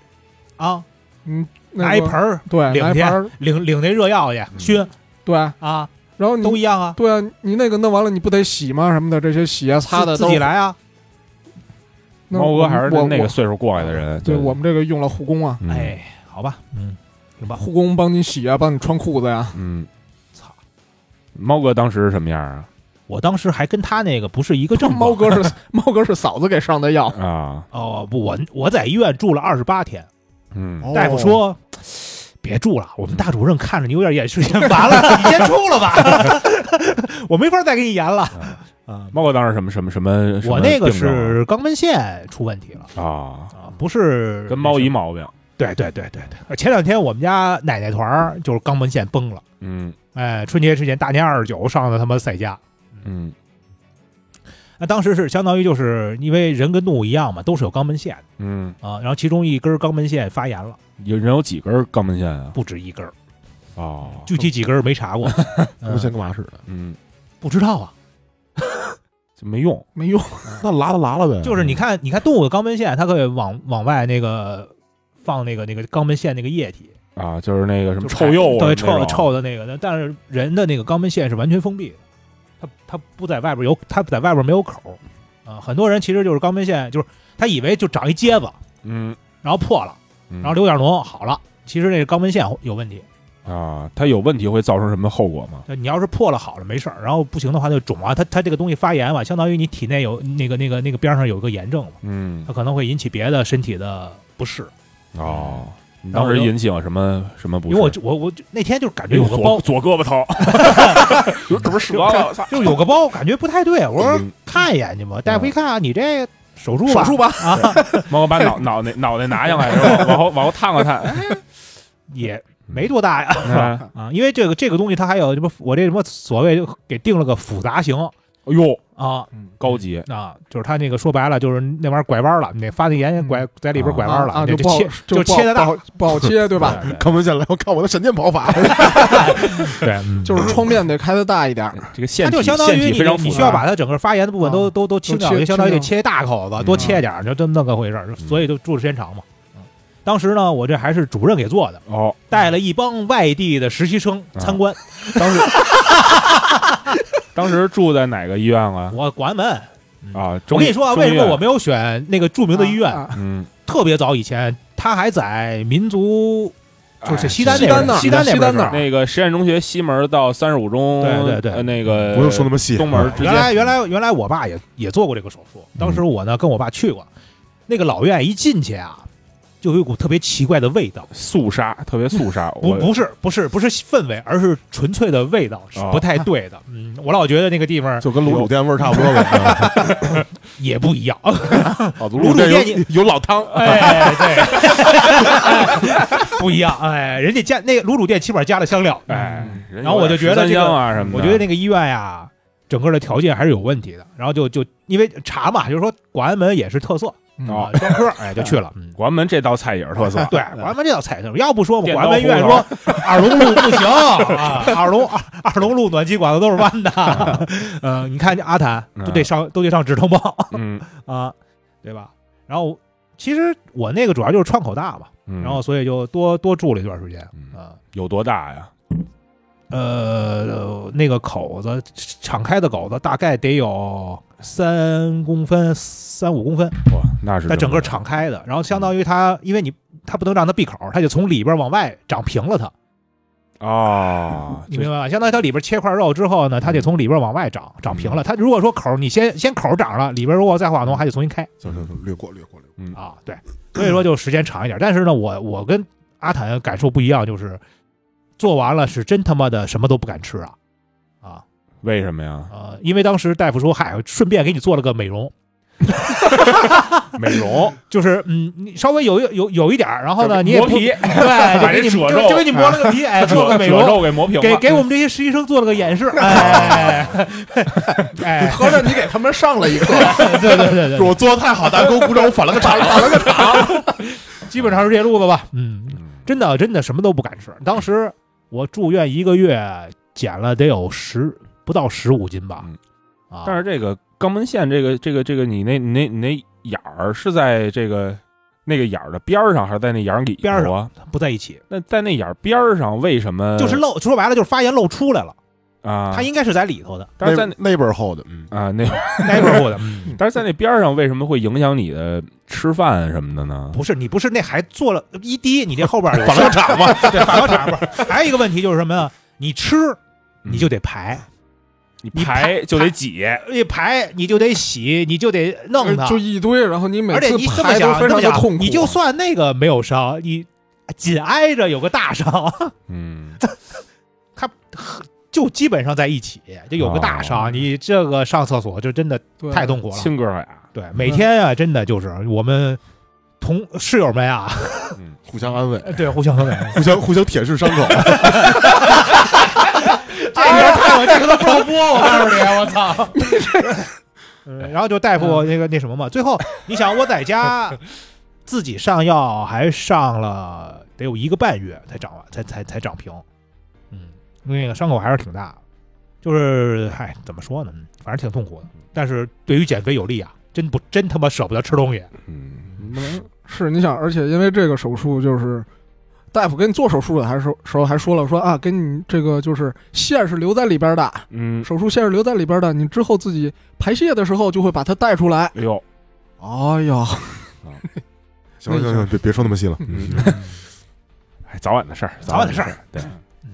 [SPEAKER 3] 啊，
[SPEAKER 2] 嗯，那个
[SPEAKER 3] 拿一盆儿
[SPEAKER 2] 对，拿
[SPEAKER 3] 两
[SPEAKER 2] 一盆
[SPEAKER 3] 天
[SPEAKER 2] 儿
[SPEAKER 3] 领领那热药去熏
[SPEAKER 2] 对，
[SPEAKER 3] 啊，
[SPEAKER 2] 然后
[SPEAKER 3] 都
[SPEAKER 2] 你
[SPEAKER 3] 一样啊，
[SPEAKER 2] 对啊，你那个弄完了你不得洗吗？什么的这些洗啊擦的
[SPEAKER 3] 自
[SPEAKER 2] 都
[SPEAKER 3] 自己。来啊，
[SPEAKER 2] 那
[SPEAKER 4] 猫
[SPEAKER 2] 我
[SPEAKER 4] 哥还是
[SPEAKER 2] 我
[SPEAKER 4] 那个
[SPEAKER 2] 我
[SPEAKER 4] 岁数过来的人，
[SPEAKER 2] 对我们这个用了护工啊，
[SPEAKER 4] 嗯，
[SPEAKER 3] 哎，好吧，嗯，行吧，
[SPEAKER 2] 护工帮你洗啊，帮你穿裤子呀、
[SPEAKER 4] 嗯，
[SPEAKER 3] 操，
[SPEAKER 4] 猫哥当时是什么样啊？
[SPEAKER 3] 我当时还跟他那个不是一个症状，
[SPEAKER 2] 猫哥是猫哥是嫂子给上的药，
[SPEAKER 4] 啊，
[SPEAKER 3] 哦不，我我在医院住了二十八天，
[SPEAKER 4] 嗯，
[SPEAKER 1] 哦
[SPEAKER 3] 大夫说。别住了，我们大主任看着你有点眼视眼烦了，你先出了吧， 我没法再给你延了。啊，
[SPEAKER 4] 猫哥当时什么什么什么？什么
[SPEAKER 3] 我那个
[SPEAKER 4] 病啊症
[SPEAKER 3] 是肛门腺出问题了
[SPEAKER 4] 啊，
[SPEAKER 3] 啊，不是
[SPEAKER 4] 跟猫一。毛病，
[SPEAKER 3] 对对对对对，前两天我们家奶奶团儿就是肛门腺崩了，
[SPEAKER 4] 嗯
[SPEAKER 3] 哎，春节之前大年二十九上的他妈赛家，
[SPEAKER 4] 嗯
[SPEAKER 3] 那当时是相当于就是因为人跟动物一样嘛，都是有肛门腺的
[SPEAKER 4] 嗯，
[SPEAKER 3] 啊，然后其中一根肛门腺发炎了，
[SPEAKER 4] 有人有几根肛门腺啊？
[SPEAKER 3] 不止一根儿，
[SPEAKER 4] 哦，
[SPEAKER 3] 具体几根儿没查过，嗯
[SPEAKER 1] 目前干嘛使的？
[SPEAKER 4] 嗯，
[SPEAKER 3] 不知道啊。
[SPEAKER 4] 就没用，
[SPEAKER 2] 没用。
[SPEAKER 1] 那拉了拉了
[SPEAKER 4] 嗯
[SPEAKER 1] 呗，
[SPEAKER 3] 就是你看，你看动物的肛门腺，它可以往往外那个放那个那个肛门腺那个液体，
[SPEAKER 4] 啊，就是那个什么
[SPEAKER 3] 就是
[SPEAKER 4] 臭鼬啊，
[SPEAKER 3] 对，
[SPEAKER 4] 那
[SPEAKER 3] 臭
[SPEAKER 4] 种
[SPEAKER 3] 臭的那个，但但是人的那个肛门腺是完全封闭的，它它不在外边有，它在外边没有口儿啊。很多人其实就是肛门腺，就是他以为就长一疖子，
[SPEAKER 4] 嗯，
[SPEAKER 3] 然后破了，
[SPEAKER 4] 然
[SPEAKER 3] 然后流点脓好了，其实那个肛门腺有问题。
[SPEAKER 4] 啊，它有问题会造成什么后果吗？
[SPEAKER 3] 就你要是破了好了没事儿，然后不行的话就肿啊，它它这个东西发炎嘛，相当于你体内有那个那个那个边上有一个炎症嘛，
[SPEAKER 4] 嗯
[SPEAKER 3] 它，可能会引起别的身体的不适。
[SPEAKER 4] 哦，你
[SPEAKER 3] 嗯然
[SPEAKER 4] 当
[SPEAKER 3] 后我
[SPEAKER 4] 时
[SPEAKER 3] 就
[SPEAKER 4] 引起了什么什么不
[SPEAKER 3] 因
[SPEAKER 4] 适？
[SPEAKER 3] 为我就我我就那天就是感觉
[SPEAKER 4] 哎
[SPEAKER 3] 有
[SPEAKER 4] 呦
[SPEAKER 3] 个包
[SPEAKER 4] 左，左胳膊 疼，这不是折了？
[SPEAKER 3] 就有个包，感觉不太对。我说
[SPEAKER 4] 嗯
[SPEAKER 3] 看一眼去吧，大夫一看啊，你这手术吧，
[SPEAKER 2] 手术吧，
[SPEAKER 4] 猫哥把脑脑袋脑袋拿下来，然后往后往后探了 探，
[SPEAKER 3] 也没多大呀
[SPEAKER 4] 哎
[SPEAKER 2] 嗯
[SPEAKER 3] 啊，因为这个这个东西它还有什么，我这什么所谓就给定了个复杂型
[SPEAKER 4] 哎呦，
[SPEAKER 3] 啊
[SPEAKER 4] 高级，
[SPEAKER 3] 啊，就是它那个说白了就是那玩意儿拐弯了，你那发那炎拐在里边拐弯了，
[SPEAKER 2] 嗯啊，
[SPEAKER 3] 你
[SPEAKER 2] 就
[SPEAKER 3] 这
[SPEAKER 2] 不好
[SPEAKER 3] 切就
[SPEAKER 2] 不好
[SPEAKER 3] 切的
[SPEAKER 2] 不
[SPEAKER 3] 大，
[SPEAKER 2] 好不好切，对吧？
[SPEAKER 4] 对？对
[SPEAKER 1] 看不见来，我看我的闪电跑法，
[SPEAKER 3] 对，嗯
[SPEAKER 2] 就是创面得开的大一点儿，
[SPEAKER 4] 这个腺
[SPEAKER 3] 它就
[SPEAKER 4] 体
[SPEAKER 3] 相当
[SPEAKER 4] 腺
[SPEAKER 3] 于
[SPEAKER 4] 体
[SPEAKER 3] 你
[SPEAKER 4] 非常复
[SPEAKER 3] 你
[SPEAKER 4] 杂，
[SPEAKER 3] 需要把它整个发炎的部分都
[SPEAKER 2] 啊
[SPEAKER 3] 都都清
[SPEAKER 2] 都
[SPEAKER 3] 掉，
[SPEAKER 2] 切
[SPEAKER 3] 就相当于得
[SPEAKER 4] 嗯
[SPEAKER 2] 清掉
[SPEAKER 3] 切一大口子，多切点儿，就这么那个回事儿，所以就住的时间长嘛。当时呢，我这还是主任给做的，
[SPEAKER 4] 哦，
[SPEAKER 3] 带了一帮外地的实习生
[SPEAKER 4] 啊
[SPEAKER 3] 参观。
[SPEAKER 4] 当时当时住在哪个医院啊？
[SPEAKER 3] 我广安门，
[SPEAKER 4] 啊，
[SPEAKER 3] 我
[SPEAKER 4] 中
[SPEAKER 3] 跟你说啊，
[SPEAKER 4] 中
[SPEAKER 3] 为
[SPEAKER 4] 医
[SPEAKER 3] 什么
[SPEAKER 4] 院
[SPEAKER 3] 我没有选那个著名的医院？
[SPEAKER 2] 啊啊
[SPEAKER 4] 嗯，
[SPEAKER 3] 特别早以前，他还在民族就是
[SPEAKER 4] 哎
[SPEAKER 3] 西单
[SPEAKER 2] 西
[SPEAKER 3] 那边
[SPEAKER 2] 单
[SPEAKER 3] 儿，
[SPEAKER 2] 那
[SPEAKER 3] 西单
[SPEAKER 2] 西
[SPEAKER 3] 边儿
[SPEAKER 2] 单
[SPEAKER 3] 是吧
[SPEAKER 2] 那
[SPEAKER 4] 那个实验中学西门到三十五中，
[SPEAKER 3] 对对对
[SPEAKER 4] 呃那 个
[SPEAKER 1] 不用说那么细，嗯
[SPEAKER 4] 东门之
[SPEAKER 3] 原
[SPEAKER 4] 间，嗯
[SPEAKER 3] 来原来原来我爸也也做过这个手术，当时我呢跟我爸去过，那个老院一进去啊，就有一股特别奇怪的味道，
[SPEAKER 4] 肃杀，特别肃杀，
[SPEAKER 3] 不
[SPEAKER 4] 我
[SPEAKER 3] 不是不是不是氛围，而是纯粹的味道是
[SPEAKER 4] 哦
[SPEAKER 3] 不太对的。嗯，我老觉得那个地方
[SPEAKER 1] 就跟卤煮店味儿差不多呗。嗯
[SPEAKER 3] 也不一样。
[SPEAKER 1] 啊，
[SPEAKER 3] 卤
[SPEAKER 1] 卤
[SPEAKER 3] 煮店
[SPEAKER 1] 有有老汤，
[SPEAKER 3] 哎，对， 不一样。哎，人家加那个卤煮店起码加了香料。
[SPEAKER 4] 哎，人
[SPEAKER 3] 呃然后我就觉
[SPEAKER 4] 有
[SPEAKER 3] 得
[SPEAKER 4] 点十三
[SPEAKER 3] 这个
[SPEAKER 4] 香啊什么的，
[SPEAKER 3] 我觉得那个医院呀，整个的条件还是有问题的。然后就就因为查嘛，就是说广安门也是特色
[SPEAKER 2] 嗯
[SPEAKER 3] 啊，专科，哎，就去了。嗯，，
[SPEAKER 4] 广安门这道菜也是特色
[SPEAKER 3] 对，广安门这道菜，要不说我们
[SPEAKER 4] 啊嗯电刀
[SPEAKER 3] 广安门医院说二龙路不行啊，二龙二二龙路暖气管子都是弯 的。呃，你看这阿谭都得上都得上止疼棒
[SPEAKER 4] 嗯
[SPEAKER 3] 啊，对吧？然后其实我那个主要就是窗口大嘛，
[SPEAKER 4] 嗯，
[SPEAKER 3] 然后所以就多多住了一段时间
[SPEAKER 4] 嗯
[SPEAKER 3] 啊。
[SPEAKER 4] 有多大呀？
[SPEAKER 3] 呃，那个口子敞开的口子大概得有三公分、三五公分，
[SPEAKER 4] 哇，那是
[SPEAKER 3] 它整个
[SPEAKER 4] 场
[SPEAKER 3] 敞开的，然后相当于它，因为你它不能让它闭口，它就从里边往外长平了它，
[SPEAKER 4] 啊，
[SPEAKER 3] 你明白吧？相当于它里边切块肉之后呢，它得从里边往外长，
[SPEAKER 4] 嗯
[SPEAKER 3] 长平了。它如果说口你先先口长了，里边如果再化脓，还得重新开
[SPEAKER 1] 行行行，略过略过略过。
[SPEAKER 3] 啊。对，所以说就时间长一点。但是呢，我我跟阿坦感受不一样，就是做完了是真他妈的什么都不敢吃啊啊。
[SPEAKER 4] 为什么呀？
[SPEAKER 3] 呃，因为当时大夫说，嗨，顺便给你做了个美容，
[SPEAKER 4] 美容，
[SPEAKER 3] 就是嗯，你稍微有一有有一点儿，然后呢，你也
[SPEAKER 4] 哦磨
[SPEAKER 3] 不
[SPEAKER 4] 皮，
[SPEAKER 3] 对，就给
[SPEAKER 4] 把这
[SPEAKER 3] 你
[SPEAKER 4] 褶
[SPEAKER 3] 就
[SPEAKER 4] 皱
[SPEAKER 3] 就给你磨 了个皮，哎，做了
[SPEAKER 4] 褶
[SPEAKER 3] 个美
[SPEAKER 4] 褶
[SPEAKER 3] 容，
[SPEAKER 4] 皱给磨平了，
[SPEAKER 3] 给给我们这些实习生做了个 演示，哎，哎，
[SPEAKER 6] 合着你给他们上了一课，
[SPEAKER 3] 对对对对，
[SPEAKER 6] 我做的太好，大家给我鼓掌，我反了 个掌，反了个掌。
[SPEAKER 3] 基本上是这路子吧，嗯，
[SPEAKER 4] 嗯
[SPEAKER 3] 真的真的什么都不敢吃。当时我住院一个月，减了得有十不到十五斤吧
[SPEAKER 4] 嗯，
[SPEAKER 3] 啊，
[SPEAKER 4] 但是这个肛门腺，这个这个这个，你那你那你那眼儿是在这个那个眼儿的边儿上，还是在那眼儿里头啊
[SPEAKER 3] 边儿上？不在一起，
[SPEAKER 4] 那在那眼儿边儿上，为什么？
[SPEAKER 3] 就是漏，说白了就是发炎漏出来了，
[SPEAKER 4] 呃啊，
[SPEAKER 3] 它应该是在里头的，
[SPEAKER 4] 但是在那
[SPEAKER 1] 那那本厚的，嗯，
[SPEAKER 4] 啊那，
[SPEAKER 3] 待会儿我的，嗯。
[SPEAKER 4] 但是在那边儿上，为什么会影响你的吃饭什么的呢？
[SPEAKER 3] 不是你不是那还做了一滴，你这后边反流厂嘛？对，反流厂嘛。还有一个问题就是什么呀？你吃
[SPEAKER 4] 嗯
[SPEAKER 3] 你就得排，
[SPEAKER 4] 你
[SPEAKER 3] 你
[SPEAKER 4] 排
[SPEAKER 3] 排
[SPEAKER 4] 就得挤，
[SPEAKER 3] 一排你就得洗，你就得弄它
[SPEAKER 2] 就。一堆，然后你每
[SPEAKER 3] 而且
[SPEAKER 2] 次
[SPEAKER 3] 你这么
[SPEAKER 2] 排都
[SPEAKER 3] 想，
[SPEAKER 2] 非
[SPEAKER 3] 这么
[SPEAKER 2] 常的
[SPEAKER 3] 想
[SPEAKER 2] 痛苦。啊
[SPEAKER 3] 你就算那个没有伤，你紧挨着有个大伤，
[SPEAKER 4] 嗯，
[SPEAKER 3] 就基本上在一起，就有个大
[SPEAKER 4] 哦
[SPEAKER 3] 伤。你这个上厕所就真的
[SPEAKER 2] 对
[SPEAKER 3] 太痛苦了。
[SPEAKER 4] 亲哥俩，
[SPEAKER 3] 对，每天啊，真的就是我们同室友们啊，
[SPEAKER 4] 嗯，
[SPEAKER 1] 互相安慰，
[SPEAKER 3] 对，互相安慰。
[SPEAKER 1] 互相 互相舔舐伤口。
[SPEAKER 3] 这个太我这个都不能播，我告诉你，啊我 操！嗯然后就大夫那个那什么嘛，最后你想我在 家自己上药，还上了得有一个半月才长完，才才才长平。嗯，那个伤口还是挺大，就是嗨，怎么说呢，嗯反正挺痛苦的。但是对于减肥有利啊，真不真他妈舍不得吃东西。
[SPEAKER 4] 嗯，不能
[SPEAKER 2] 是你想，而且因为这个手术，就是大夫给你做手术的还时候时候还说了说啊，给你这个就是线是留在里边的，
[SPEAKER 4] 嗯，
[SPEAKER 2] 手术线是留在里边的，你之后自己排泄的时候就会把它带出来。
[SPEAKER 4] 哎呦，
[SPEAKER 2] 哎呀，
[SPEAKER 1] 行了行了行了，别别说那么细了。
[SPEAKER 4] 嗯，哎，早晚的事儿，
[SPEAKER 3] 早晚的事
[SPEAKER 4] 儿，对
[SPEAKER 3] 嗯。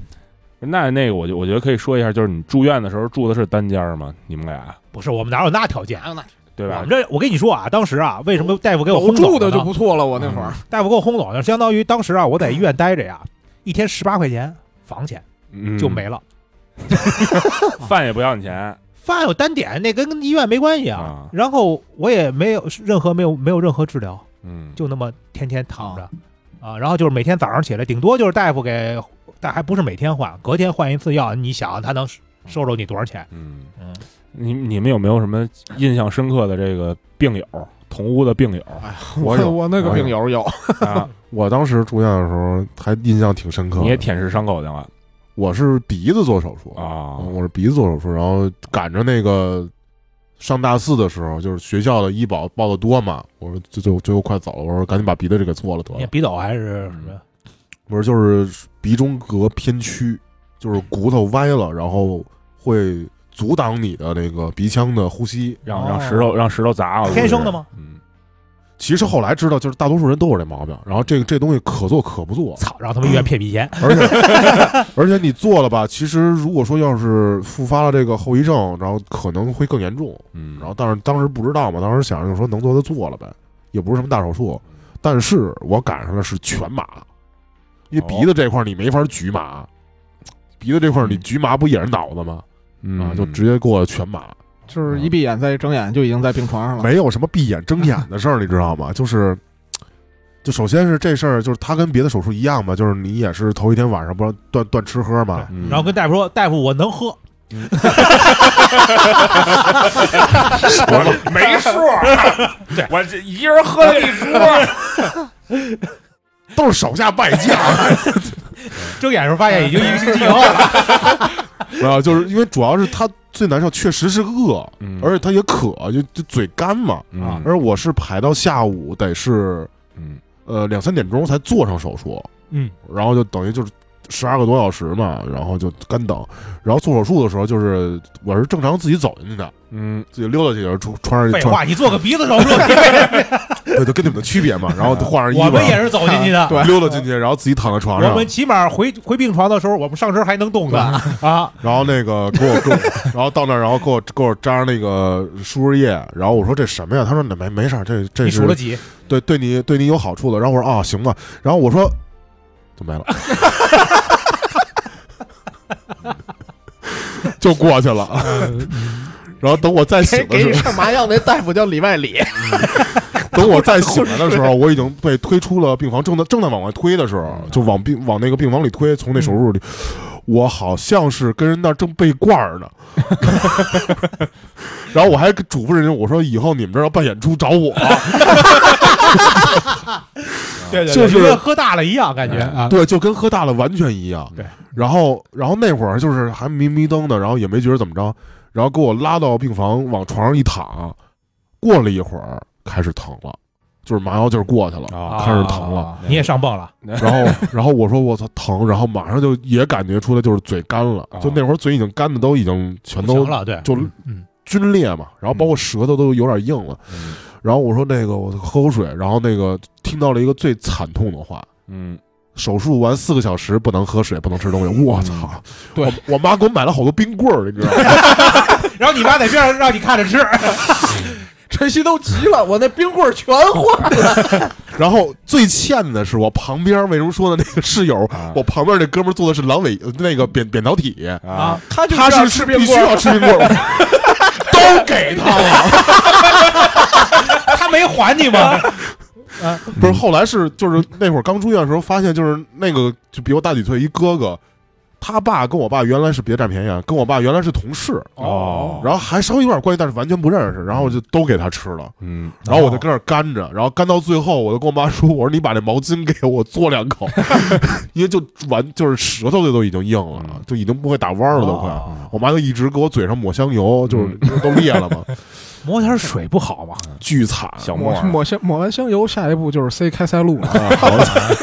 [SPEAKER 4] 那那个，我就我觉得可以说一下，就是你住院的时候住的是单间儿吗？你们俩
[SPEAKER 3] 不是我们哪有哎那条件？啊
[SPEAKER 4] 对
[SPEAKER 3] 我
[SPEAKER 4] 吧
[SPEAKER 3] 们？这我跟你说啊，当时啊，为什么大夫给我轰走
[SPEAKER 2] 住
[SPEAKER 3] 了
[SPEAKER 2] 的
[SPEAKER 3] 呢
[SPEAKER 2] 就不错了，我那会儿
[SPEAKER 3] 大夫给我轰走了，相当于当时啊，我在医院待着呀，一天十八块钱房钱
[SPEAKER 4] 嗯
[SPEAKER 3] 就没了，
[SPEAKER 4] 饭也不要你钱，
[SPEAKER 3] 饭有单点，那跟医院没关系啊
[SPEAKER 4] 啊。
[SPEAKER 3] 然后我也没有任何没有没有任何治疗，
[SPEAKER 4] 嗯，
[SPEAKER 3] 就那么天天躺着啊。然后就是每天早上起来，顶多就是大夫给，但还不是每天换，隔天换一次药。你想他能收着你多少钱？
[SPEAKER 4] 嗯
[SPEAKER 3] 嗯，
[SPEAKER 4] 你你们有没有什么印象深刻的这个病友，同屋的病友
[SPEAKER 3] 哎嗯
[SPEAKER 1] 我有
[SPEAKER 2] 我那个
[SPEAKER 4] 我有
[SPEAKER 2] 病友有，
[SPEAKER 4] 啊？
[SPEAKER 1] 我当时住院的时候还印象挺深刻的。
[SPEAKER 4] 你也舔舐伤口去了
[SPEAKER 1] 我是鼻子做手术
[SPEAKER 4] 啊
[SPEAKER 1] 嗯我是鼻子做手术，然后赶着那个上大四的时候，就是学校的医保报的多嘛，我说就就就快走了，我说赶紧把鼻的这给做了得
[SPEAKER 3] 你看
[SPEAKER 1] 了。
[SPEAKER 3] 鼻斗还
[SPEAKER 4] 嗯
[SPEAKER 3] 是什么？
[SPEAKER 1] 我说就是鼻中隔偏曲，就是骨头歪了，然后会阻挡你的那个鼻腔的呼吸。
[SPEAKER 4] 让让石头让石头砸了，
[SPEAKER 3] 哦啊天生的吗？
[SPEAKER 1] 嗯，其实后来知道，就是大多数人都有这毛病，然后这个这东西可做可不做，
[SPEAKER 3] 操，让他们医
[SPEAKER 4] 嗯
[SPEAKER 3] 院骗笔钱，
[SPEAKER 1] 而且而且你 做了吧，其实如果说要是复发了这个后遗症，然后可能会更严重。
[SPEAKER 4] 嗯，
[SPEAKER 1] 然后但是当时不知道嘛，当时想着就说能做就做了呗，也不是什么大手术。但是我赶上的是全麻，因
[SPEAKER 4] 哦
[SPEAKER 1] 为鼻子这块儿你没法局麻，鼻子这块儿你局麻不也是脑子吗？
[SPEAKER 4] 嗯
[SPEAKER 1] 啊，就直接给我全麻，
[SPEAKER 2] 就是一闭眼再一睁眼就已经在病
[SPEAKER 4] 嗯
[SPEAKER 2] 床上了。
[SPEAKER 1] 嗯没有什么闭眼睁眼的事儿，你知道吗？就是。就首先是这事儿，就是它跟别的手术一样嘛，就是你也是头一天晚上不让断断吃喝嘛，
[SPEAKER 4] 嗯
[SPEAKER 3] 然后跟大夫说：“大夫，我能喝。
[SPEAKER 4] 我 没数，我这一人喝了一啊桌，
[SPEAKER 1] 都是手下败 将。
[SPEAKER 5] 睁眼时候发现已经一个星期以后了，
[SPEAKER 1] 没有，啊就是因为主要是他最难受，确实是饿，
[SPEAKER 4] 嗯
[SPEAKER 1] 而且他也渴，就就嘴干嘛。
[SPEAKER 4] 嗯
[SPEAKER 1] 而我是排到下午得是
[SPEAKER 4] 嗯
[SPEAKER 1] 呃两三点钟才做上手术，
[SPEAKER 3] 嗯，
[SPEAKER 1] 然后就等于就是十二个多小时嘛，然后就干等。然后做手术的时候，就是我是正常自己走进去的，
[SPEAKER 4] 嗯
[SPEAKER 1] 自己溜达去，穿穿”上
[SPEAKER 3] 废
[SPEAKER 1] 穿，
[SPEAKER 3] 话，你做个鼻子手术，
[SPEAKER 1] 对，就跟你们的区 别嘛。然后换上衣
[SPEAKER 3] 我
[SPEAKER 1] 服啊
[SPEAKER 3] 们，也是走进去的。
[SPEAKER 2] 对
[SPEAKER 1] 溜达进去，然后自己躺在床上
[SPEAKER 3] 我，们起码回回病床的时候，我们上身还能动的啊。
[SPEAKER 1] 然后那个给我给 我，然后到那儿，然后给我给我扎上那个输液，然后我说这什么呀？他说那没没事儿，这这
[SPEAKER 3] 你
[SPEAKER 1] 是
[SPEAKER 3] 啊数了几？
[SPEAKER 1] 对对你对你有好处的。然后我说啊、行吧。然后我说就没了，就过去了。然后等我再醒的
[SPEAKER 6] 给
[SPEAKER 1] 时
[SPEAKER 6] 你
[SPEAKER 1] 候，
[SPEAKER 6] 上麻药那大夫叫里外 里，
[SPEAKER 1] 等我再醒来的时候，我已经被推出了病房，正在正在往外推的时候，就往病往那个病房里推，从那手术里，
[SPEAKER 6] 嗯
[SPEAKER 1] 我好像是跟人那儿正背罐 儿呢。然后我还嘱咐人家，我说以后你们这儿要办演出找我。
[SPEAKER 5] 对对，
[SPEAKER 1] 就
[SPEAKER 5] 对
[SPEAKER 1] 是
[SPEAKER 5] 跟喝大了一样，感觉啊，
[SPEAKER 1] 对，就跟喝大了完全一样。
[SPEAKER 5] 对，
[SPEAKER 1] 然后然后那会儿就是还迷迷瞪的，然后也没觉得怎么着，然后给我拉到病房往床上一躺，过了一会儿开始疼了，就是麻药劲儿过去了，
[SPEAKER 4] 啊
[SPEAKER 1] 开始疼了。
[SPEAKER 5] 啊
[SPEAKER 3] 你也上泵了，
[SPEAKER 1] 然后然后我说我操疼，然后马上就也感觉出来就是嘴干了，
[SPEAKER 4] 啊
[SPEAKER 1] 就那会儿嘴已经干的都已经全
[SPEAKER 3] 不
[SPEAKER 1] 都
[SPEAKER 3] 行了，对，
[SPEAKER 1] 就
[SPEAKER 3] 嗯
[SPEAKER 1] 皲裂嘛，然后包括舌头都有点硬了。
[SPEAKER 4] 嗯
[SPEAKER 1] 然后我说那个我喝口水，然后那个听到了一个最惨痛的话，
[SPEAKER 4] 嗯
[SPEAKER 1] 手术完四个小时不能喝水，不能吃东西。我操！
[SPEAKER 2] 对
[SPEAKER 1] 我我妈给我买了好多冰棍儿，你知道吗？
[SPEAKER 3] 然后你妈在边上让你看着吃，
[SPEAKER 6] 晨曦都急了，我那冰棍儿全化了。
[SPEAKER 1] 然后最欠的是我旁边，为什么说呢？那个室友，
[SPEAKER 4] 啊
[SPEAKER 1] 我旁边那哥们儿做的是阑尾呃那个扁扁桃体，
[SPEAKER 4] 啊，
[SPEAKER 6] 他就
[SPEAKER 1] 他
[SPEAKER 6] 知道
[SPEAKER 1] 是
[SPEAKER 6] 吃冰
[SPEAKER 1] 必须
[SPEAKER 6] 棍
[SPEAKER 1] 要
[SPEAKER 6] 儿，
[SPEAKER 1] 吃冰棍 儿，都给他了。
[SPEAKER 3] 啊他没还你吗？
[SPEAKER 1] 不是，后来是就是那会儿刚住院的时候，发现就是那个就比我大几岁一哥哥，他爸跟我爸原来是别占便宜啊，跟我爸原来是同事，
[SPEAKER 4] 哦，
[SPEAKER 1] 然后还稍微有点关系，但是完全不认识，然后就都给他吃了。
[SPEAKER 4] 嗯，
[SPEAKER 1] 然
[SPEAKER 3] 哦
[SPEAKER 1] 后我就跟那儿干着，然后干到最后，我就跟我妈说：“我说你把这毛巾给我嘬两口， 因为就完就是舌头就都已经硬了
[SPEAKER 4] 嗯，
[SPEAKER 1] 就已经不会打弯了，都快。啊
[SPEAKER 4] 哦
[SPEAKER 1] 我妈就一直给我嘴上抹香油，
[SPEAKER 3] 嗯
[SPEAKER 1] 就是、都裂了 嘛，
[SPEAKER 3] 抹点水不好吗？
[SPEAKER 1] 巨惨。
[SPEAKER 4] 小
[SPEAKER 2] 抹
[SPEAKER 4] 莫
[SPEAKER 2] 抹香抹完香油，下一步就是塞开塞露了。
[SPEAKER 1] 啊， 好惨，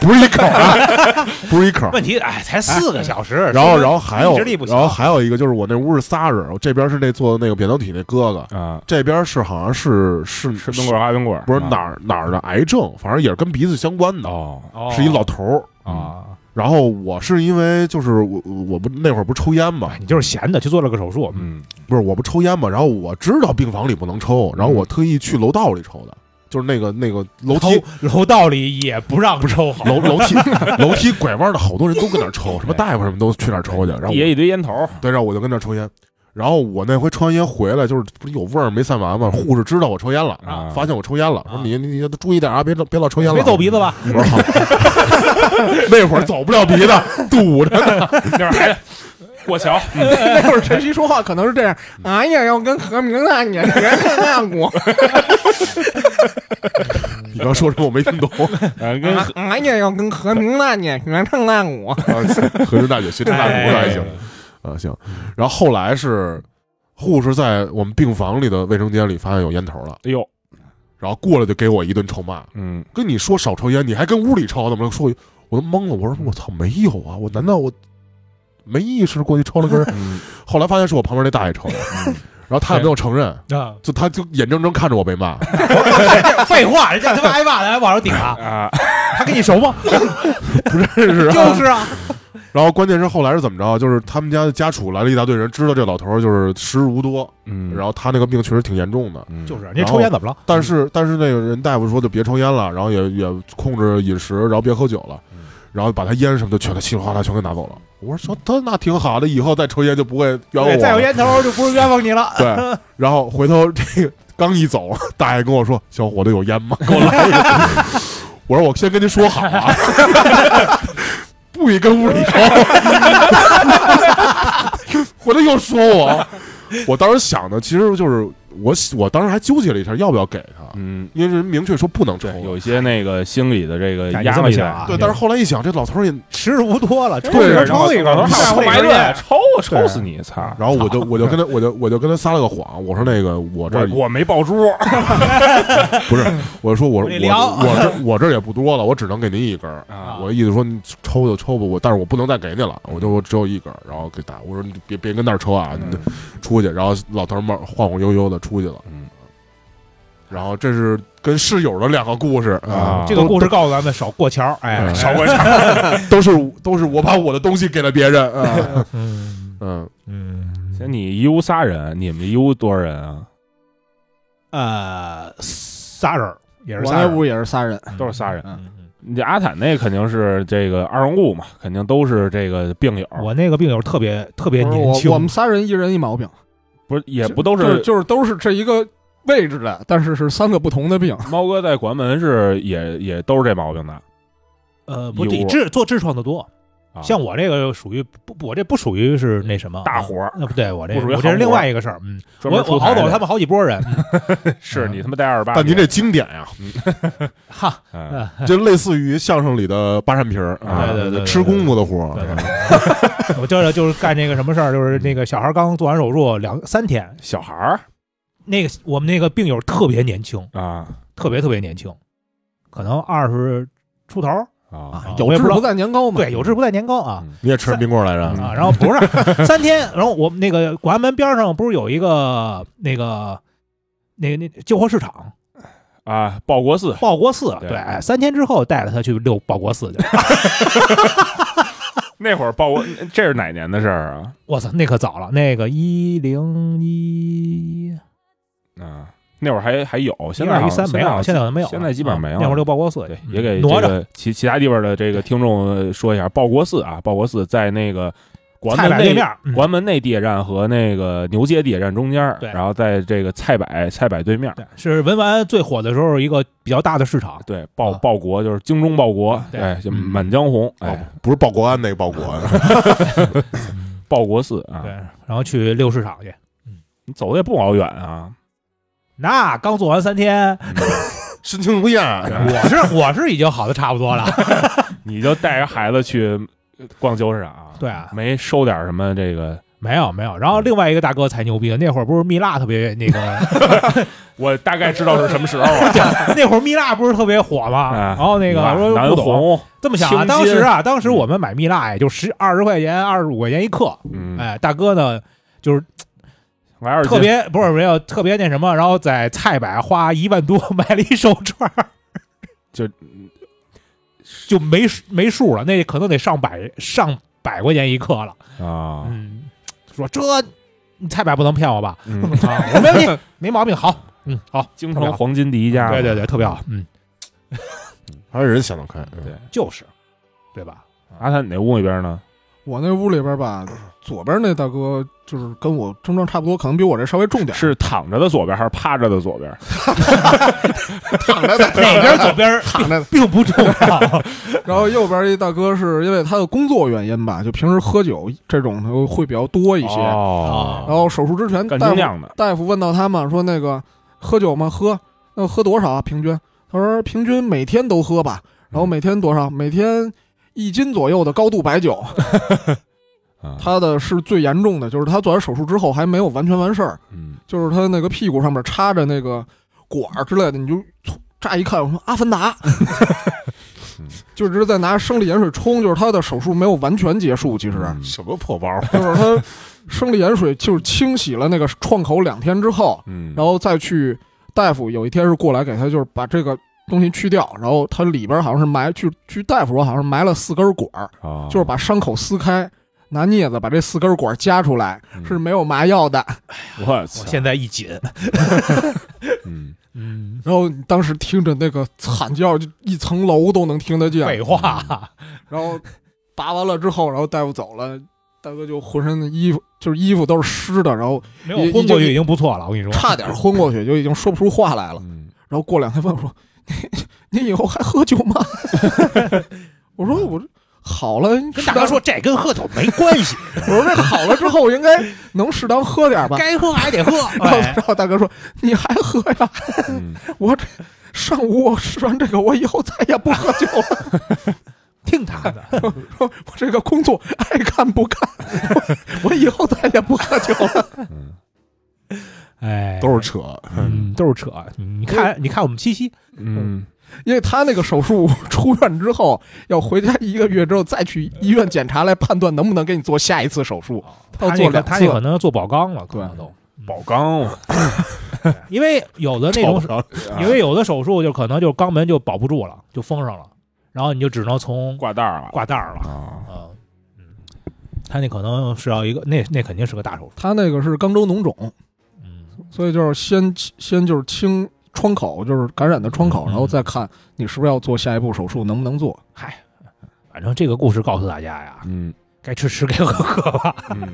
[SPEAKER 1] 不是一口啊，不是一口。
[SPEAKER 3] 问题哎，才四个小时，
[SPEAKER 1] 哎然后，然后还有
[SPEAKER 3] 意志力，不行
[SPEAKER 1] 然后还有一个就是我那屋是仨人，我这边是那做那个扁桃体那哥哥，
[SPEAKER 4] 啊，
[SPEAKER 1] 这边是好像是是
[SPEAKER 4] 吃冰棍儿哈冰棍儿，
[SPEAKER 1] 不是
[SPEAKER 4] 啊
[SPEAKER 1] 哪儿哪儿的癌症，反正也是跟鼻子相关的，
[SPEAKER 4] 哦
[SPEAKER 3] 哦
[SPEAKER 1] 是一老嗯头儿。
[SPEAKER 4] 啊，
[SPEAKER 1] 然后我是因为就是我我不那会儿不抽烟嘛，
[SPEAKER 3] 你就是闲的去做了个手术，
[SPEAKER 4] 嗯
[SPEAKER 1] 不是我不抽烟嘛，然后我知道病房里不能
[SPEAKER 3] 嗯
[SPEAKER 1] 抽，然后我特意去楼道里抽的，就是那个那个楼梯
[SPEAKER 3] 楼道里也不让抽好，
[SPEAKER 1] 楼楼梯 楼梯拐弯的好多人都跟那儿
[SPEAKER 3] 哎
[SPEAKER 1] 抽，什么大夫什么都去那儿抽去，然后我啊
[SPEAKER 4] 地下一堆烟头儿，
[SPEAKER 1] 对，然后我就跟那儿抽烟。然后我那回抽完烟回来，就是不是有味儿没散完吗？护士知道我抽烟了，
[SPEAKER 4] 啊
[SPEAKER 1] 发现我抽烟了，说你你你注意点啊，别别老抽烟了，
[SPEAKER 3] 没 走鼻子吧？
[SPEAKER 1] 我说好，那会儿走不了鼻子，堵着呢。
[SPEAKER 4] 那会儿还过桥， 啊
[SPEAKER 2] 那会儿晨曦说话可能是这样：“ 哎呀，要跟何明啊，你 别看那我，
[SPEAKER 1] 你刚说什么我没听懂。
[SPEAKER 4] 嗯，跟
[SPEAKER 2] 哎呀，要跟何明啊，你别看 那我。
[SPEAKER 1] 啊，河南大姐学成大厨了还行
[SPEAKER 4] 哎
[SPEAKER 1] 啊，行。然后后来是护士在我们病房里的卫生间里发现有烟头了，
[SPEAKER 4] 哎呦，
[SPEAKER 1] 然后过来就给我一顿臭骂，
[SPEAKER 4] 嗯，
[SPEAKER 1] 跟你说少抽烟，你还跟屋里抽，怎么说？我都懵了，我说我操，没有啊，我难道我没意识过去抽了根儿？
[SPEAKER 4] 嗯
[SPEAKER 1] 后来发现是我旁边那大爷 抽的，然后他也没有承认，
[SPEAKER 3] 啊，
[SPEAKER 1] 就他就眼睁睁看着我被骂，
[SPEAKER 3] 废话，人家他妈挨骂的，还往上顶 啊，
[SPEAKER 4] 啊，
[SPEAKER 3] 他跟你熟吗？
[SPEAKER 1] 不认 识、啊，
[SPEAKER 3] 就是啊，
[SPEAKER 1] 然后关键是后来是怎么着？就是他们家的家属来了一大堆人，知道这老头儿就是时日无多，
[SPEAKER 4] 嗯，
[SPEAKER 1] 然后他那个病确实挺严重的，
[SPEAKER 4] 后
[SPEAKER 5] 就是人家抽烟怎么了？
[SPEAKER 1] 但
[SPEAKER 3] 嗯
[SPEAKER 1] 是但是那个人大夫说就别抽烟了，然后也也控制饮食，然后别喝酒了，
[SPEAKER 3] 嗯
[SPEAKER 1] 然后把他烟什么的全都稀里哗啦全给拿走了。我说他那挺好的，以后再抽烟就不会冤枉我
[SPEAKER 3] 对，
[SPEAKER 1] 了。
[SPEAKER 3] 再有烟头就不是冤枉你了。
[SPEAKER 1] 对，然后回头这个刚一走， 大爷跟我说：“小伙子有烟吗？给 我来一个。” 我说：“我先跟您说好啊， 不许跟屋里抽。” 回头又说我，我当时想的其实就是我喜，我当时还纠结了一下要不要给他，
[SPEAKER 4] 嗯，
[SPEAKER 1] 因为人明确说不能抽。
[SPEAKER 4] 对，有一些那个心理的这个
[SPEAKER 5] 哎你
[SPEAKER 4] 压
[SPEAKER 5] 这么
[SPEAKER 4] 力
[SPEAKER 5] 想
[SPEAKER 4] 在
[SPEAKER 5] 啊
[SPEAKER 1] 对，但是后来一想，这老头儿也，
[SPEAKER 5] 时日无多了，抽
[SPEAKER 4] 对，
[SPEAKER 5] 个
[SPEAKER 4] 然后
[SPEAKER 5] 抽一个，
[SPEAKER 4] 然后
[SPEAKER 5] 下
[SPEAKER 4] 抽
[SPEAKER 5] 回
[SPEAKER 4] 埋
[SPEAKER 5] 埋
[SPEAKER 4] 怨，
[SPEAKER 5] 怨。
[SPEAKER 4] 抽啊抽死你，操！
[SPEAKER 1] 然后我就我就跟他我就我就跟他撒了个谎，我说那个我这儿
[SPEAKER 4] 我我没爆珠，
[SPEAKER 1] 不是，我说我我
[SPEAKER 3] 我得聊
[SPEAKER 1] 我这我这儿也不多了，我只能给您一根儿。
[SPEAKER 4] 啊
[SPEAKER 1] 我的意思说你抽就抽吧，我但是我不能再给你了，我就我只有一根儿，然后给打，我说你别别跟那儿抽啊，你出去。然后老头儿慢晃晃悠悠的出去了。
[SPEAKER 4] 嗯
[SPEAKER 1] 然后这是跟室友的两个故事嗯
[SPEAKER 4] 啊
[SPEAKER 5] 这个故事告诉咱们少过桥，哎，
[SPEAKER 3] 嗯
[SPEAKER 1] 少过场，都是都是我把我的东西给了别人啊，
[SPEAKER 5] 嗯
[SPEAKER 1] 嗯，
[SPEAKER 5] 嗯，
[SPEAKER 4] 行，你一屋仨人，你们一屋多少人啊？
[SPEAKER 5] 呃，仨人儿也是
[SPEAKER 2] 我
[SPEAKER 5] 仨
[SPEAKER 2] 那
[SPEAKER 5] 人儿，
[SPEAKER 2] 屋也是仨人，
[SPEAKER 4] 都是仨人。
[SPEAKER 5] 嗯嗯
[SPEAKER 4] 你这阿坦那肯定是这个二人物嘛，肯定都是这个病
[SPEAKER 3] 嗯
[SPEAKER 4] 友，
[SPEAKER 5] 我那个病友特别特别
[SPEAKER 2] 不是
[SPEAKER 5] 年轻
[SPEAKER 2] 我，我们仨人一人一毛病，
[SPEAKER 4] 不是也不都
[SPEAKER 2] 就是就是都是这一个位置的，但是是三个不同的病。
[SPEAKER 4] 猫哥在关门是也也都是这毛病的，
[SPEAKER 3] 呃，不，
[SPEAKER 4] 一
[SPEAKER 3] 你
[SPEAKER 4] 屋
[SPEAKER 3] 痔做痔疮的多，
[SPEAKER 4] 啊
[SPEAKER 3] 像我这个属于不，不我这不属于是那什么嗯
[SPEAKER 4] 大活儿
[SPEAKER 3] 那不对，我这
[SPEAKER 4] 不属于
[SPEAKER 3] 我这是
[SPEAKER 4] 行
[SPEAKER 3] 另
[SPEAKER 4] 活儿
[SPEAKER 3] 外一个事儿。嗯，
[SPEAKER 4] 专
[SPEAKER 3] 我
[SPEAKER 4] 门出
[SPEAKER 3] 我
[SPEAKER 4] 台
[SPEAKER 3] 熬
[SPEAKER 4] 的
[SPEAKER 3] 走他们好几 波人，
[SPEAKER 4] 是
[SPEAKER 3] 嗯
[SPEAKER 4] 你他妈带二十八，
[SPEAKER 1] 但您这经典呀，
[SPEAKER 3] 哈，
[SPEAKER 4] 嗯
[SPEAKER 1] 就类似于相声里的八扇屏儿啊，
[SPEAKER 3] 对对对对对
[SPEAKER 1] 吃公公的活
[SPEAKER 3] 对
[SPEAKER 1] 儿，
[SPEAKER 3] 我就是就是干这个什么事儿，就是那个小孩刚做完手术两三天，
[SPEAKER 4] 小孩儿
[SPEAKER 3] 那个我们那个病友特别年轻，
[SPEAKER 4] 啊
[SPEAKER 3] 特别特别年轻，可能二十出头儿
[SPEAKER 4] 啊
[SPEAKER 3] 啊，
[SPEAKER 2] 有
[SPEAKER 3] 我也
[SPEAKER 2] 志
[SPEAKER 3] 不知道，
[SPEAKER 2] 不在年高嘛。
[SPEAKER 3] 对，有志不在年高啊。
[SPEAKER 1] 你也吃冰棍儿来着
[SPEAKER 4] 嗯
[SPEAKER 3] 啊，然后不是三天，然后我们那个广安门边上不是有一个那个那个那旧货市场
[SPEAKER 4] 啊！报国寺
[SPEAKER 3] 报国寺，
[SPEAKER 4] 对
[SPEAKER 3] 对，哎三天之后带着他去遛报国寺去，
[SPEAKER 4] 那会儿报国，这是哪年的事儿啊？
[SPEAKER 3] 我操，那可早了，那个一零一，
[SPEAKER 4] 啊，那会儿还还有，现在
[SPEAKER 3] 一三没有，
[SPEAKER 4] 在
[SPEAKER 3] 现在可能没有了，
[SPEAKER 4] 现在基本上没有
[SPEAKER 3] 啊那会儿遛报国寺
[SPEAKER 4] 对
[SPEAKER 3] 去，嗯
[SPEAKER 4] 也给
[SPEAKER 3] 挪
[SPEAKER 4] 这
[SPEAKER 3] 着
[SPEAKER 4] 个其其他地方的这个听众说一下，报国寺啊，报国寺在那个广安
[SPEAKER 3] 菜
[SPEAKER 4] 门
[SPEAKER 3] 板
[SPEAKER 4] 内
[SPEAKER 3] 对面儿，嗯
[SPEAKER 4] 关门内地铁站和那个牛街地铁站中间儿，
[SPEAKER 3] 对
[SPEAKER 4] 然后在这个菜百菜百对面儿，
[SPEAKER 3] 对是文玩最火的时候一个比较大的市场，
[SPEAKER 4] 对，报
[SPEAKER 3] 啊
[SPEAKER 4] 报国就是精忠报国，
[SPEAKER 3] 对
[SPEAKER 4] 哎，就
[SPEAKER 3] 嗯
[SPEAKER 4] 满江红，哎，
[SPEAKER 1] 不是报国安那个报国 啊，
[SPEAKER 4] 报国寺啊
[SPEAKER 3] 对，，然后去遛市场去，
[SPEAKER 4] 你走的也不老远啊，
[SPEAKER 3] 那刚做完三天，
[SPEAKER 1] 神情不啊厌，
[SPEAKER 3] 我是我是已经好的差不多了，
[SPEAKER 4] 你就带着孩子去逛旧市场啊，
[SPEAKER 3] 对啊
[SPEAKER 4] 没收点什么这个，
[SPEAKER 3] 没有没有，然后另外一个大哥才牛逼，那会儿不是蜜蜡特别 那个，
[SPEAKER 4] 我大概知道是什么时候啊
[SPEAKER 3] 那会儿蜜蜡不是特别火吗？
[SPEAKER 4] 啊，
[SPEAKER 3] 然 后那个
[SPEAKER 4] 你看
[SPEAKER 3] 我说
[SPEAKER 4] 南
[SPEAKER 3] 不懂，
[SPEAKER 4] 红，
[SPEAKER 3] 这么想啊，
[SPEAKER 4] 青
[SPEAKER 3] 当
[SPEAKER 4] 金
[SPEAKER 3] 时啊，当时我们买蜜蜡也就十二十块钱、二十五块钱一克，
[SPEAKER 4] 嗯，
[SPEAKER 3] 哎，大哥呢就是
[SPEAKER 4] 玩意儿
[SPEAKER 3] 特别不是没有特别那什么，然后在菜百花一万多买了一手串儿，
[SPEAKER 4] 就
[SPEAKER 3] 就没没数了，那可能得上百上百块钱一克了，
[SPEAKER 4] 啊，
[SPEAKER 3] 嗯，说这。你菜百不能骗我吧？
[SPEAKER 4] 嗯
[SPEAKER 3] 啊，我没问题，没毛病。好，嗯，好，
[SPEAKER 4] 京
[SPEAKER 3] 特别
[SPEAKER 4] 城
[SPEAKER 3] 好
[SPEAKER 4] 黄金第一家嘛，
[SPEAKER 3] 对对对，特别好，嗯，
[SPEAKER 1] 还是人想得开，嗯
[SPEAKER 4] 对，
[SPEAKER 3] 就是，对吧？
[SPEAKER 4] 阿坦，你那屋里边呢？
[SPEAKER 2] 我那屋里边吧，左边那大哥就是跟我症状差不多，可能比我这稍微重点儿，
[SPEAKER 4] 是躺着的左边还是趴着的左边？
[SPEAKER 2] 躺着的
[SPEAKER 3] 哪边左边
[SPEAKER 2] 躺着的。
[SPEAKER 3] 并不重要，
[SPEAKER 2] 然后右边一大哥是因为他的工作原因吧，就平时喝酒这种的会比较多一些。
[SPEAKER 3] 啊
[SPEAKER 2] 然
[SPEAKER 4] 哦，
[SPEAKER 2] 后手术之前，
[SPEAKER 4] 干
[SPEAKER 2] 大
[SPEAKER 4] 精
[SPEAKER 2] 夫
[SPEAKER 4] 酿的，
[SPEAKER 2] 大夫问到他嘛，说那个喝酒吗？喝，那喝多少啊？平均？他说平均每天都喝
[SPEAKER 3] 嗯
[SPEAKER 2] 吧。然后每天多少？每天一斤左右的高度白酒。
[SPEAKER 4] 啊，
[SPEAKER 2] 他的是最严重的，就是他做完手术之后还没有完全完事儿，
[SPEAKER 4] 嗯
[SPEAKER 2] 就是他那个屁股上面插着那个管儿之类的，你就从乍一看，我说阿凡达， 就只是在拿生理盐水冲，就是他的手术没有完全结束，其实
[SPEAKER 4] 嗯
[SPEAKER 1] 什么破包？
[SPEAKER 2] 就是他生理盐水就是清洗了那个创口两天之后，
[SPEAKER 4] 嗯，
[SPEAKER 2] 然后再去大夫有一天是过来给他就是把这个东西去掉，然后他里边好像是埋，据据大夫说好像是埋了四根管儿，
[SPEAKER 4] 后
[SPEAKER 2] 就是把伤口撕开。拿镊子把这四根管儿夹出来
[SPEAKER 4] 嗯
[SPEAKER 2] 是没有麻药的，
[SPEAKER 4] 我
[SPEAKER 3] 我
[SPEAKER 4] 操，
[SPEAKER 3] 现在一紧，
[SPEAKER 4] 嗯
[SPEAKER 3] 嗯，
[SPEAKER 2] 然后你当时听着那个惨叫，就一层楼都能听得见。
[SPEAKER 3] 废话，
[SPEAKER 2] 然后拔完了之后，然后大夫走了，大哥就浑身的衣服就是衣服都是湿的，然后
[SPEAKER 3] 没有昏过去已经不错了，我跟你说，
[SPEAKER 2] 差点昏过去，就已经说不出话来了。
[SPEAKER 4] 嗯
[SPEAKER 2] 然后过两天问我说：“ 你你以后还喝酒 吗？”我说：“我这好了，
[SPEAKER 3] 跟大哥说这跟喝酒没关系，
[SPEAKER 2] 适当，我说这好了之后应该能适当喝点吧。”
[SPEAKER 3] 该喝还得 喝，
[SPEAKER 2] 然后
[SPEAKER 3] 哎
[SPEAKER 2] 然后大哥说：“你还喝呀？
[SPEAKER 4] 嗯
[SPEAKER 2] 我这上午我吃完这个，我以后再也不喝酒了。”
[SPEAKER 3] 听他的，
[SPEAKER 2] 我这个工作爱干不干，我我以后再也不喝酒了。
[SPEAKER 4] 嗯
[SPEAKER 3] 哎，
[SPEAKER 1] 都是扯，
[SPEAKER 3] 嗯都是扯，你看你看我们七夕，
[SPEAKER 4] 嗯
[SPEAKER 2] 因为他那个手术出院之后，要回家一个月之后再去医院检查，来判断能不能给你做下一次手术。
[SPEAKER 3] 哦他
[SPEAKER 2] 做
[SPEAKER 3] 这个
[SPEAKER 2] 两
[SPEAKER 3] 他
[SPEAKER 2] 次
[SPEAKER 3] 这可能做宝钢了，可能都，
[SPEAKER 4] 宝钢，
[SPEAKER 3] 因为有的那种因为有的手术就可能就肛门就保不住了，就封上了，然后你就只能从
[SPEAKER 4] 挂带儿了
[SPEAKER 3] 挂带儿了。
[SPEAKER 4] 啊，
[SPEAKER 3] 嗯，嗯他那可能是要一个，那那肯定是个大手术。
[SPEAKER 2] 他那个是肛周脓肿，
[SPEAKER 3] 嗯，
[SPEAKER 2] 所以就是先先就是清窗口，就是感染的窗口，
[SPEAKER 3] 嗯
[SPEAKER 2] 然后再看你是不是要做下一步手术，能不能做。
[SPEAKER 3] 嗨，反正这个故事告诉大家呀，
[SPEAKER 4] 嗯
[SPEAKER 3] 该吃吃，该喝 喝吧。
[SPEAKER 4] 嗯，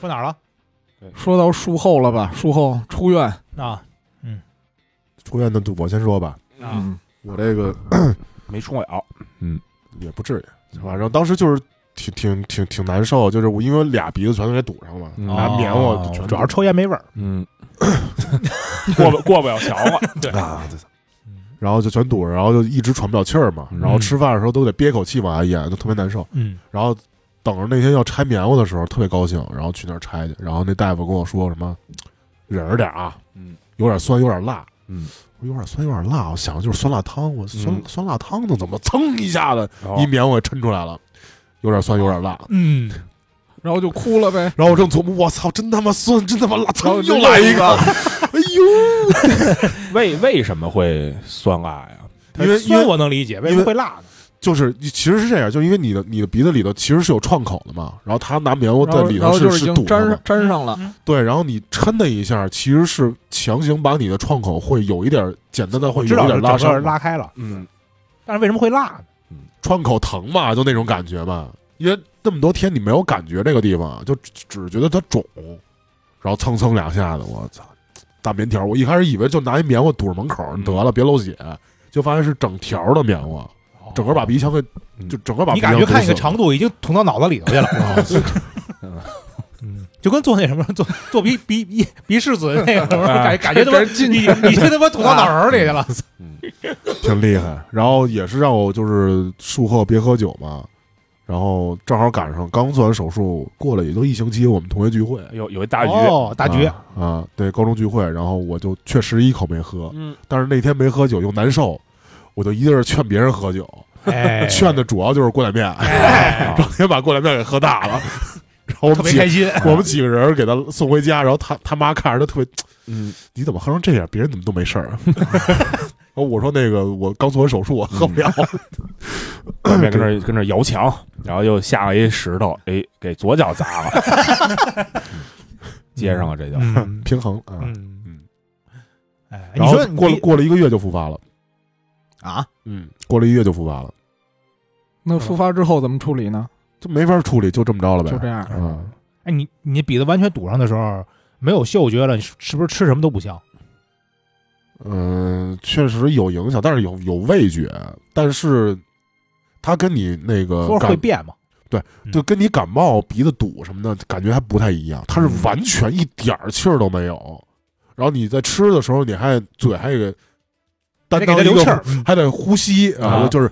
[SPEAKER 5] 说哪儿了？
[SPEAKER 2] 说到术后了吧，术后出院，
[SPEAKER 5] 啊，
[SPEAKER 1] 出院的我先说吧，
[SPEAKER 3] 啊
[SPEAKER 2] 嗯，
[SPEAKER 1] 我这个
[SPEAKER 4] 没冲了，
[SPEAKER 1] 也不至于，反正当时就是挺挺挺挺难受，就是我因为俩鼻子全都给堵上了，
[SPEAKER 3] 哦
[SPEAKER 4] 嗯
[SPEAKER 1] 拿棉花
[SPEAKER 2] 哦
[SPEAKER 1] 全堵
[SPEAKER 3] 主要是抽烟没味儿。
[SPEAKER 4] 嗯， 过不过不了桥了， 对，
[SPEAKER 1] 啊，对
[SPEAKER 3] 嗯
[SPEAKER 1] 然后就全堵上，然后就一直喘不了气儿嘛，然后吃饭的时候都得憋口气往下咽，就特别难受。
[SPEAKER 3] 嗯，
[SPEAKER 1] 然后等着那天要拆棉花的时候，特别高兴，然后去那儿拆去。然后那大夫跟我说什么，忍着点儿啊，
[SPEAKER 4] 嗯，
[SPEAKER 1] 有点酸，有点辣，
[SPEAKER 4] 嗯，
[SPEAKER 1] 我有点酸，有点辣，我想的就是酸辣汤，我酸、
[SPEAKER 4] 嗯
[SPEAKER 1] 酸辣汤呢，怎么噌一下子
[SPEAKER 4] 然后
[SPEAKER 1] 一棉花给抻出来了，有点酸，有点辣。
[SPEAKER 5] 嗯，
[SPEAKER 2] 然后就哭了呗。
[SPEAKER 1] 然后我正琢磨，我操，真他妈酸，真他妈辣，
[SPEAKER 2] 然
[SPEAKER 1] 噌
[SPEAKER 2] 后就
[SPEAKER 1] 又来一个，哎呦，
[SPEAKER 4] 为为什么会酸辣呀？
[SPEAKER 1] 因为因
[SPEAKER 3] 酸
[SPEAKER 1] 为
[SPEAKER 3] 我能理解，为
[SPEAKER 1] 因
[SPEAKER 3] 什
[SPEAKER 1] 为
[SPEAKER 3] 么会辣呢？
[SPEAKER 1] 就是你其实是这样，就是因为你的你的鼻子里头其实是有创口的嘛，然后他拿棉花
[SPEAKER 2] 然
[SPEAKER 1] 在
[SPEAKER 2] 后
[SPEAKER 1] 里
[SPEAKER 2] 然
[SPEAKER 1] 头
[SPEAKER 2] 后
[SPEAKER 1] 是
[SPEAKER 2] 就是已
[SPEAKER 1] 是
[SPEAKER 2] 经
[SPEAKER 1] 堵
[SPEAKER 2] 粘
[SPEAKER 1] 上
[SPEAKER 2] 上
[SPEAKER 1] 的，
[SPEAKER 2] 粘上了，
[SPEAKER 3] 嗯
[SPEAKER 1] 对，然后你抻的一下，其实是强行把你的创口会有一点简单的会
[SPEAKER 3] 我
[SPEAKER 1] 有
[SPEAKER 3] 知
[SPEAKER 1] 一
[SPEAKER 3] 道
[SPEAKER 1] 点
[SPEAKER 3] 是
[SPEAKER 1] 拉
[SPEAKER 3] 整
[SPEAKER 1] 伤
[SPEAKER 3] 个
[SPEAKER 1] 嘛，
[SPEAKER 3] 拉开了，
[SPEAKER 1] 嗯，
[SPEAKER 3] 但是为什么会辣呢？
[SPEAKER 1] 创口疼嘛，就那种感觉嘛，因为这么多天你没有感觉这个地方，就只只觉得它肿，然后蹭蹭两下子，我操，大棉条，我一开始以为就拿一棉花堵着门口，
[SPEAKER 4] 嗯
[SPEAKER 1] 得了，别漏血，就发现是整条的棉花，哦整个把鼻腔给
[SPEAKER 4] 嗯
[SPEAKER 1] 就整个把
[SPEAKER 3] 哦你
[SPEAKER 1] 鼻腔
[SPEAKER 3] 感觉看一个
[SPEAKER 1] 堵死啊
[SPEAKER 3] 长度已经捅到脑子里头去 了，
[SPEAKER 1] 嗯
[SPEAKER 3] 就跟做那什么做做鼻鼻鼻鼻拭子那个什么，
[SPEAKER 1] 啊
[SPEAKER 3] 感觉感觉他妈你你这他妈捅到脑仁儿里去 了，
[SPEAKER 1] 挺厉害。然后也是让我就是术后别喝酒嘛，然后正好赶上刚做完手术，过了也就一星期，我们同学聚会，
[SPEAKER 4] 有有一大鱼，
[SPEAKER 5] 哦，大局，
[SPEAKER 1] 啊啊，对，高中聚会，然后我就确实一口没喝，
[SPEAKER 4] 嗯，
[SPEAKER 1] 但是那天没喝酒又难受，我就一劲儿劝别人喝酒，
[SPEAKER 3] 哎
[SPEAKER 1] 劝的主要就是过来面， 然后也把过来面给喝大了，然后我
[SPEAKER 3] 特
[SPEAKER 1] 们
[SPEAKER 3] 别
[SPEAKER 1] 几
[SPEAKER 3] 开 心，
[SPEAKER 1] 我们几个人给他送回家，然后他他妈看着他特别，
[SPEAKER 4] 嗯，
[SPEAKER 1] 你怎么喝成这样？别人怎么都没事儿啊？ 然后我说那个我刚做完手术，我喝不了。
[SPEAKER 4] 外面跟那跟那摇墙，然后又下了一石头，哎，给左脚砸了， 接上了这就，
[SPEAKER 5] 嗯
[SPEAKER 1] 平衡啊。
[SPEAKER 5] 嗯
[SPEAKER 3] 哎，
[SPEAKER 1] 然
[SPEAKER 5] 你
[SPEAKER 1] 后
[SPEAKER 5] 说你
[SPEAKER 1] 过了过了一个月就复发了，
[SPEAKER 5] 啊，
[SPEAKER 1] 嗯，过了一个月就复发了，
[SPEAKER 2] 那复发之后怎么处理呢？
[SPEAKER 1] 就没法处理，就这么着了呗。
[SPEAKER 2] 就这样，
[SPEAKER 1] 嗯，
[SPEAKER 3] 哎，你你鼻子完全堵上的时候没有嗅觉了，你是是不是吃什么都不香？
[SPEAKER 1] 嗯，确实有影响，但是有有味觉，但是它跟你那个呃
[SPEAKER 3] 说是会
[SPEAKER 1] 感
[SPEAKER 3] 变嘛？
[SPEAKER 1] 就跟你感冒鼻子堵什么的感觉还不太一样，它是
[SPEAKER 5] 嗯
[SPEAKER 1] 完全一点儿气儿都没有。然后你在吃的时候，你还嘴还得担
[SPEAKER 3] 得给
[SPEAKER 1] 当
[SPEAKER 3] 它
[SPEAKER 1] 一
[SPEAKER 3] 留
[SPEAKER 1] 个
[SPEAKER 3] 气儿，嗯
[SPEAKER 1] 还得呼吸啊，
[SPEAKER 4] 啊
[SPEAKER 1] 就是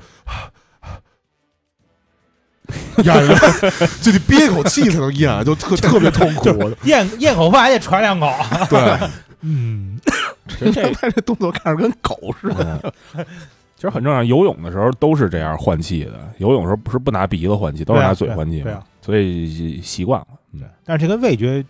[SPEAKER 1] 咽着，就得憋一口气才能咽，啊就特特别痛苦。
[SPEAKER 3] 咽咽口饭还得喘两口，
[SPEAKER 1] 对，
[SPEAKER 3] 嗯，
[SPEAKER 4] 这
[SPEAKER 5] 他这动作看着跟狗似的。
[SPEAKER 4] 嗯其实很正常，游泳的时候都是这样换气的。游泳的时候不是不拿鼻子换气，都是
[SPEAKER 3] 对啊
[SPEAKER 4] 拿嘴换气嘛，
[SPEAKER 3] 对啊
[SPEAKER 4] 所以习惯了。嗯
[SPEAKER 3] 对，啊但是这跟味觉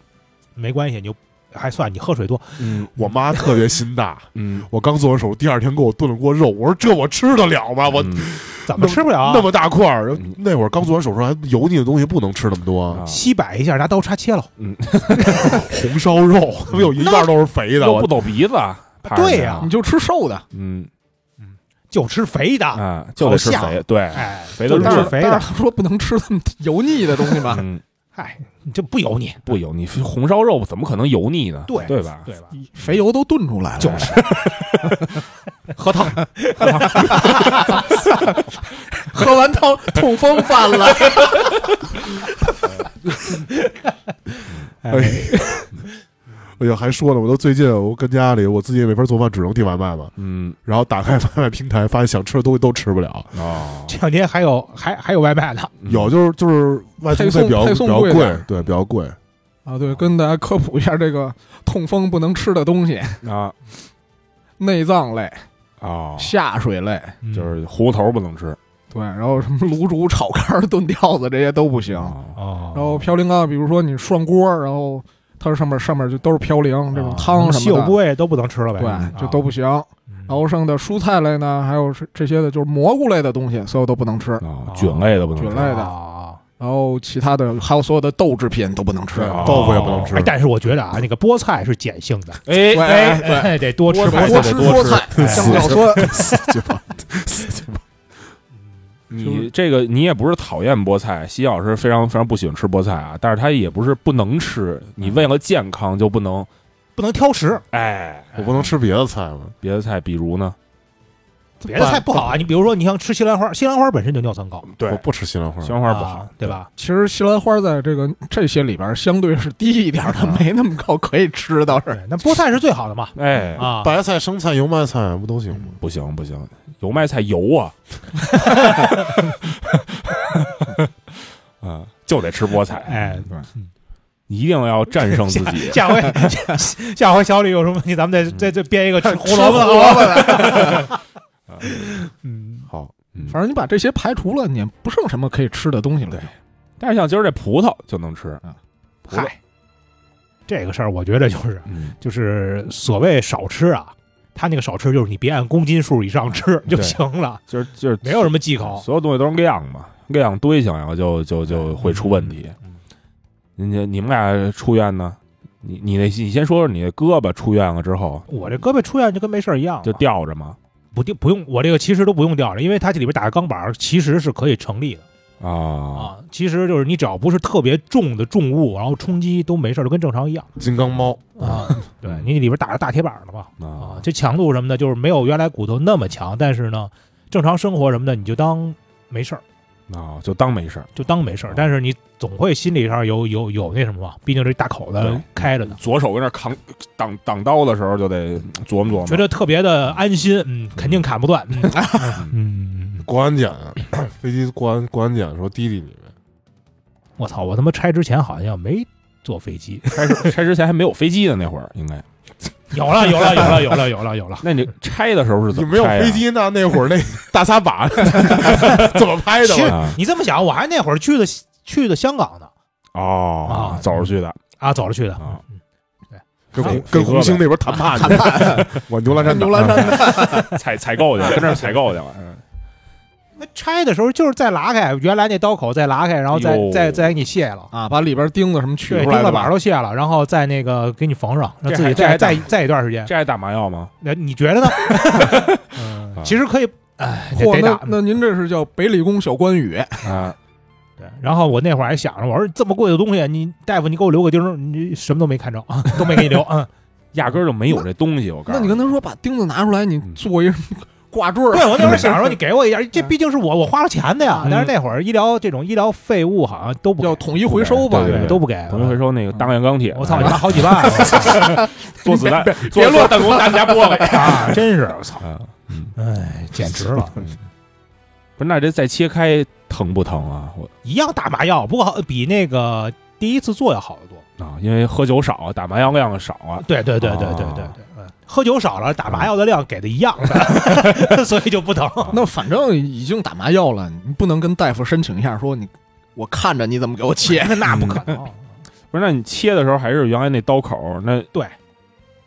[SPEAKER 3] 没关系，你就还算你喝水多，
[SPEAKER 4] 嗯
[SPEAKER 1] 我妈特别心大，
[SPEAKER 4] 嗯，
[SPEAKER 1] 我刚做完手术，第二天给我炖了锅肉，我说这我吃得了吗？我
[SPEAKER 4] 嗯
[SPEAKER 3] 怎么吃不了啊
[SPEAKER 1] 那？么大块儿
[SPEAKER 4] 嗯，
[SPEAKER 1] 那会儿刚做完手术，还油腻的东西不能吃那么多
[SPEAKER 4] 啊，
[SPEAKER 3] 吸摆一下，拿刀叉切了。
[SPEAKER 1] 红烧肉他妈有一半都是肥的，
[SPEAKER 4] 又不
[SPEAKER 1] 我
[SPEAKER 4] 抖鼻子啊，怕
[SPEAKER 3] 对
[SPEAKER 4] 人
[SPEAKER 3] 呀
[SPEAKER 4] 啊
[SPEAKER 2] 你就吃瘦的，
[SPEAKER 4] 嗯
[SPEAKER 3] 就吃肥的，
[SPEAKER 4] 啊，就得吃
[SPEAKER 3] 好
[SPEAKER 4] 肥，
[SPEAKER 3] 像
[SPEAKER 4] 对，
[SPEAKER 3] 哎，
[SPEAKER 4] 肥的
[SPEAKER 3] 就
[SPEAKER 4] 肉
[SPEAKER 2] 但
[SPEAKER 3] 是
[SPEAKER 2] 是
[SPEAKER 3] 肥
[SPEAKER 2] 但
[SPEAKER 3] 的，
[SPEAKER 2] 是他说不能吃那么油腻的东西吧？
[SPEAKER 4] 嗯，
[SPEAKER 3] 嗨，你这不油腻，
[SPEAKER 4] 不油腻，红烧肉怎么可能油腻呢？
[SPEAKER 3] 对
[SPEAKER 4] 对吧？
[SPEAKER 3] 对吧？
[SPEAKER 2] 肥油都炖出来了，
[SPEAKER 3] 就是
[SPEAKER 5] 喝汤，
[SPEAKER 2] 喝完汤痛风犯了，
[SPEAKER 1] 哎，哎呀，还说呢，我都最近我跟家里，我自己也没法做饭，只能订外卖嘛。
[SPEAKER 4] 嗯
[SPEAKER 1] 然后打开 外卖平台，发现想吃的东西都吃不了，
[SPEAKER 4] 哦，
[SPEAKER 3] 这两天还有还还有外卖呢，
[SPEAKER 4] 嗯
[SPEAKER 1] 有就是就是外送
[SPEAKER 2] 配
[SPEAKER 1] 费
[SPEAKER 2] 送
[SPEAKER 1] 比较
[SPEAKER 2] 配
[SPEAKER 1] 比
[SPEAKER 2] 送
[SPEAKER 1] 较
[SPEAKER 2] 贵点
[SPEAKER 1] 贵
[SPEAKER 2] 儿，
[SPEAKER 1] 对，比较贵。
[SPEAKER 2] 啊，对，跟大家科普一下这个痛风不能吃的东西：
[SPEAKER 4] 啊
[SPEAKER 2] 内脏类、
[SPEAKER 4] 哦，
[SPEAKER 2] 下水类，
[SPEAKER 4] 就
[SPEAKER 3] 嗯
[SPEAKER 4] 是糊头不能吃，
[SPEAKER 2] 对，然后什么卤煮、炒肝、炖吊子这些都不行。
[SPEAKER 4] 哦
[SPEAKER 3] 哦，
[SPEAKER 2] 然后嘌呤啊高，比如说你涮锅，然后它上面上面就都是嘌呤，这种汤
[SPEAKER 3] 哦稀
[SPEAKER 2] 什
[SPEAKER 3] 有部
[SPEAKER 2] 么
[SPEAKER 3] 位都不能吃了
[SPEAKER 2] 的，
[SPEAKER 3] 呗，啊
[SPEAKER 2] 对，就都不行。
[SPEAKER 3] 嗯
[SPEAKER 2] 然后剩的蔬菜类呢，还有是这些的，就是蘑菇类的东西，所有都不能吃。
[SPEAKER 4] 哦，菌类的不能
[SPEAKER 2] 菌
[SPEAKER 4] 吃
[SPEAKER 2] 类的，
[SPEAKER 3] 啊
[SPEAKER 2] 然后其他的还有所有的豆制品都不能吃。
[SPEAKER 1] 对豆腐也不能吃
[SPEAKER 3] 哎但是我觉得啊，那个菠菜是碱性的，
[SPEAKER 4] 哎
[SPEAKER 2] 对
[SPEAKER 3] 哎
[SPEAKER 2] 对
[SPEAKER 3] 哎，得多吃
[SPEAKER 4] 菠菜
[SPEAKER 3] 菠
[SPEAKER 4] 得
[SPEAKER 2] 多
[SPEAKER 3] 菜。
[SPEAKER 2] 吃
[SPEAKER 4] 多吃
[SPEAKER 2] 哎菠菜、
[SPEAKER 1] 死
[SPEAKER 2] 香料酸，
[SPEAKER 4] 你这个你也不是讨厌菠菜，西老师非常非常不喜欢吃菠菜啊，但是他也不是不能吃，你为了健康就不能
[SPEAKER 3] 不能挑食，
[SPEAKER 4] 哎，
[SPEAKER 1] 我不能吃别的菜吗？
[SPEAKER 4] 别的菜，比如呢，
[SPEAKER 3] 别的菜不好啊。你比如说，你像吃西兰花，西兰花本身就尿酸高，
[SPEAKER 1] 我不吃西兰花
[SPEAKER 4] 西。兰花不
[SPEAKER 3] 啊
[SPEAKER 4] 好，
[SPEAKER 3] 对？吧？
[SPEAKER 2] 其实西兰花在这个这些里边相对是低一点的，
[SPEAKER 3] 啊
[SPEAKER 2] 没那么高，可以吃倒是。
[SPEAKER 3] 对，那菠菜是最好的嘛
[SPEAKER 4] 哎，
[SPEAKER 3] 啊，
[SPEAKER 1] 白菜、生菜、油麦菜不都行吗？
[SPEAKER 4] 不行不行，油麦菜油啊， 啊，就得吃菠菜，
[SPEAKER 3] 哎，。
[SPEAKER 4] 一定要战胜自己
[SPEAKER 3] 下回下下回小李有什么问题，咱们再再再编一嗯 个吃胡萝卜
[SPEAKER 2] 吃
[SPEAKER 3] 的
[SPEAKER 2] 胡萝卜的，
[SPEAKER 4] 啊
[SPEAKER 3] 嗯，
[SPEAKER 1] 好，
[SPEAKER 2] 反正你把这些排除了，你也不剩什么可以吃的东西了。
[SPEAKER 4] 对但是像今儿这葡萄就能吃，葡萄
[SPEAKER 3] 嗨，这个事儿我觉得就是
[SPEAKER 4] 嗯
[SPEAKER 3] 就是所谓少吃啊，他那个少吃就是你别按公斤数以上吃就行了，
[SPEAKER 4] 就是就是
[SPEAKER 3] 没有什么忌口。
[SPEAKER 4] 所有东西都是那样嘛，那样堆起来了就就就会出问题。你你们俩出院呢？你你那你先说说你的胳膊出院了之后
[SPEAKER 3] 我这胳膊出院就跟没事儿一样了，啊
[SPEAKER 4] 就吊着吗？
[SPEAKER 3] 不吊不用，我这个其实都不用吊着，因为它这里边打个钢板儿其实是可以成立的
[SPEAKER 4] 啊，
[SPEAKER 3] 啊。其实就是你只要不是特别重的重物，然后冲击都没事儿，就跟正常一样
[SPEAKER 1] 嗯金刚猫，
[SPEAKER 3] 啊。 对你里边打着大铁板儿了嘛啊
[SPEAKER 4] 嗯啊，
[SPEAKER 3] 这强度什么的，就是没有原来骨头那么强，但是呢，正常生活什么的你就当没事儿，
[SPEAKER 4] 啊，就当没事儿。
[SPEAKER 3] 就当没事
[SPEAKER 4] 啊
[SPEAKER 3] 儿。但是你总会心理上有有有那什么嘛，毕竟这大口子
[SPEAKER 4] 对
[SPEAKER 3] 开着呢。
[SPEAKER 4] 左手跟那扛挡挡刀的时候，就得琢磨琢磨。
[SPEAKER 3] 觉得特别的安心，嗯，肯定砍 不断，嗯，嗯，
[SPEAKER 1] 过安检，飞机过安过安检说滴滴你们，
[SPEAKER 3] 我操，我他妈拆之前好像没坐飞机，
[SPEAKER 4] 拆之拆之前还没有飞机呢，那会儿应该。
[SPEAKER 3] 有了，有了，有了，有了，有了，有了，
[SPEAKER 4] 那你拆的时候是怎
[SPEAKER 1] 你
[SPEAKER 4] 么
[SPEAKER 1] 没有
[SPEAKER 4] 拆啊呀？
[SPEAKER 1] 飞机那那 会儿那大撒把怎么拍的
[SPEAKER 3] 其？实
[SPEAKER 4] 啊
[SPEAKER 3] 你这么想，我还那会儿去的去的香港呢，
[SPEAKER 4] 哦
[SPEAKER 3] 啊
[SPEAKER 4] 走着去的
[SPEAKER 3] 啊，走着去的，
[SPEAKER 4] 啊
[SPEAKER 3] 嗯
[SPEAKER 1] 跟
[SPEAKER 4] 飞
[SPEAKER 1] 红跟红星那边谈判去，我牛栏山
[SPEAKER 6] 牛栏
[SPEAKER 1] 山
[SPEAKER 4] 采采购去了，跟那儿采购去了。 嗯
[SPEAKER 3] 那拆的时候就是再拉开原来那刀口，再拉开，然后再
[SPEAKER 4] 哟
[SPEAKER 3] 再再给你卸了。
[SPEAKER 2] 啊，把里边钉子什么去
[SPEAKER 3] 对，
[SPEAKER 4] 出
[SPEAKER 3] 钉
[SPEAKER 4] 来了
[SPEAKER 3] 子
[SPEAKER 4] 吧
[SPEAKER 3] 板都卸了，然后再那个给你缝上，让
[SPEAKER 4] 这
[SPEAKER 3] 自己
[SPEAKER 4] 还
[SPEAKER 3] 再
[SPEAKER 4] 这
[SPEAKER 3] 再
[SPEAKER 4] 还
[SPEAKER 3] 再一段时间。
[SPEAKER 4] 这还打麻药吗？
[SPEAKER 3] 那你觉得呢？嗯其实可以，哎，得
[SPEAKER 2] 嚯，
[SPEAKER 3] 得打
[SPEAKER 2] 那。那您这是叫北理工小关羽，
[SPEAKER 4] 啊，
[SPEAKER 3] 对，然后我那会儿还想着，我说这么贵的东西，你大夫你给我留个钉儿，你什么都没看着啊，都没给你留，嗯，
[SPEAKER 4] 压根儿就没有这东西。我告
[SPEAKER 2] 那
[SPEAKER 4] 诉
[SPEAKER 2] 你跟他说把钉子拿出来，你做 一个挂坠儿，
[SPEAKER 3] 嗯对，我那会儿想着说你给我一件，这毕竟是我我花了钱的呀。
[SPEAKER 4] 嗯
[SPEAKER 3] 但是那会儿医疗这种医疗废物好像都不
[SPEAKER 2] 叫
[SPEAKER 3] 给
[SPEAKER 2] 统一回收吧
[SPEAKER 4] 对？对
[SPEAKER 3] 对，都不给，
[SPEAKER 4] 同学回收那个当量钢
[SPEAKER 1] 嗯
[SPEAKER 4] 铁，
[SPEAKER 3] 我操，你妈好几万啊
[SPEAKER 4] 做子弹，做做弹弓打你家玻璃。
[SPEAKER 3] 啊！真是我操，
[SPEAKER 4] 啊
[SPEAKER 3] 哎，简直了，
[SPEAKER 1] 嗯
[SPEAKER 4] 不是，那这再切开疼不疼啊？我
[SPEAKER 3] 一样打麻药，不过好比那个第一次做要好得多。
[SPEAKER 4] 啊，因为喝酒少，打麻药量少 啊。
[SPEAKER 3] 对对对对对对对，嗯喝酒少了，打麻药的量给的一样的，所以就不疼。
[SPEAKER 4] 啊
[SPEAKER 2] 那反正已经打麻药了，你不能跟大夫申请一下说你我看着你怎么给我切，
[SPEAKER 3] 那不可能。
[SPEAKER 4] 不是，那你切的时候还是原来那刀口，那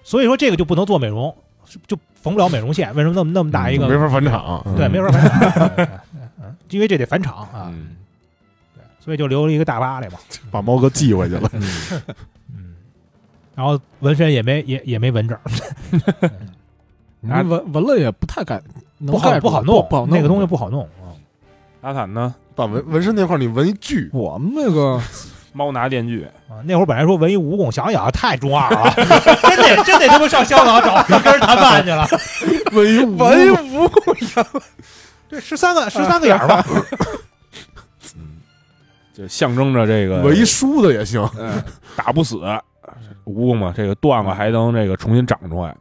[SPEAKER 3] 所以说这个就不能做美容，是就缝不了美容线。为什么那么那么大一个
[SPEAKER 1] 嗯没法返场，嗯
[SPEAKER 3] 对，没法返场，哎哎哎因为这得返场啊，
[SPEAKER 4] 嗯
[SPEAKER 3] 所以就留了一个大疤来嘛。
[SPEAKER 1] 把猫哥寄回去 了。
[SPEAKER 3] 嗯，然后纹身也没也也没纹着，
[SPEAKER 2] 你闻闻了也不太敢，能
[SPEAKER 3] 啊不好
[SPEAKER 2] 盖住
[SPEAKER 3] 不好弄，
[SPEAKER 2] 不好弄
[SPEAKER 3] 那个东西不好弄啊。
[SPEAKER 4] 阿坦呢？
[SPEAKER 1] 把纹纹身那块儿你纹一锯，
[SPEAKER 2] 我们那个
[SPEAKER 4] 猫拿电锯，
[SPEAKER 3] 啊那会儿本来说纹一蜈蚣，想想啊太中二了 啊，真得真得他妈上香港找一根谈判去 了。
[SPEAKER 1] 纹一纹
[SPEAKER 6] 文武
[SPEAKER 3] 这十三个十三个眼儿 吧，
[SPEAKER 4] 就象征着这个
[SPEAKER 1] 纹一梳子也行。
[SPEAKER 4] 嗯打不死蜈蚣嘛，这个断了还能这个重新长出来。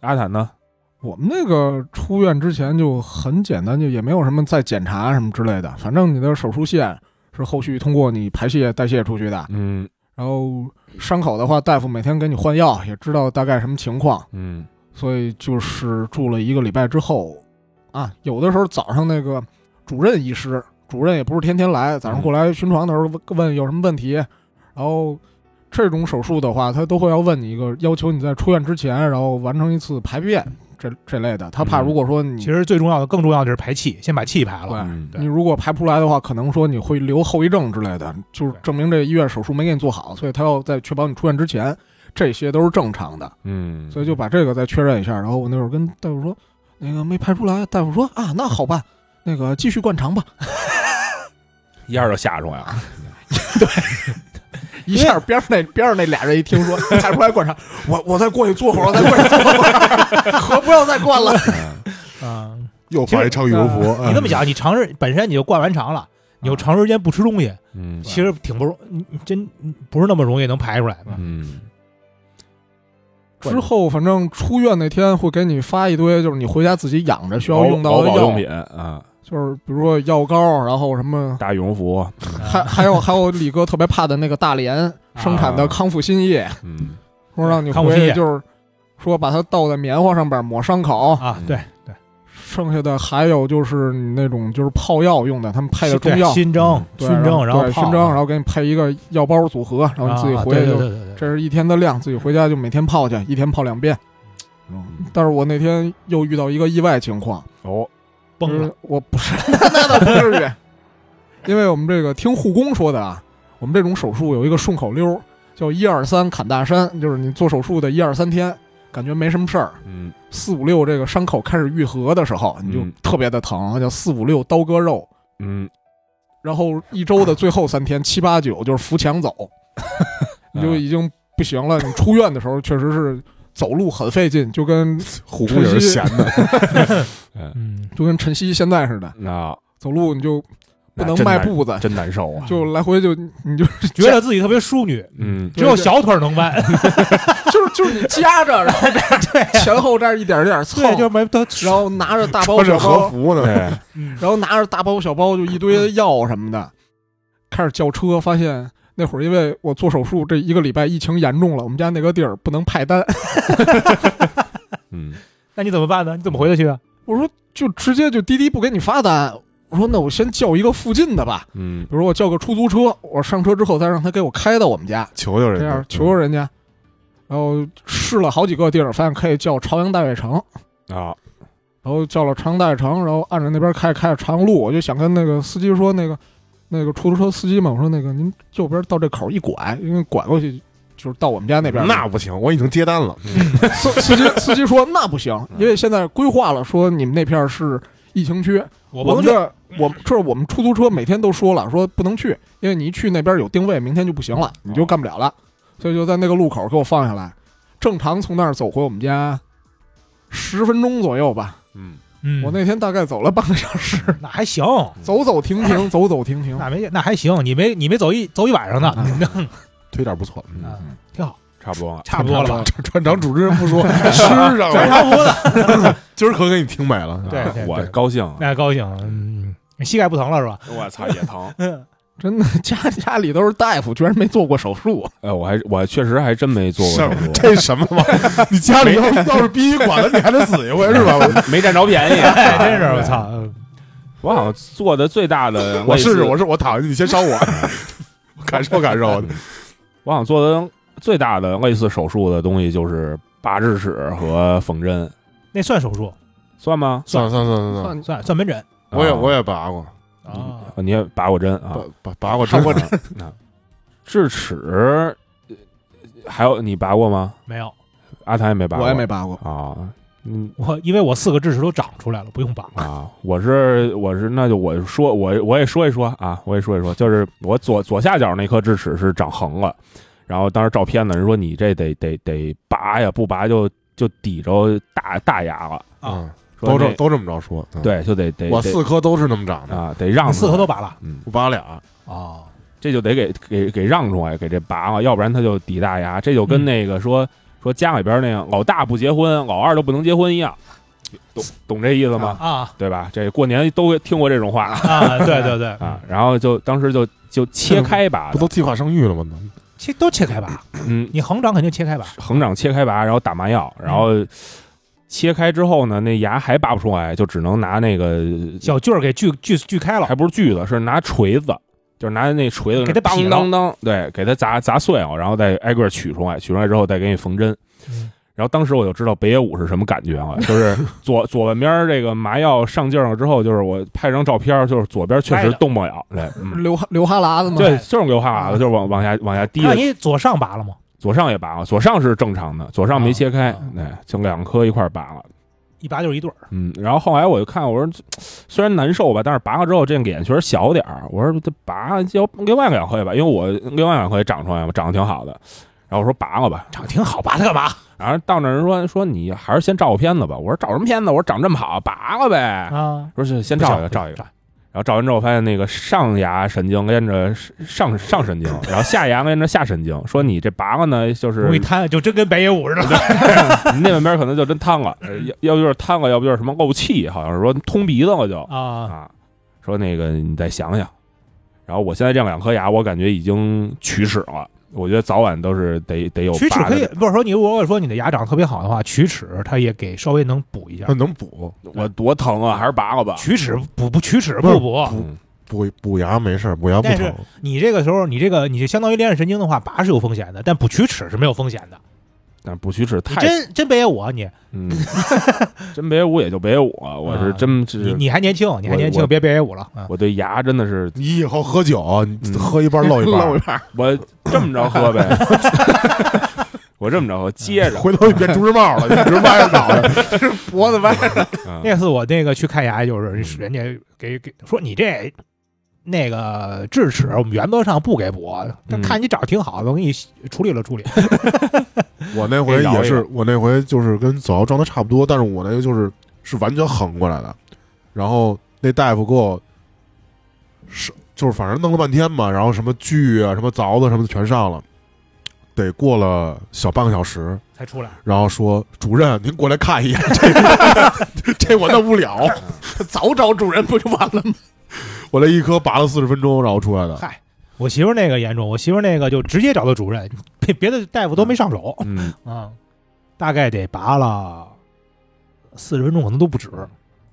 [SPEAKER 4] 阿坦呢？
[SPEAKER 2] 我们那个出院之前就很简单，就也没有什么再检查什么之类的，反正你的手术线是后续通过你排泄代谢出去的，
[SPEAKER 4] 嗯
[SPEAKER 2] 然后伤口的话，大夫每天给你换药，也知道大概什么情况，
[SPEAKER 4] 嗯
[SPEAKER 2] 所以就是住了一个礼拜之后，啊，有的时候早上那个主任医师，主任也不是天天来，早上过来巡床的时候问问有什么问题，然后这种手术的话，他都会要问你一个要求你在出院之前，然后完成一次排便这这类的，他怕
[SPEAKER 4] 嗯
[SPEAKER 2] 如果说你、
[SPEAKER 3] 其实最重要的更重要的是排气，先把气排了。
[SPEAKER 4] 嗯
[SPEAKER 3] 对
[SPEAKER 2] 你如果排不出来的话，可能说你会留后遗症之类的，就是
[SPEAKER 3] 对
[SPEAKER 2] 证明这医院手术没给你做好，所以他要在确保你出院之前，这些都是正常的。
[SPEAKER 4] 嗯，
[SPEAKER 2] 所以就把这个再确认一下。然后我那会儿跟大夫说，那个没排出来，大夫说啊，那好办，那个继续灌肠吧，
[SPEAKER 4] 一下就吓出来了。
[SPEAKER 2] 一下边上那边上那俩人一听说 排出来灌肠，
[SPEAKER 6] 我我再过去坐会儿，我再过去坐会 儿，可不要再灌 了。
[SPEAKER 3] 嗯，
[SPEAKER 1] 又发一唱羽绒服，
[SPEAKER 3] 啊
[SPEAKER 2] 嗯
[SPEAKER 3] 你这
[SPEAKER 1] 哎
[SPEAKER 3] 么想，你长时本身你就灌完肠了，你又长时间不吃东西，
[SPEAKER 4] 嗯，
[SPEAKER 3] 其实挺不容，你你真不是那么容易能排出来。
[SPEAKER 4] 嗯
[SPEAKER 2] 之后反正出院那天会给你发一堆，就是你回家自己养着需要
[SPEAKER 4] 劳
[SPEAKER 2] 用到
[SPEAKER 4] 劳
[SPEAKER 2] 的
[SPEAKER 4] 保
[SPEAKER 2] 药
[SPEAKER 4] 用，品啊，
[SPEAKER 2] 就是比如说药膏，然后什么。
[SPEAKER 4] 大羽绒服，
[SPEAKER 3] 啊
[SPEAKER 2] 还还有还有李哥特别怕的那个大
[SPEAKER 4] 啊
[SPEAKER 2] 连生产的康复新液，
[SPEAKER 4] 嗯，
[SPEAKER 2] 说让你
[SPEAKER 3] 康复
[SPEAKER 2] 回
[SPEAKER 3] 新液
[SPEAKER 2] 去就是说把它倒在棉花上边抹伤口，
[SPEAKER 3] 啊，对对，
[SPEAKER 2] 剩下的还有就是你那种就是泡药用的，他们配的
[SPEAKER 3] 对
[SPEAKER 2] 中药，
[SPEAKER 3] 熏蒸、
[SPEAKER 2] 对
[SPEAKER 3] 熏蒸，然后
[SPEAKER 2] 对
[SPEAKER 3] 泡
[SPEAKER 2] 熏蒸，然后给你配一个药包组合，然后你自己
[SPEAKER 3] 啊
[SPEAKER 2] 回去
[SPEAKER 3] 对
[SPEAKER 2] 就、
[SPEAKER 3] 对对对对
[SPEAKER 2] 这是一天的量，自己回家就每天泡去，一天泡两遍。
[SPEAKER 1] 嗯
[SPEAKER 2] 但是我那天又遇到一个意外情况，
[SPEAKER 1] 哦，
[SPEAKER 3] 崩
[SPEAKER 2] 就
[SPEAKER 3] 了
[SPEAKER 2] 是。我不是， 那倒不至于，因为我们这个听护工说的啊，我们这种手术有一个顺口溜儿，叫一二三砍大山，就是你做手术的一二三天，感觉没什么事儿，
[SPEAKER 1] 嗯
[SPEAKER 2] 四五六这个伤口开始愈合的时候，你就
[SPEAKER 1] 嗯
[SPEAKER 2] 特别的疼，叫四五六刀割肉。
[SPEAKER 1] 嗯，
[SPEAKER 2] 然后一周的最后三天，七八九就是扶墙走， 你
[SPEAKER 1] 啊
[SPEAKER 2] 就已经不行了。你出院的时候确实是走路很费劲，就跟
[SPEAKER 1] 虎姑也是闲的，
[SPEAKER 5] 嗯，
[SPEAKER 2] 就跟晨曦现在似的，
[SPEAKER 4] 啊
[SPEAKER 1] 那
[SPEAKER 2] 走路你就不能
[SPEAKER 1] 那真
[SPEAKER 2] 迈
[SPEAKER 1] 难
[SPEAKER 2] 步子，
[SPEAKER 1] 真难受啊。
[SPEAKER 2] 就来回就你就
[SPEAKER 3] 觉得自己特别淑女，
[SPEAKER 1] 嗯，
[SPEAKER 3] 只有小腿能弯，
[SPEAKER 2] 就是就是你夹着，然后这样前后这样一点一点蹭，
[SPEAKER 3] 对，就是没他
[SPEAKER 2] 然后拿着大包
[SPEAKER 1] 穿
[SPEAKER 2] 小
[SPEAKER 1] 着和
[SPEAKER 2] 包，
[SPEAKER 1] 服呢，
[SPEAKER 4] 对，
[SPEAKER 2] 然后拿着大包小包就一堆药什么的，开始叫车，发现。那会儿因为我做手术，这一个礼拜疫情严重了，我们家那个地儿不能派单，
[SPEAKER 1] 嗯，
[SPEAKER 3] 那你怎么办呢？你怎么回得去啊？
[SPEAKER 2] 我说就直接就滴滴不给你发单。我说那我先叫一个附近的吧，
[SPEAKER 1] 嗯，
[SPEAKER 2] 比如我叫个出租车，我上车之后再让他给我开到我们家，
[SPEAKER 1] 求求人
[SPEAKER 2] 这
[SPEAKER 1] 家
[SPEAKER 3] 啊
[SPEAKER 2] 样，求求人家。然后试了好几个地儿，发现可以叫朝阳大悦城，
[SPEAKER 1] 啊，
[SPEAKER 2] 然后叫了朝阳大悦城，然后按着那边开开着长阳路，我就想跟那个司机说那个那个出租车司机嘛，我说那个您右边到这口一拐，因为拐过去就是到我们家那边了。
[SPEAKER 1] 那不行，我已经接单了。
[SPEAKER 2] 司司机司机说那不行，
[SPEAKER 3] 嗯
[SPEAKER 2] 因为现在规划了，说你们那片儿是疫情区，
[SPEAKER 3] 我不
[SPEAKER 2] 我们
[SPEAKER 3] 能
[SPEAKER 2] 这儿我们这儿我们出租车每天都说了，说不能去，因为你一去那边有定位，明天就不行了，你就干不了了，所以就在那个路口给我放下来，正常从那儿走回我们家，十分钟左右吧。
[SPEAKER 1] 嗯，
[SPEAKER 3] 嗯
[SPEAKER 2] 我那天大概走了半个小时，
[SPEAKER 3] 那还行，
[SPEAKER 2] 走走停 停，走走停停。
[SPEAKER 3] 那没那还行，你没你没走一走一晚上呢，
[SPEAKER 1] 推点不错，嗯，
[SPEAKER 3] 嗯，挺好，
[SPEAKER 1] 差不多了。
[SPEAKER 3] 差不多了 吧？
[SPEAKER 1] 船船长主持人不说，吃上
[SPEAKER 3] 咱
[SPEAKER 1] 了，
[SPEAKER 3] 差不多了，
[SPEAKER 1] 啊今儿可给你听美了。
[SPEAKER 3] 啊对啊对
[SPEAKER 4] 啊我高兴，
[SPEAKER 3] 那高兴，嗯，膝盖不疼了是吧？
[SPEAKER 4] 我操也疼。
[SPEAKER 2] 真的，家家里都是大夫，居然没做过手 术。
[SPEAKER 4] 哎，我还我确实还真没做过手术，
[SPEAKER 1] 这什么玩意 儿？你家里要要是殡仪馆了，你还得死一回 是 吧？
[SPEAKER 4] 没占着便宜，啊
[SPEAKER 3] 哎，真是我操，嗯
[SPEAKER 4] 我好像做的最大的，
[SPEAKER 1] 我试试，我试，我躺下去，你先烧 我，我感受感受。
[SPEAKER 4] 我好像做的最大的类似手术的东西就是拔智齿和缝针，
[SPEAKER 3] 那算手术，
[SPEAKER 4] 算吗？
[SPEAKER 1] 算了算了算了算了，
[SPEAKER 2] 算
[SPEAKER 3] 算算门诊
[SPEAKER 1] 我也
[SPEAKER 4] 啊
[SPEAKER 1] 我也拔过，
[SPEAKER 3] 啊，
[SPEAKER 4] 你也拔过针啊
[SPEAKER 1] 拔？拔拔过针，
[SPEAKER 4] 啊智齿呃还有你拔过吗？
[SPEAKER 3] 没有，
[SPEAKER 4] 阿谭也没拔过，
[SPEAKER 2] 我也没拔过，
[SPEAKER 4] 啊。嗯
[SPEAKER 3] 我因为我四个智齿都长出来了，不用绑。
[SPEAKER 4] 啊，我是我是，那就我说我我也说一说啊，我也说一说，就是我左左下角那颗智齿是长横了，然后当时照片呢，人说你这得得得拔呀，不拔就就抵着大大牙了，
[SPEAKER 1] 嗯，
[SPEAKER 4] 说
[SPEAKER 1] 都
[SPEAKER 4] 那
[SPEAKER 1] 这都这么着说。嗯，
[SPEAKER 4] 对，就得得
[SPEAKER 1] 我
[SPEAKER 4] 得
[SPEAKER 1] 四颗都是那么长的，
[SPEAKER 4] 啊，得让
[SPEAKER 3] 你四
[SPEAKER 4] 出
[SPEAKER 3] 合都
[SPEAKER 4] 来
[SPEAKER 3] 拔了
[SPEAKER 4] 嗯，
[SPEAKER 1] 我拔俩，
[SPEAKER 3] 哦，
[SPEAKER 4] 这就得给给给让出来，给这拔了，要不然他就抵大牙，这就跟
[SPEAKER 3] 嗯
[SPEAKER 4] 那个说、说家里边那样，老大不结婚，老二都不能结婚一样，懂懂这意思吗？
[SPEAKER 3] 啊
[SPEAKER 4] 对吧？这过年都听过这种话。
[SPEAKER 3] 啊，对对对，
[SPEAKER 4] 啊，然后就当时就就切开拔
[SPEAKER 1] 嗯不，都计划生育了吗？
[SPEAKER 3] 切都切开拔，
[SPEAKER 4] 嗯，
[SPEAKER 3] 你横长肯定切开拔，
[SPEAKER 4] 横掌切开拔，然后打麻药，然后切开之后呢，那牙还拔不出来，就只能拿那个，
[SPEAKER 3] 小锯儿给锯锯锯开了
[SPEAKER 4] 还，不是锯子，是拿锤子，就是拿那锤子
[SPEAKER 3] 给它
[SPEAKER 4] 当
[SPEAKER 3] 劈了
[SPEAKER 4] 当当，对，给它砸砸碎了，然后再挨个儿取出来，取出来之后再给你缝针。
[SPEAKER 3] 嗯
[SPEAKER 4] 然后当时我就知道北野武是什么感觉了，就是左左半边儿这个麻药上劲儿了之后，就是我拍张照片儿，就是左边确
[SPEAKER 3] 歪
[SPEAKER 4] 实
[SPEAKER 3] 的
[SPEAKER 4] 动不了，对，嗯，
[SPEAKER 2] 流哈流哈喇子嘛。
[SPEAKER 4] 对，就是流哈喇子，就是往往下往下滴
[SPEAKER 3] 那
[SPEAKER 4] 的
[SPEAKER 3] 你左上拔了吗？
[SPEAKER 4] 左上也拔了，左上是正常的，左上没切开
[SPEAKER 3] 啊，
[SPEAKER 4] 对，就两颗一块儿拔了。
[SPEAKER 3] 一拔就是一对儿，
[SPEAKER 4] 嗯，然后后来我就看，我说这虽然难受吧，但是拔了之后这脸确实小点儿。我说这拔要另外两颗吧，因为我另外两颗也长出来了，长得挺好的。然后我说拔了吧，
[SPEAKER 3] 长啊得挺好，拔它干嘛
[SPEAKER 4] 然后到那儿人说说你还是先照个片子吧。我说照什么片子？我说长这么好，拔了呗。
[SPEAKER 3] 啊？
[SPEAKER 4] 说是先照一个，照一个。然后照完之后发现那个上牙神经连着上上神经，然后下牙连着下神经。说你这拔了呢，就是
[SPEAKER 3] 容易瘫，就真跟北野武似的。
[SPEAKER 4] 你 那半边可能就真瘫了，呃要要不就是瘫了，要不就是什么漏气，好像是说通鼻子了就
[SPEAKER 3] 啊，
[SPEAKER 4] 啊，说那个你再想想。然后我现在这两颗牙，我感觉已经龋齿了，我觉得早晚都是得得有
[SPEAKER 3] 龋齿
[SPEAKER 4] 拔
[SPEAKER 3] 可
[SPEAKER 4] 的
[SPEAKER 3] 以，不是说你如果说你的牙长得特别好的话，龋齿它也给稍微能补一下
[SPEAKER 1] 那。
[SPEAKER 4] 嗯
[SPEAKER 1] 能补
[SPEAKER 4] 我多疼啊，还是拔了吧。
[SPEAKER 3] 龋齿补不龋齿不补，
[SPEAKER 4] 嗯
[SPEAKER 1] 补补牙没事儿，补牙不
[SPEAKER 3] 但是
[SPEAKER 1] 疼。
[SPEAKER 3] 你这个时候你这个你就相当于连着神经的话，拔是有风险的，但补龋齿是没有风险的。
[SPEAKER 4] 但不虚掷
[SPEAKER 3] 你
[SPEAKER 4] 太
[SPEAKER 3] 真真别我啊你
[SPEAKER 4] 嗯，真别我也就别我，我是
[SPEAKER 3] 啊
[SPEAKER 4] 真这
[SPEAKER 3] 你
[SPEAKER 4] 是
[SPEAKER 3] 你还年轻，你还
[SPEAKER 4] 我
[SPEAKER 3] 年轻，
[SPEAKER 4] 我
[SPEAKER 3] 别别我了啊！
[SPEAKER 4] 我对牙真的是
[SPEAKER 1] 你以后喝酒，你
[SPEAKER 4] 嗯
[SPEAKER 1] 喝一半漏一半，
[SPEAKER 2] 半，
[SPEAKER 4] 我这么着 喝呗，我这么着喝，接着
[SPEAKER 1] 回头你变朱时茂了，你直歪着脑袋。
[SPEAKER 2] 脖子歪。
[SPEAKER 4] 啊
[SPEAKER 3] 那次我那个去看牙，
[SPEAKER 4] 嗯
[SPEAKER 3] 就是人家给给说你这那个智齿，我们原则上不给补，啊但
[SPEAKER 4] 嗯
[SPEAKER 3] 看你长得挺好的，我给你处理了处理。
[SPEAKER 1] 我那回
[SPEAKER 4] 给饶
[SPEAKER 1] 也
[SPEAKER 4] 一
[SPEAKER 1] 是
[SPEAKER 4] 个，
[SPEAKER 1] 我那回就是跟子豪状态差不多，但是我那个就是是完全横过来的，然后那大夫给我是就是反正弄了半天嘛，然后什么锯啊、什么凿子什么的全上了，得过了小半个小时，
[SPEAKER 3] 才出来，
[SPEAKER 1] 然后说主任您过来看一眼，这 这我弄不了，
[SPEAKER 2] 早找主人不就完了吗？
[SPEAKER 1] 我这一颗拔了四十分钟，然后出来的。
[SPEAKER 3] 嗨，我媳妇儿那个严重，我媳妇儿那个就直接找到主任，别别的大夫都没上手啊、
[SPEAKER 4] 嗯，
[SPEAKER 3] 大概得拔了四十分钟，可能都不止，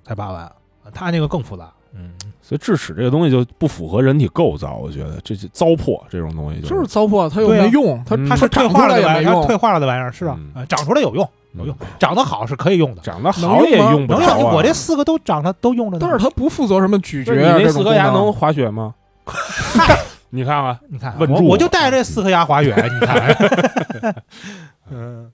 [SPEAKER 3] 才拔完。他那个更复杂，嗯，
[SPEAKER 4] 所以智齿这个东西就不符合人体构造，我觉得这就糟粕这种东西就
[SPEAKER 2] 就是糟粕，它又没用，它
[SPEAKER 4] 嗯
[SPEAKER 3] 它是退
[SPEAKER 2] 长出
[SPEAKER 3] 化了
[SPEAKER 2] 来
[SPEAKER 3] 的
[SPEAKER 2] 也
[SPEAKER 3] 玩
[SPEAKER 2] 没
[SPEAKER 3] 意儿，它退
[SPEAKER 2] 用。
[SPEAKER 3] 化了的玩意儿是啊
[SPEAKER 4] 嗯，
[SPEAKER 3] 呃长出来有用，有用，长得好是可以用的，
[SPEAKER 4] 长得好
[SPEAKER 2] 能
[SPEAKER 4] 也
[SPEAKER 2] 用吗
[SPEAKER 4] 用不
[SPEAKER 3] 能
[SPEAKER 4] 着
[SPEAKER 3] 用。
[SPEAKER 4] 啊。
[SPEAKER 3] 我这四个都长得都用着呢
[SPEAKER 2] 但。是它不负责什么咀
[SPEAKER 4] 不
[SPEAKER 2] 嚼
[SPEAKER 4] 是你
[SPEAKER 2] 啊，
[SPEAKER 4] 那
[SPEAKER 2] 这
[SPEAKER 4] 四
[SPEAKER 2] 种
[SPEAKER 4] 颗
[SPEAKER 2] 功
[SPEAKER 4] 牙
[SPEAKER 2] 能
[SPEAKER 4] 能滑雪吗？ 你看看，
[SPEAKER 3] 你看，啊
[SPEAKER 4] 稳
[SPEAKER 3] 我
[SPEAKER 4] 住
[SPEAKER 3] 我
[SPEAKER 4] 我
[SPEAKER 3] 就带着这四颗牙滑雪，你看， 嗯，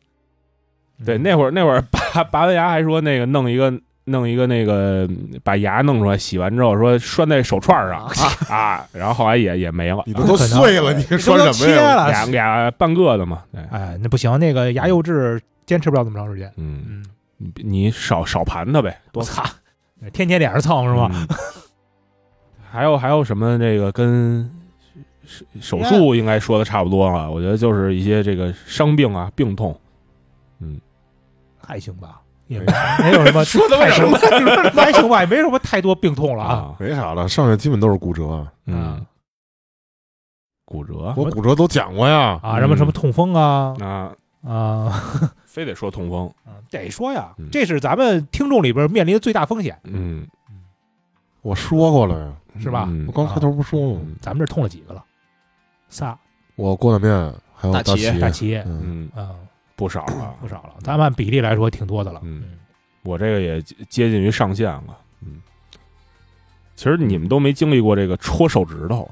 [SPEAKER 4] 对，那会儿那会儿拔拔完牙还说那个弄一个弄一个那个嗯把牙弄出来，洗完之后说拴在手串上啊然后后来也也没了，
[SPEAKER 1] 你这都碎了，你
[SPEAKER 3] 这
[SPEAKER 1] 拴
[SPEAKER 3] 都
[SPEAKER 1] 什么
[SPEAKER 3] 切
[SPEAKER 1] 呀？
[SPEAKER 3] 了
[SPEAKER 4] 俩，俩半个的嘛。对，
[SPEAKER 3] 哎，那不行，那个牙釉质坚持不了那么长时间。
[SPEAKER 4] 嗯，
[SPEAKER 3] 嗯，
[SPEAKER 4] 你你少少盘它呗，
[SPEAKER 3] 我
[SPEAKER 4] 多
[SPEAKER 3] 操，天天脸上蹭是吗？
[SPEAKER 4] 嗯？ 还有还有什么这个跟手手术应该说的差不多了，我觉得就是一些这个伤病啊、病痛，
[SPEAKER 3] 还行吧，也没没有什么说的
[SPEAKER 4] 为什
[SPEAKER 3] 什么，还行吧，也没什么太多病痛了啊。
[SPEAKER 4] 啊，
[SPEAKER 1] 没啥了，上去基本都是骨折。啊
[SPEAKER 4] 嗯，骨折
[SPEAKER 1] 我骨折都讲过呀，
[SPEAKER 3] 啊，什
[SPEAKER 4] 嗯
[SPEAKER 3] 么什么痛风啊
[SPEAKER 4] 啊，
[SPEAKER 3] 啊，
[SPEAKER 4] 非得说痛风，
[SPEAKER 3] 得说呀
[SPEAKER 4] 嗯，
[SPEAKER 3] 这是咱们听众里边面临的最大风险，
[SPEAKER 4] 嗯，
[SPEAKER 1] 我说过了呀。
[SPEAKER 3] 是吧？
[SPEAKER 4] 嗯
[SPEAKER 1] 我刚开头不说吗？
[SPEAKER 4] 嗯
[SPEAKER 3] 咱们这痛了几个了？仨，
[SPEAKER 1] 我郭两面还有
[SPEAKER 2] 大
[SPEAKER 1] 大
[SPEAKER 2] 齐
[SPEAKER 1] 齐，
[SPEAKER 3] 大齐，
[SPEAKER 1] 嗯，
[SPEAKER 4] 嗯，
[SPEAKER 3] 嗯，
[SPEAKER 4] 不少了
[SPEAKER 3] 不。少了，咱们按比例来说挺多的了。
[SPEAKER 4] 嗯，我这个也接接近于上限了。嗯，其实你们都没经历过这个戳手指头，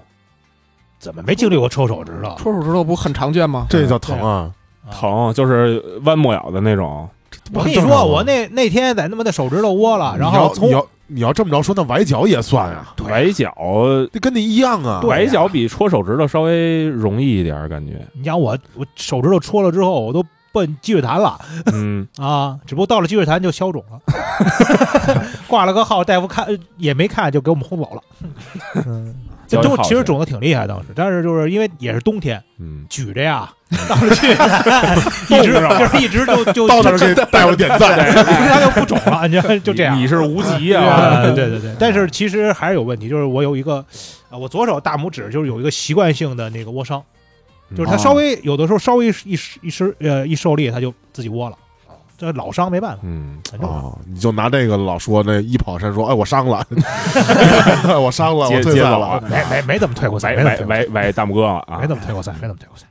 [SPEAKER 3] 怎么没经历过抽手指头？
[SPEAKER 2] 戳手指头不很常见吗？
[SPEAKER 1] 这叫疼啊！
[SPEAKER 3] 啊
[SPEAKER 4] 疼，就是弯木咬的那种。
[SPEAKER 3] 我跟你
[SPEAKER 1] 这正常啊嗯
[SPEAKER 3] 说，
[SPEAKER 1] 吗
[SPEAKER 3] 我那那天在他妈的手指头窝了，然后
[SPEAKER 1] 你要你
[SPEAKER 3] 从
[SPEAKER 1] 要你要这么着说，那崴脚也算呀，
[SPEAKER 3] 啊
[SPEAKER 4] 崴脚，
[SPEAKER 1] 这跟你一样啊。
[SPEAKER 4] 崴脚比戳手指头稍微容易一点，感觉。
[SPEAKER 3] 你想我我手指头戳了之后，我都奔积水潭了
[SPEAKER 4] 嗯，
[SPEAKER 3] 啊！只不过到了积水潭就消肿 了，挂了个号，大夫看呃也没看，就给我们轰走了。嗯，这
[SPEAKER 4] 交一
[SPEAKER 3] 都
[SPEAKER 4] 号
[SPEAKER 3] 其实
[SPEAKER 4] 去
[SPEAKER 3] 肿的挺厉害，当时，但是就是因为也是冬天，
[SPEAKER 4] 嗯，
[SPEAKER 3] 举 着呀，到了积水潭一直
[SPEAKER 4] 啊
[SPEAKER 3] 就是一直就 就
[SPEAKER 1] 到那 儿给大夫点赞，
[SPEAKER 3] 它就不肿了，你知道就这样
[SPEAKER 4] 你。你是无极
[SPEAKER 3] 啊，
[SPEAKER 4] 啊，
[SPEAKER 3] 对对对，但是其实还是有问题，就是我有一个，呃，我左手大拇指就是有一个习惯性的那个窝伤，
[SPEAKER 4] 嗯
[SPEAKER 3] 就是它
[SPEAKER 4] 哦
[SPEAKER 3] 稍微有的时候稍微一一一失呃一受力，它就自己窝了，这老伤没办法，
[SPEAKER 4] 嗯，
[SPEAKER 3] 很正常。
[SPEAKER 1] 哦，你就拿这个老说那一跑山说，哎，我伤 了，我伤了，我
[SPEAKER 4] 接
[SPEAKER 1] 退
[SPEAKER 4] 接
[SPEAKER 1] 赛
[SPEAKER 4] 走
[SPEAKER 1] 了。
[SPEAKER 3] 没没没怎么退过赛，
[SPEAKER 4] 崴
[SPEAKER 3] 没怎么
[SPEAKER 4] 崴
[SPEAKER 3] 退过
[SPEAKER 4] 崴崴大拇哥了
[SPEAKER 3] 赛
[SPEAKER 4] 啊
[SPEAKER 3] 没！怎么退过赛，没怎么退过赛。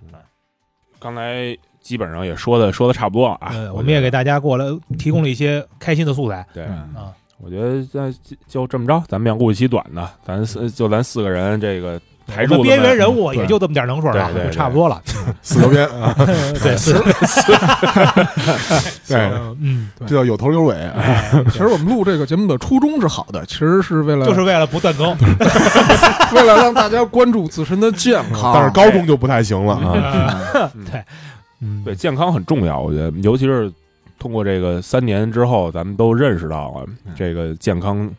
[SPEAKER 4] 刚才基本上也说的说的差不多了啊
[SPEAKER 3] 呃，，我们也给大家过来提供了一些开心的素材
[SPEAKER 4] 对。
[SPEAKER 2] 嗯
[SPEAKER 3] 啊，
[SPEAKER 4] 我觉得那就就这么着，咱们要录一期短的，咱四就咱四个人这个台
[SPEAKER 3] 我
[SPEAKER 4] 柱子
[SPEAKER 3] 们边缘
[SPEAKER 4] 们
[SPEAKER 3] 人物也
[SPEAKER 4] 对
[SPEAKER 3] 就这么点能水了
[SPEAKER 4] 嗯对，对
[SPEAKER 3] 就
[SPEAKER 4] 对
[SPEAKER 3] 差 不多了。
[SPEAKER 1] 四周 边啊，
[SPEAKER 3] 对，是，
[SPEAKER 1] 对，
[SPEAKER 3] 嗯，对
[SPEAKER 1] 这叫有头有尾。
[SPEAKER 4] 啊
[SPEAKER 2] 其实我们录这个节目的初衷是好的，其实是为了
[SPEAKER 3] 就是为了不断 更。
[SPEAKER 2] 为了让大家关注自身的健康。
[SPEAKER 1] 但是高中就不太行了啊。
[SPEAKER 3] 啊 对，嗯，
[SPEAKER 4] 对，健康很重要，我觉得，尤其是通过这个三年之后，咱们都认识到了啊这个健康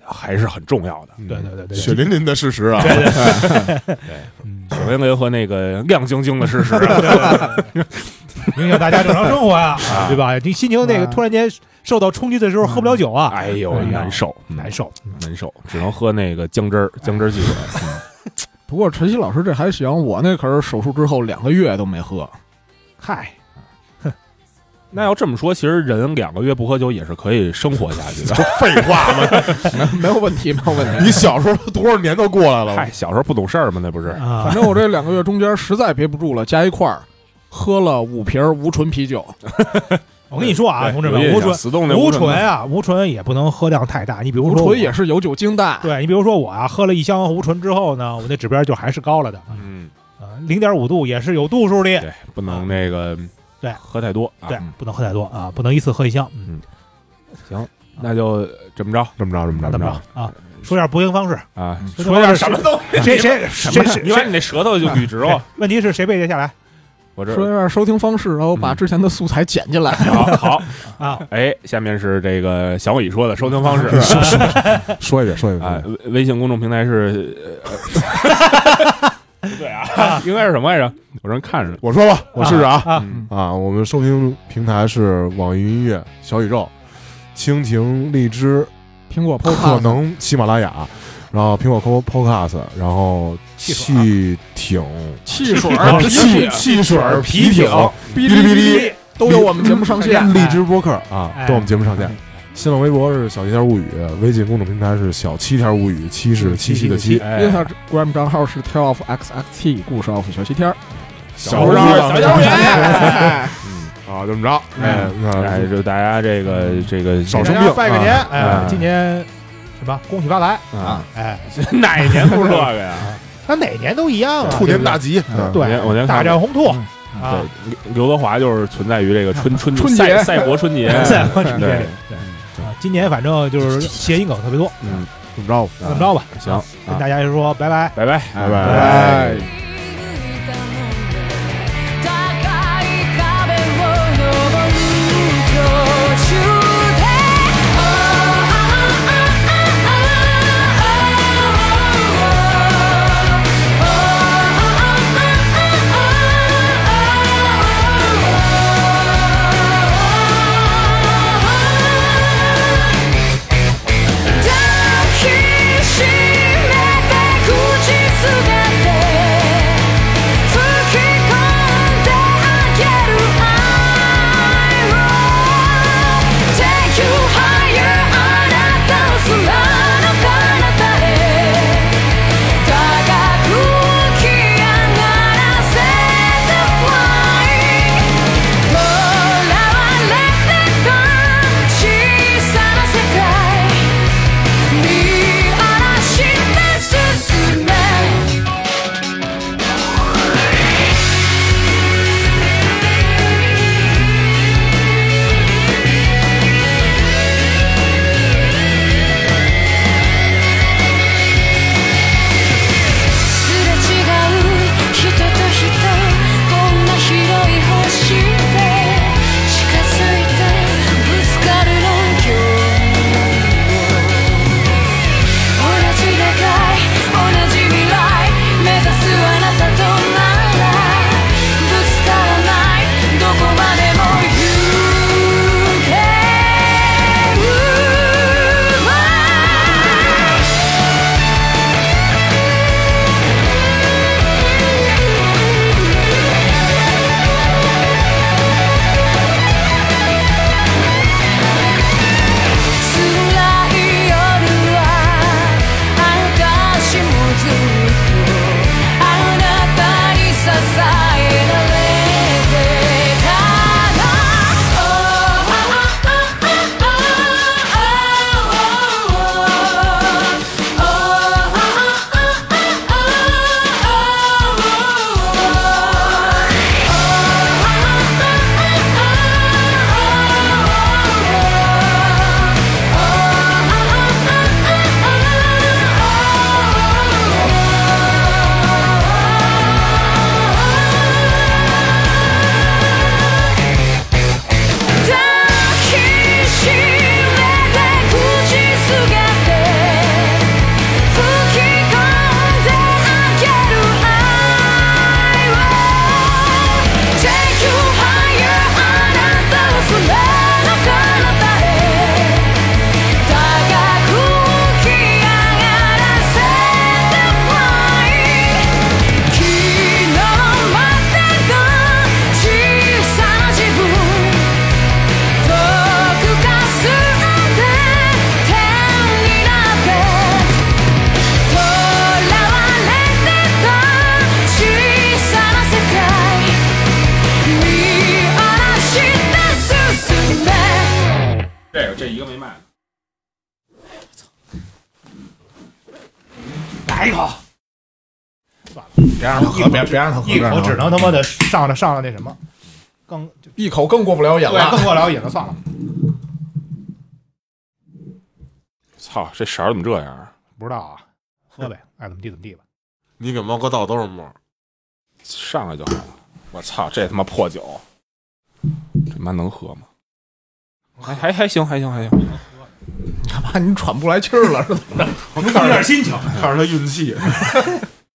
[SPEAKER 4] 还是很重要的。
[SPEAKER 3] 对对对
[SPEAKER 1] 嗯
[SPEAKER 3] 对，
[SPEAKER 1] 血淋淋的事实啊，
[SPEAKER 3] 嗯
[SPEAKER 4] 小林林和那个亮晶晶的事实啊，
[SPEAKER 3] 影响大家正常生活呀
[SPEAKER 4] 啊，
[SPEAKER 3] 对吧？你心情那个
[SPEAKER 2] 啊
[SPEAKER 3] 突然间受到冲击的时候，喝不了酒啊，
[SPEAKER 4] 哎呦
[SPEAKER 3] 哎呀
[SPEAKER 4] 难受，嗯
[SPEAKER 3] 难受。
[SPEAKER 4] 难受，只能喝那个姜汁儿，姜汁儿汽水。
[SPEAKER 2] 不过晨曦老师这还行，我那可是手术之后两个月都没喝。
[SPEAKER 3] 嗨，
[SPEAKER 4] 那要这么说，其实人两个月不喝酒也是可以生活下 去的。
[SPEAKER 1] 废话嘛，
[SPEAKER 2] 没有问题，没有问题。
[SPEAKER 1] 你小时候多少年都 过来了，
[SPEAKER 4] 嗨，小时候不懂事儿嘛，那不是？
[SPEAKER 3] 啊
[SPEAKER 2] 反正我这两个月中间实在憋不住了，加一块儿，喝了五瓶无醇啤酒，
[SPEAKER 3] 我跟你说啊，
[SPEAKER 4] 对
[SPEAKER 3] 同志
[SPEAKER 4] 有
[SPEAKER 3] 们，
[SPEAKER 4] 印
[SPEAKER 3] 无
[SPEAKER 4] 象
[SPEAKER 3] 醇
[SPEAKER 4] 死冻那
[SPEAKER 3] 无
[SPEAKER 4] 醇
[SPEAKER 3] 醇
[SPEAKER 4] 的
[SPEAKER 3] 啊，无醇也不能喝量太大。你比如
[SPEAKER 2] 无
[SPEAKER 3] 说我，
[SPEAKER 2] 醇也是有酒精的，
[SPEAKER 3] 对你比如说我啊，喝了一箱无醇之后呢，我那指标就还是高了的，
[SPEAKER 4] 嗯，
[SPEAKER 3] 啊，零点五度也是有度数的，
[SPEAKER 4] 对，不能那个
[SPEAKER 3] 对
[SPEAKER 4] 喝太多啊。
[SPEAKER 3] 对，不能喝太多啊，不能一次喝一箱，嗯，
[SPEAKER 4] 那就这么着
[SPEAKER 1] 这么着，这么着，
[SPEAKER 3] 怎
[SPEAKER 1] 这
[SPEAKER 3] 么
[SPEAKER 1] 么
[SPEAKER 3] 着啊？说点不行方式，
[SPEAKER 4] 啊，
[SPEAKER 1] 嗯
[SPEAKER 3] 说点
[SPEAKER 4] 什么东西？
[SPEAKER 3] 谁谁 谁谁
[SPEAKER 4] 你把你那舌头就捋直
[SPEAKER 3] 谁
[SPEAKER 4] 了，？
[SPEAKER 3] 问题是谁被截下来
[SPEAKER 4] 我这
[SPEAKER 2] 说一下收听方式，然后
[SPEAKER 1] 嗯
[SPEAKER 2] 把之前的素材剪进来。
[SPEAKER 4] 好好，
[SPEAKER 3] 啊？
[SPEAKER 4] 哎，下面是这个小伟说的收听方 式。
[SPEAKER 1] 着，说一遍，说一
[SPEAKER 4] 啊，
[SPEAKER 1] 遍，
[SPEAKER 4] 微微信公众平台是，呃 不对啊，应该是什么来着？我正看着呢。
[SPEAKER 1] 我说吧，我试试啊
[SPEAKER 3] 啊
[SPEAKER 4] 嗯
[SPEAKER 1] 啊！我们收听平台是网易云音乐、小宇宙、蜻蜓、荔枝，
[SPEAKER 2] 苹果 p o
[SPEAKER 1] 可
[SPEAKER 2] d
[SPEAKER 1] 能喜马拉雅，然后苹果 Podcast，然后汽艇、
[SPEAKER 2] 汽水、
[SPEAKER 1] 汽汽水、皮艇、
[SPEAKER 2] 哔
[SPEAKER 1] 哔哩
[SPEAKER 2] 哩哔
[SPEAKER 1] 哔
[SPEAKER 2] 哩
[SPEAKER 1] 哩
[SPEAKER 2] 都有我们节目上线。
[SPEAKER 1] 荔枝播客啊
[SPEAKER 3] 哎，
[SPEAKER 1] 都我们节目上线。新浪微博是小七天物语，微信公众平台是小七天物语，七是七夕的七，
[SPEAKER 4] 哎，
[SPEAKER 2] Instagram 账号是 tell of xxt 故事 of 小西天儿，
[SPEAKER 1] 小
[SPEAKER 4] 小
[SPEAKER 1] 张
[SPEAKER 4] 小张
[SPEAKER 2] 哎
[SPEAKER 1] 啊，这么着，哎，
[SPEAKER 4] 哎，
[SPEAKER 1] 那
[SPEAKER 4] 就大家这个这个
[SPEAKER 1] 少
[SPEAKER 3] 给
[SPEAKER 1] 生
[SPEAKER 3] 大
[SPEAKER 1] 病
[SPEAKER 3] 家拜个年，哎
[SPEAKER 4] 啊，
[SPEAKER 3] 今年什么？恭喜发财！
[SPEAKER 4] 啊，
[SPEAKER 3] 哎，
[SPEAKER 4] 哪一年不这个 呀？
[SPEAKER 5] 他哪年都一样啊，
[SPEAKER 1] 兔年大吉，嗯
[SPEAKER 4] 我
[SPEAKER 5] 对
[SPEAKER 4] 先，我先
[SPEAKER 5] 大
[SPEAKER 4] 看
[SPEAKER 5] 展宏图啊，
[SPEAKER 4] 对，刘刘德华就是存在于这个 春春
[SPEAKER 2] 春节
[SPEAKER 4] 赛 赛博 春节，
[SPEAKER 3] 赛博春节
[SPEAKER 4] 对，
[SPEAKER 3] 啊今年反正就是谐音梗特别多，
[SPEAKER 4] 嗯，
[SPEAKER 1] 怎么着吧？
[SPEAKER 3] 怎么着吧？
[SPEAKER 4] 行，
[SPEAKER 3] 跟
[SPEAKER 4] 啊
[SPEAKER 3] 大家就说拜拜。
[SPEAKER 4] 拜拜，
[SPEAKER 1] 拜
[SPEAKER 4] 哎拜
[SPEAKER 1] 拜。
[SPEAKER 7] 「高い壁を登り」「途中で」「抱きしめて口ずさんで
[SPEAKER 4] 这一个没卖。
[SPEAKER 3] 来一口，
[SPEAKER 2] 别让他喝，别别让他喝，啊
[SPEAKER 3] 一
[SPEAKER 2] 别让
[SPEAKER 3] 口
[SPEAKER 2] 他
[SPEAKER 3] 只
[SPEAKER 2] 喝
[SPEAKER 3] 能他妈的上了上了那什么，更就
[SPEAKER 2] 一口更过不了瘾
[SPEAKER 3] 对，
[SPEAKER 2] 了
[SPEAKER 3] 更。过了瘾了，算了，
[SPEAKER 4] 操，这色儿怎么这样？
[SPEAKER 3] 不知道啊，喝呗，爱怎么地怎么地吧。
[SPEAKER 1] 你给猫哥倒都是沫 儿，
[SPEAKER 4] 上来就好了。我操，这他妈破酒，这妈能喝吗？还还还行，还行，还行。
[SPEAKER 2] 干嘛？你喘不来气儿了是吧？
[SPEAKER 8] 有点心情，
[SPEAKER 1] 看着他运气。啊